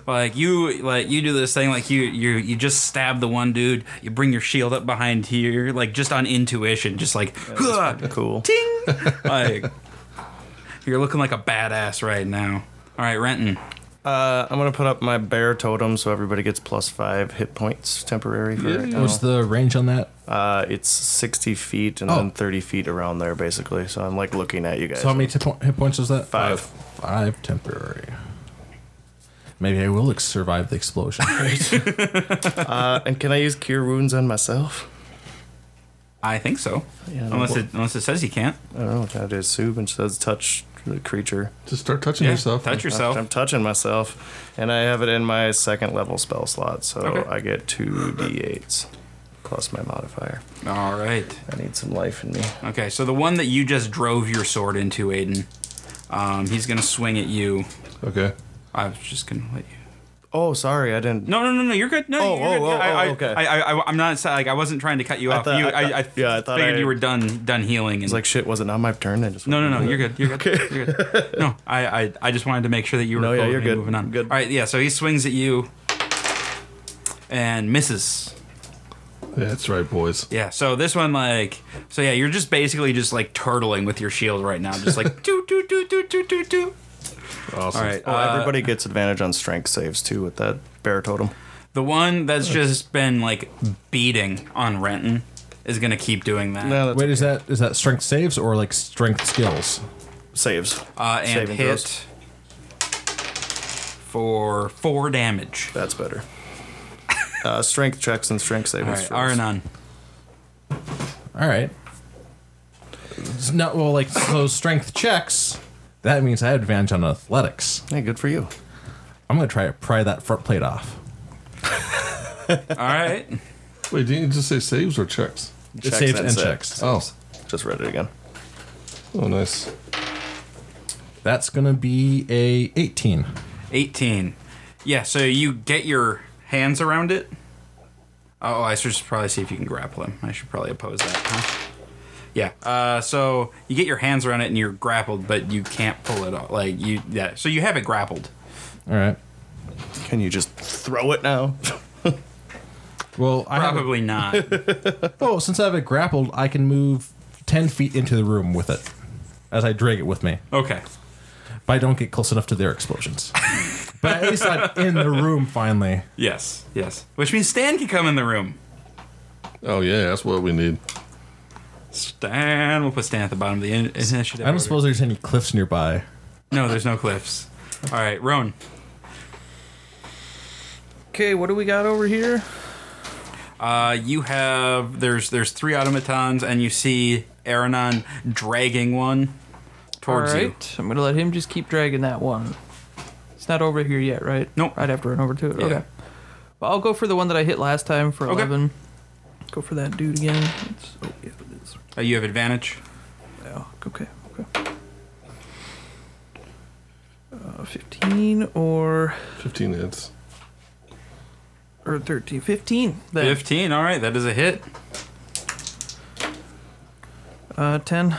S1: like you, like you do this thing, like you, you, you just stab the one dude. You bring your shield up behind here, like just on intuition, just like "Huh!"
S4: Cool.
S1: ting. like you're looking like a badass right now. All right, Renton.
S4: Uh, I'm gonna put up my bear totem so everybody gets plus five hit points temporary for right now.
S2: What's the range on that?
S4: uh, it's 60 feet and
S2: Oh.
S4: then 30 feet around there basically. So I'm like looking at you guys.
S2: So how many tip po- hit points was that?
S4: Five.
S2: Five temporary. Maybe I will ex- survive the explosion.
S4: Uh, and can I use cure wounds on myself?
S1: I think so.
S4: Yeah,
S1: unless
S4: well-
S1: it unless it says you can't.
S4: I don't know what that is. Sub and says touch the creature.
S5: Just start touching
S1: Yeah,
S5: yourself.
S1: touch yourself.
S4: I'm touching myself, and I have it in my second level spell slot, so
S1: Okay.
S4: I get two d8s plus my modifier.
S1: All right.
S4: I need some life in me.
S1: Okay, so the one that you just drove your sword into, Aiden, um, he's gonna swing at you.
S5: Okay.
S1: I was just gonna let you.
S4: Oh, sorry, I didn't.
S1: No, no, no, no. You're good. No,
S4: Oh,
S1: you're good.
S4: oh, oh,
S1: I, I,
S4: oh, okay.
S1: I, I, I, am not sa- like I wasn't trying to cut you off.
S4: thought-
S1: you,
S4: I
S1: I, I,
S4: thought- yeah, I thought
S1: figured
S4: I-
S1: you were done, done healing. And
S4: It's like shit. Was it not my turn? I just
S1: no, no, no. You're good. You're good. You're good. No, I, I, I just wanted to make sure that you were.
S4: No, yeah,
S1: close
S4: you're
S1: and
S4: good.
S1: Moving on.
S4: Good.
S1: All right. Yeah. So he swings at you and misses.
S5: Yeah, that's right, boys.
S1: Yeah, so this one like so yeah, you're just basically just like turtling with your shield right now. Just like *laughs* do do do do do do do.
S5: Awesome.
S1: All right.
S4: Oh,
S1: uh,
S4: everybody gets advantage on strength saves too with that bear totem.
S1: The one that's just been like beating on Renton is gonna keep doing that.
S4: No, that's
S2: Wait, is that is that strength saves or like strength skills?
S4: saves.
S1: uh, and
S4: Saving
S1: hit
S4: throws.
S1: for four damage.
S4: That's better. Uh, strength checks and strength
S1: All
S4: savings.
S1: right, Aranon.
S2: All right. It's not well, like so strength checks. That means I have advantage on athletics.
S4: Hey, good for you.
S2: I'm gonna try to pry that front plate off.
S1: All right.
S5: Wait, didn't you just say saves or checks?
S2: It saves and
S4: sa-
S2: checks.
S5: Oh,
S4: Just read it again.
S5: oh, nice.
S2: That's gonna be a 18.
S1: 18. Yeah, so you get your hands around it. Oh, I should probably see if you can grapple him. I should probably oppose that. Huh? Yeah. Uh, so you get your hands around it and you're grappled, but you can't pull it off. Like you, yeah. So you have it grappled.
S2: All right.
S4: Can you just throw it now? *laughs*
S2: Well, I have it,
S1: Probably not.
S2: oh, since I have it grappled, I can move 10 feet into the room with it as I drag it with me.
S1: Okay.
S2: If I don't get close enough to
S1: *laughs*
S2: their explosions, but at least I'm in the room finally.
S1: Yes. Yes. Which means Stan can come in the room.
S5: Oh yeah, that's what we need.
S1: Stan. We'll put Stan at the bottom of the in- initiative.
S2: I don't
S1: order.
S2: suppose there's any cliffs nearby.
S1: No, there's no cliffs. All right, Roan.
S3: Okay, what do we got over here?
S1: Uh, you have there's there's three automatons, and you see Aranon dragging one towards
S3: All
S1: you.
S3: right, I'm gonna let him just keep dragging that one. It's not over here yet, right?
S1: Nope.
S3: I'd have to run over to it.
S1: Yeah.
S3: Okay. Well, I'll go for the one that I hit last time for
S1: Okay.
S3: 11. Go for that dude again. It's- oh yeah, it is.
S1: Uh, you have advantage.
S3: Oh, okay, okay. Uh, 15 or
S5: Fifteen hits.
S3: or 13, 15. Then.
S1: Fifteen. All right, that is a hit.
S3: Uh, 10.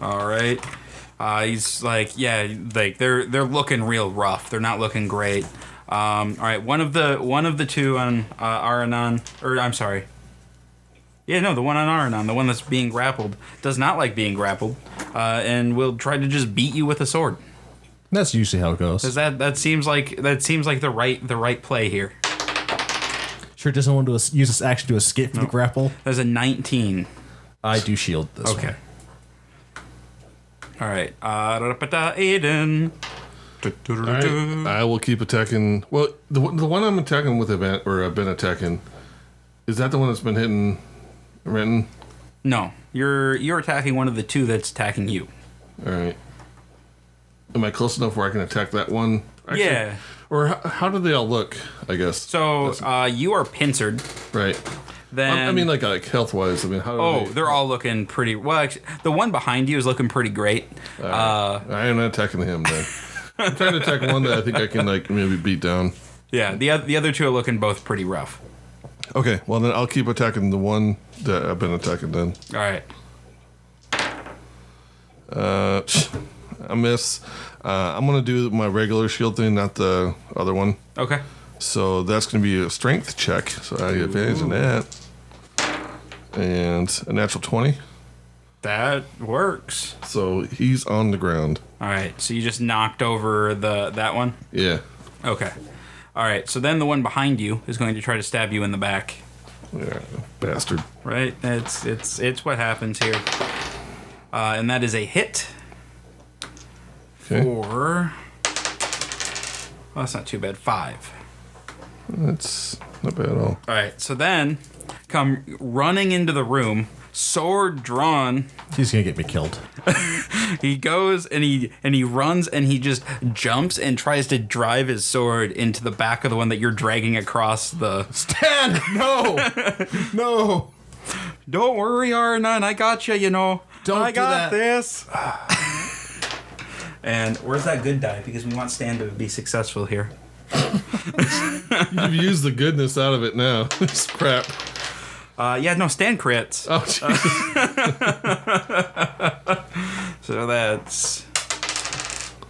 S1: All right. Uh, he's like, yeah, like they're they're looking real rough. They're not looking great. Um, all right, one of the one of the two on uh, Aranon, or I'm sorry. Yeah, no, the one on Aranon, the one that's being grappled, does not like being grappled, uh, and will try to just beat you with a sword.
S2: That's usually how it goes.
S1: Does that that seems like that seems like the right the right play here.
S2: Sure doesn't want to es- use this action to escape from the grapple.
S1: There's a 19.
S2: I do shield this.
S1: Okay. All right. Uh, da-da-ba-da, Aiden.
S5: All right, I will keep attacking. Well, the one- the one I'm attacking with event or I've been attacking, is that the one that's been hitting Renton?
S1: No, you're you're attacking one of the two that's attacking you.
S5: All right. Am I close enough where I can attack that one? Actually-
S1: Yeah.
S5: Or how, how do they all look? I guess.
S1: So uh, you are pincered.
S5: right.
S1: Then
S5: I, I mean, like like health wise. I mean, how? Do
S1: oh,
S5: they,
S1: they're all looking pretty. Well, actually, the one behind you is looking pretty great.
S5: I am not attacking him then. I'm trying to attack one that I think I can like maybe beat down.
S1: Yeah. The oth- the other two are looking both pretty rough.
S5: Okay, well then I'll keep attacking the one that I've been attacking. Then
S1: All right.
S5: uh, I miss. Uh, I'm gonna do my regular shield thing, not the other one.
S1: Okay.
S5: So that's gonna be a strength check. So I get advantage on that, and a natural twenty.
S1: That works.
S5: So he's on the ground.
S1: All right. So you just knocked over the that one.
S5: Yeah.
S1: Okay. All right. So then the one behind you is going to try to stab you in the back.
S5: yeah, bastard.
S1: Right. It's it's it's what happens here. Uh, and that is a hit
S5: Okay.
S1: for. Well, that's not too bad. Five.
S5: That's not bad at all.
S1: All right. So then, come running into the room, sword drawn.
S2: He's gonna get me killed.
S1: He goes and he and he runs and he just jumps and tries to drive his sword into the back of the one that you're dragging across the.
S2: Stan,
S1: *laughs*
S2: no, no.
S1: Don't worry, Arnon. I got you. You know.
S2: Don't
S1: I
S2: do
S1: got
S2: that.
S1: this. *sighs* and where's that good die? Because we want Stan to be successful here.
S5: You've used the goodness out of it now. *laughs* it's crap.
S1: Uh, yeah, no, Stan crits.
S5: Oh, jeez.
S1: *laughs* So that's.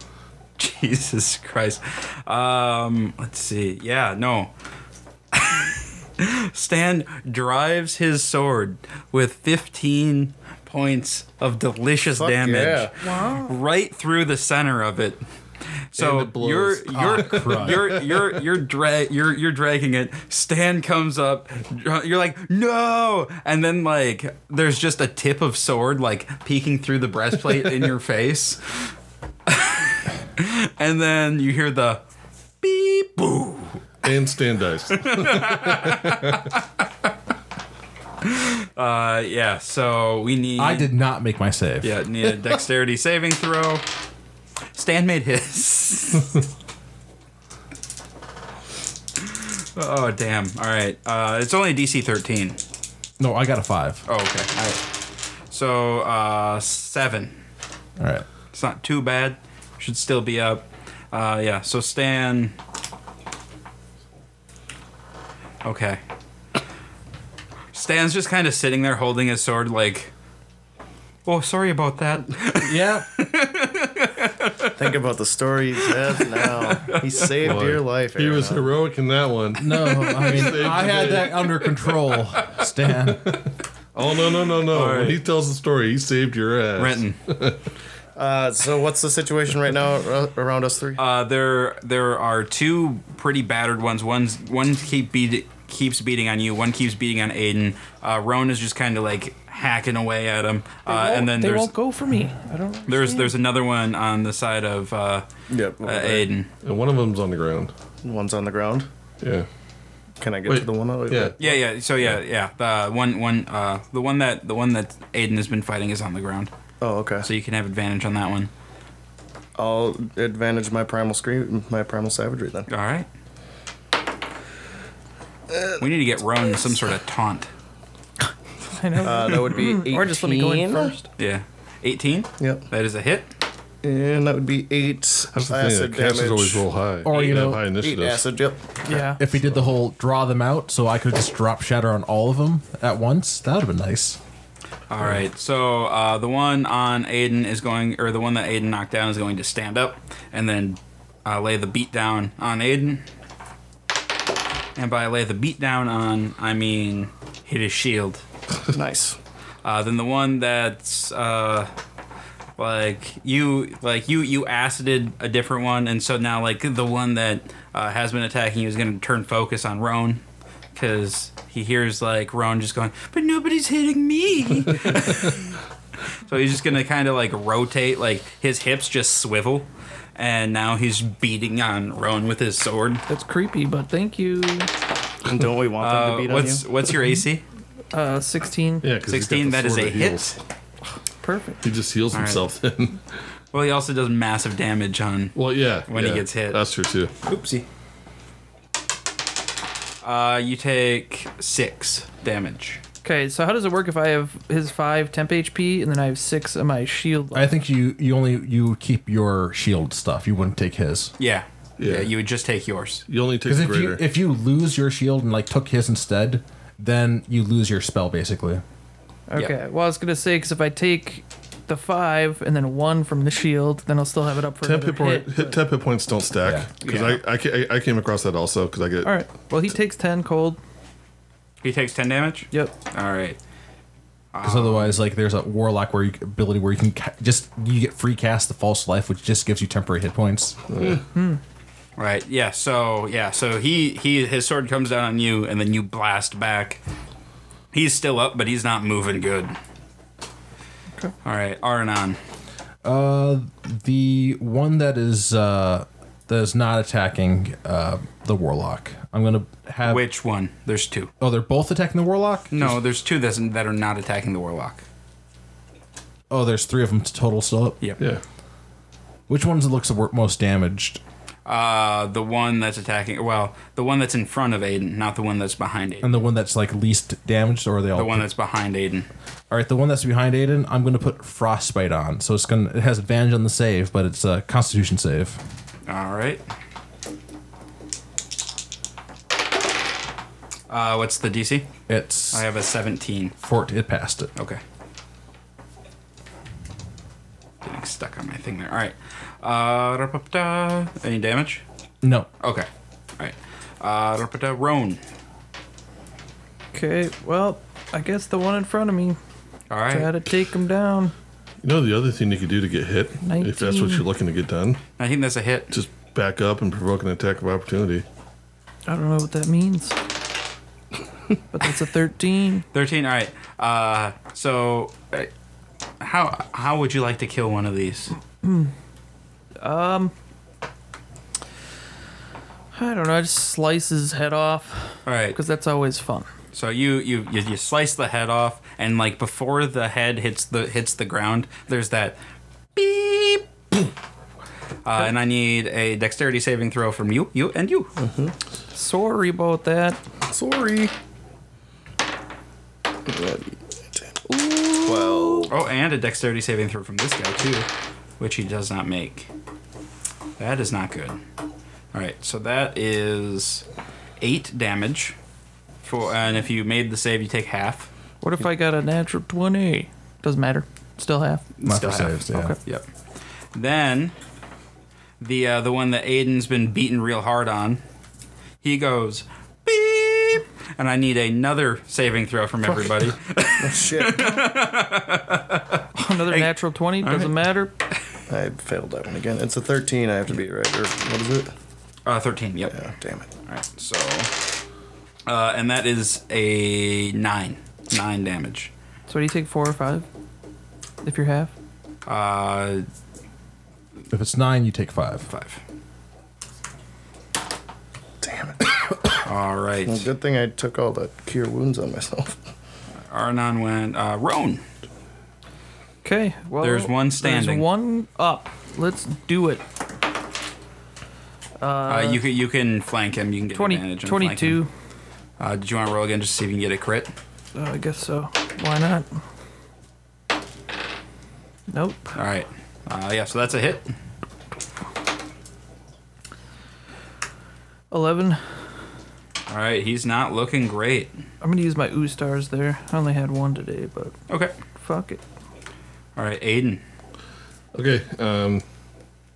S1: *laughs* Jesus Christ. Um, let's see. Yeah, no. *laughs* Stan drives his sword with 15 points of delicious damage
S4: yeah.
S1: right through the center of it. So
S5: And it blows.
S1: you're you're
S5: *laughs*
S2: crud.
S1: you're you're you're dra- you're you're dragging it. Stan comes up. You're like no, and then like there's just a tip of sword like peeking through the breastplate in
S5: *laughs*
S1: your face, and then you hear the beep boo.
S5: and Stan dies.
S1: Uh, yeah. So we need.
S2: I did not make my save.
S1: Yeah, need a
S2: *laughs*
S1: dexterity saving throw. Stan made his. *laughs* oh damn! All right, uh, it's only DC thirteen.
S2: No, I got a five.
S1: Oh okay. All right. So uh, seven.
S2: All right.
S1: It's not too bad. Should still be up. Uh, yeah. So Stan. Okay. Stan's just kind of sitting there holding his sword, like, "Oh, sorry about that."
S2: Yeah.
S4: Think about the story he's had now. He saved your life.
S5: he was
S4: Aaron.
S5: heroic in that one.
S2: No, Oh,
S5: *laughs*
S2: I mean
S5: Saved
S2: I
S5: the
S2: had
S5: day.
S2: that under control, Stan.
S5: Oh no no no no!
S1: right.
S5: When he tells the story, he saved your ass.
S1: Renton.
S4: Uh, so what's the situation right now ar- around us three?
S1: Uh, there there are two pretty battered ones. One's one keep beat, keeps beating on you. One keeps beating on Aiden. Uh, Roan is just kind of like hacking away at him. Uh, and then
S3: they
S1: there's
S3: won't go for me.
S1: *sighs*
S3: I don't.
S1: there's
S3: understand.
S1: there's another one on the side of uh,
S4: Yep.
S1: uh, Aiden.
S5: And one of them's on the ground.
S4: One's on the ground.
S5: Yeah.
S4: Can I get
S5: Wait,
S4: to the one? on-
S5: yeah.
S1: Yeah, yeah. So yeah, yeah. The one one uh, the one that the one that Aiden has been fighting is on the ground.
S4: Oh, okay.
S1: So you can have advantage on that one.
S4: I'll advantage my primal scream, my primal savagery then.
S1: All right. We need to get Roan some sort of taunt.
S3: *laughs* I know.
S4: Uh, that would be 18.
S3: or just let me go in first.
S1: Yeah. 18?
S4: Yep.
S1: That is a hit.
S4: And that would be eight
S5: That's the thing.
S4: acid
S5: The casters
S4: damage.
S5: always roll high.
S2: Or, you
S5: They have
S2: know,
S5: high
S4: Eight
S5: initiative.
S4: acid. Yep.
S3: Yeah.
S2: If he did the whole draw them out, so I could just drop shatter on all of them at once, that would have been nice.
S1: All right. So uh, the one on Aiden is going, or the one that Aiden knocked down is going to stand up and then uh, lay the beat down on Aiden. And by lay the beat down on, I mean hit his shield.
S4: Nice.
S1: Uh, then the one that's uh, like you, like you, you acided a different one, and so now like the one that uh, has been attacking you is going to turn focus on Roan because he hears like Roan just going, but nobody's hitting me. *laughs* so he's just going to kind of like rotate, like his hips just swivel, and now he's beating on Roan with his sword.
S3: That's creepy, but thank you.
S4: And don't we want them
S1: Uh,
S4: to beat on you?
S1: what's what's your AC?
S3: Uh, 16.
S5: Yeah, 'cause he's got
S1: Sixteen.
S5: the
S1: That is
S5: sword
S1: a
S5: heals.
S1: hit.
S3: Perfect.
S5: He just heals
S1: right.
S5: himself then. *laughs*
S1: Well, he also does massive damage on
S5: well, yeah.
S1: When he
S5: yeah.
S1: gets hit.
S5: That's true too.
S1: Oopsie. Uh, you take six damage.
S3: Okay, so how does it work if I have his 5 temp HP and then I have 6 of my shield
S2: I
S3: left?
S2: think you you only you would keep your shield stuff. You wouldn't take his.
S1: Yeah.
S5: Yeah.
S1: Yeah. You would just take yours.
S5: You only take
S2: Because
S5: the
S2: if
S5: greater.
S2: you if you lose your shield and like took his instead, then you lose your spell basically.
S3: okay, well, I was going to say, because if I take the 5 and then 1 from the shield, then I'll still have it up for
S5: temp
S3: another
S5: hit, point,
S3: hit,
S5: hit temp hit points don't stack
S2: Yeah.
S5: because
S1: Yeah.
S5: I, I, ca- I I came across that also because I get
S3: All right. Well, he takes 10 cold.
S1: He takes ten damage.
S3: Yep.
S1: All right.
S2: Because otherwise, like there's a warlock where you, ability where you can ca- just you get free cast the false life, which just gives you temporary hit points.
S1: Right. Yeah. So yeah. So he he his sword comes down on you, and then you blast back. He's still up, but he's not moving good.
S3: Okay.
S1: All right, Arnon.
S2: Uh, the one that is uh that is not attacking uh the warlock. I'm gonna have.
S1: Which Mm. one? There's two.
S2: Oh, they're both attacking the warlock.
S1: No, there's two that's, that are not attacking the warlock.
S2: Oh, there's three of them total still up.
S1: Yep.
S5: yeah
S2: Which one's looks the wor- most damaged?
S1: Uh, the one that's attacking. Well, the one that's in front of Aiden, not the one that's behind Aiden.
S2: And the one that's like least damaged, or are they all
S1: The one that's behind Aiden.
S2: All right, the one that's behind Aiden, I'm going to put frostbite on. So it's going to it has advantage on the save, but it's a constitution save.
S1: All right. Uh, what's the DC?
S2: It's
S1: I have Oh. a 17.
S2: fort it passed it.
S1: Okay. Getting stuck on my thing there. All right. Uh, ra-pa-pa-da. any damage?
S2: No.
S1: Okay. All right. Uh, ra-pa-da. Roan.
S3: Okay, well, I guess the one in front of me.
S1: All right.
S3: Gotta take him down.
S5: You know the other thing you could do to get hit, if that's what
S3: 19.
S5: you're looking to get done,
S1: I think that's a hit.
S5: just back up and provoke an attack of opportunity.
S3: I don't know what that *laughs* means. but that's a 13.
S1: 13. All right. Uh, so, uh, how how would you like to kill one of these?
S3: I don't know. I just slice his head off
S1: All right.
S3: because that's always fun.
S1: So you, you you you slice the head off, and like before the head hits the hits the ground, there's that beep. Uh, and I need a dexterity saving throw from you, you, and you.
S3: Sorry about that.
S5: Sorry. Twelve.
S1: Oh, and a dexterity saving throw from this guy too, which he does not make. That is not good. All right, so that is eight damage. For and if you made the save, you take half.
S3: What if I got a natural 20? Doesn't matter. Still half. *laughs*
S2: My
S1: Still have.
S2: saves, yeah.
S3: Okay.
S1: Yep. Then the uh, the one that Aiden's been beaten real hard on, he goes beep, and I need another saving throw from everybody. *laughs*
S4: Shit,
S3: Another natural 20? Doesn't matter.
S4: I failed that one again. It's a 13. I have to beat right. Or what is it?
S1: Uh, Thirteen. Yep.
S4: Yeah, damn it.
S1: All right. So, uh, and that is a nine, nine damage.
S3: So what do you take, four or five? If you're half?
S1: Uh,
S2: If it's nine, you take five.
S1: five.
S4: Damn it.
S1: All right.
S4: Well, good thing I took all the cure wounds on myself.
S1: Arnon went. Uh, Roan.
S3: Okay. Well,
S1: There's one standing.
S3: There's one up. Let's do it.
S1: Uh, you can you can flank him. You can get
S3: 20,
S1: advantage. and flank him.
S3: 22.
S1: Uh, did you want to roll again just to see if you can get a crit?
S3: Uh, I guess so. Why not? Nope.
S1: All right. Uh, yeah, so that's a hit.
S3: 11.
S1: All right, he's not looking great.
S3: I'm going to use my ooh stars there. I only had one today, but
S1: Okay.
S3: fuck it.
S1: All right, Aiden.
S5: Okay. Um,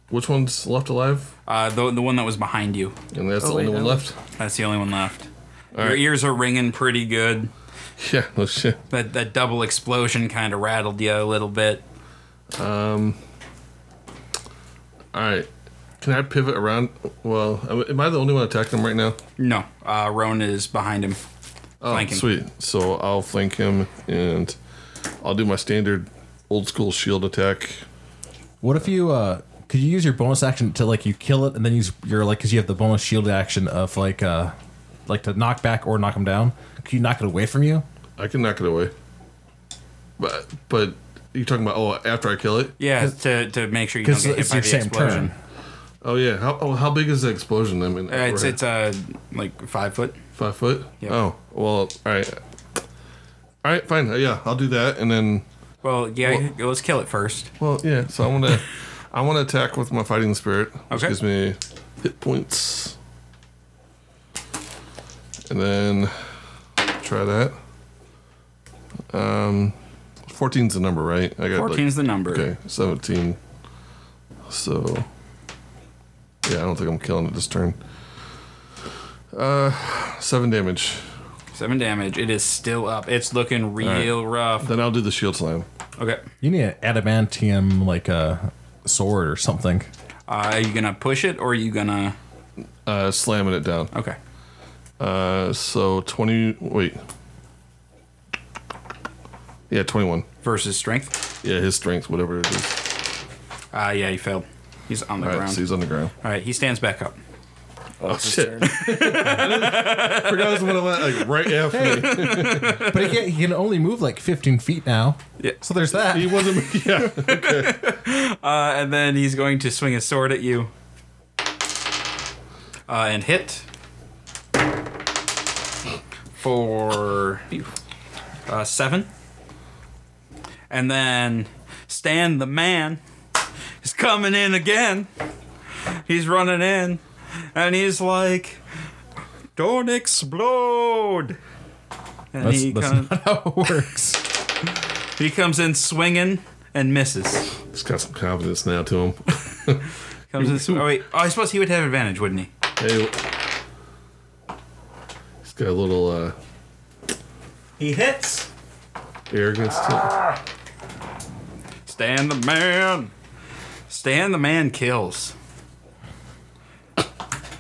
S5: which one's left alive?
S1: Uh, the, the one that was behind you.
S5: And that's
S3: Oh,
S5: the
S3: wait,
S5: only one
S3: that
S5: left.
S1: That's the only one left. Your
S5: right.
S1: ears are ringing pretty good.
S5: *laughs* Yeah. No shit.
S1: That, that double explosion kind of rattled you a little bit.
S5: All right. Can I pivot around? Well, am- am I the only one attacking him right now?
S1: No, uh, Roan is behind him.
S5: Oh,
S1: Flanking.
S5: sweet. So I'll flank him, and I'll do my standard old school shield attack.
S2: What if you uh could you use your bonus action to like you kill it and then use your like because you have the bonus shield action of like uh like to knock back or knock him down? Can you knock it away from you?
S5: I can knock it away. But but you're talking about oh after I kill it?
S1: Yeah, to, to make sure you don't
S2: Because
S1: get hit
S2: it's
S1: by
S2: your
S1: the
S2: same
S1: explosion.
S2: turn.
S5: Oh yeah. How oh, how big is the explosion? I mean,
S1: Uh, it's
S5: overhead?
S1: it's uh, like five foot.
S5: five foot.
S1: Yep.
S5: Oh well. All right. All right. Fine. Yeah, I'll do that, and then
S1: Well, yeah, let's kill it first.
S5: well yeah. So I want to I want to attack with my fighting spirit, which
S1: Okay.
S5: gives me hit points, and then try that. Um, 14's the number, right? I got like,
S1: Fourteen's the number.
S5: Okay, 17. So, yeah, I don't think I'm killing it this turn. Uh, seven damage.
S1: Seven damage. It is still up. It's looking real rough.
S5: Then I'll do the shield slam.
S1: Okay.
S2: You need an adamantium like a sword or something.
S1: Uh, are you gonna push it or are you gonna?
S5: Uh, slamming it down.
S1: Okay.
S5: Uh, so 20. Wait. Yeah, 21.
S1: Versus strength.
S5: Yeah, his strength, whatever it is.
S1: Uh, yeah, he failed. He's on the
S5: All right,
S1: ground.
S5: so he's on the ground.
S1: All right, he stands back up.
S4: Oh, it's his
S5: shit.
S4: turn.
S5: I *laughs* forgot this one
S1: *laughs*
S5: like right after me.
S2: But he can, he can only move like 15 feet now.
S1: Yeah.
S2: So there's that.
S5: He wasn't. Yeah.
S1: Uh, and then he's going to swing his sword at you. Uh, and hit. For. Uh, seven. And then Stan the man is coming in again. He's running in. And he's like, Don't explode! And
S2: That's,
S1: he,
S2: that's
S1: comes,
S2: not how it works.
S1: he comes in swinging and misses.
S5: He's got some confidence now to him.
S1: Comes in. sw- Oh wait. Oh, I suppose he would have advantage, wouldn't he?
S5: Hey. He's got a little uh,
S1: He hits.
S5: arrogance to him.
S1: Stan the man. Stan the man kills.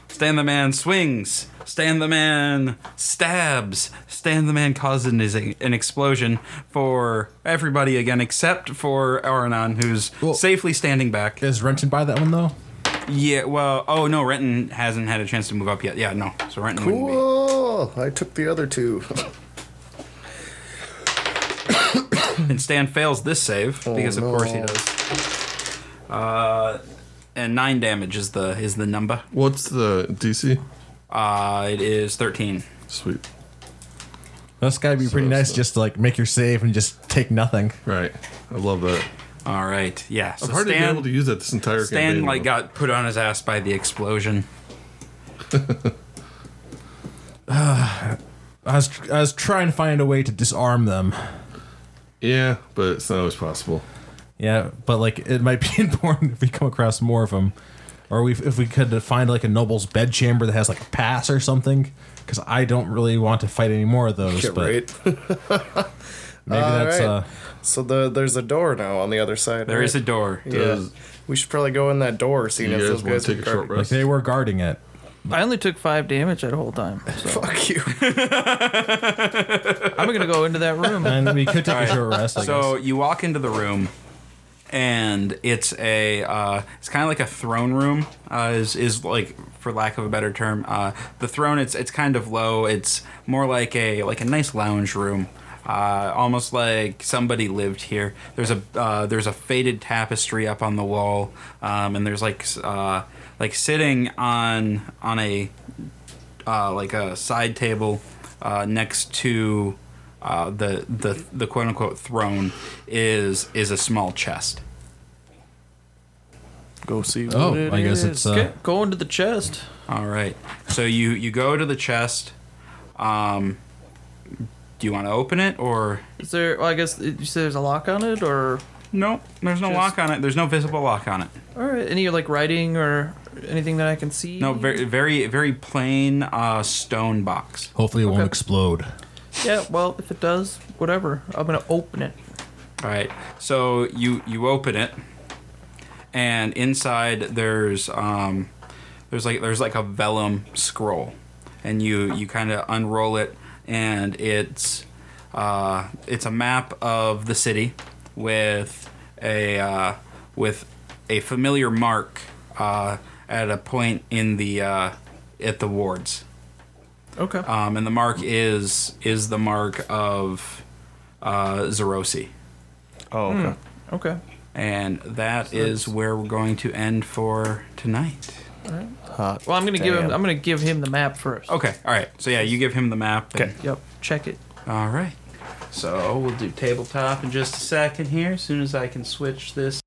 S1: Stan the man swings. Stan the man stabs. Stan the man causes an, an explosion for everybody again, except for Aranon, who's
S2: Well-
S1: safely standing back.
S2: Is Renton by that one though?
S1: Yeah, well, oh no, Renton hasn't had a chance to move up yet. Yeah, no, so Renton wouldn't
S6: Cool. I took the other
S4: *laughs*
S6: two.
S1: be. And Stan fails this save because of course he
S6: no.
S1: does. Uh, and nine damage is the is the number.
S5: What's the DC?
S1: Uh, it is thirteen.
S5: Sweet.
S2: That's gotta be pretty
S5: So-
S2: nice
S5: so-
S2: just to like make your save and just take nothing.
S5: Right. I love that.
S1: All right, yeah. So
S5: I'm hardly been
S1: Stan,
S5: able to use that this entire
S1: Stan
S5: campaign,
S1: like
S5: though.
S1: got put on his ass by the explosion.
S2: I was I was trying to find a way to disarm them.
S5: Yeah, but it's not always possible.
S2: Yeah, but like it might be *laughs* important if we come across more of them, or we if we could find like a noble's bedchamber that has like a pass or something. Because I don't really want to fight any more of those.
S6: Yeah,
S2: but
S6: right.
S2: maybe that's
S4: right.
S2: uh,
S4: So the, there's a door now on the other side.
S1: There is a door.
S4: Yeah.
S5: Does-
S4: We should probably go in that door, seeing
S5: You
S4: as
S5: guys
S4: those
S5: want
S4: guys
S5: to take
S4: are
S5: a short
S4: guarding-
S2: like
S5: rest?
S2: they were guarding it.
S3: I only took five damage that whole time. So
S6: Fuck you.
S4: *laughs*
S3: I'm gonna go into that room.
S2: And we could take a short rest. I
S1: so
S2: guess.
S1: you walk into the room, and it's a uh, it's kind of like a throne room. Uh, is is like for lack of a better term, uh, the throne. It's it's kind of low. It's more like a like a nice lounge room. Uh, almost like somebody lived here. There's a uh, there's a faded tapestry up on the wall, um, and there's like s- uh, like sitting on on a uh, like a side table uh, next to uh, the the the quote unquote throne is is a small chest.
S4: Go see.
S2: *laughs*
S4: What
S2: Oh,
S4: it
S2: I guess
S4: is.
S2: it's
S3: Okay,
S2: uh,
S3: go into the chest.
S1: All right, so you you go to the chest. Um, do you want to open it or
S3: Is there? Well, I guess you said there's a lock on it, or
S1: no? There's no
S3: Just-
S1: lock on it. There's no visible lock on it.
S3: all right, any like writing or anything that I can see?
S1: No, very very very plain uh, stone box.
S2: hopefully it won't
S3: okay.
S2: explode.
S3: Yeah, well, if it does, whatever. I'm gonna open it.
S1: All right. So you you open it, and inside there's um there's like there's like a vellum scroll, and you you kind of unroll it, and it's uh it's a map of the city with a uh, with a familiar mark uh, at a point in the uh, at the wards
S3: Okay.
S1: um, and the mark is is the mark of uh, Zerosi.
S4: Oh, okay.
S3: okay.
S1: And that is where we're going to end for tonight.
S4: Hot
S3: Well, I'm gonna give him.
S4: damn.
S3: I'm gonna give him the map first.
S1: Okay, all right. So yeah, you give him the map. and-
S3: Yep. Check it.
S1: All right. So we'll do tabletop in just a second here, as soon as I can switch this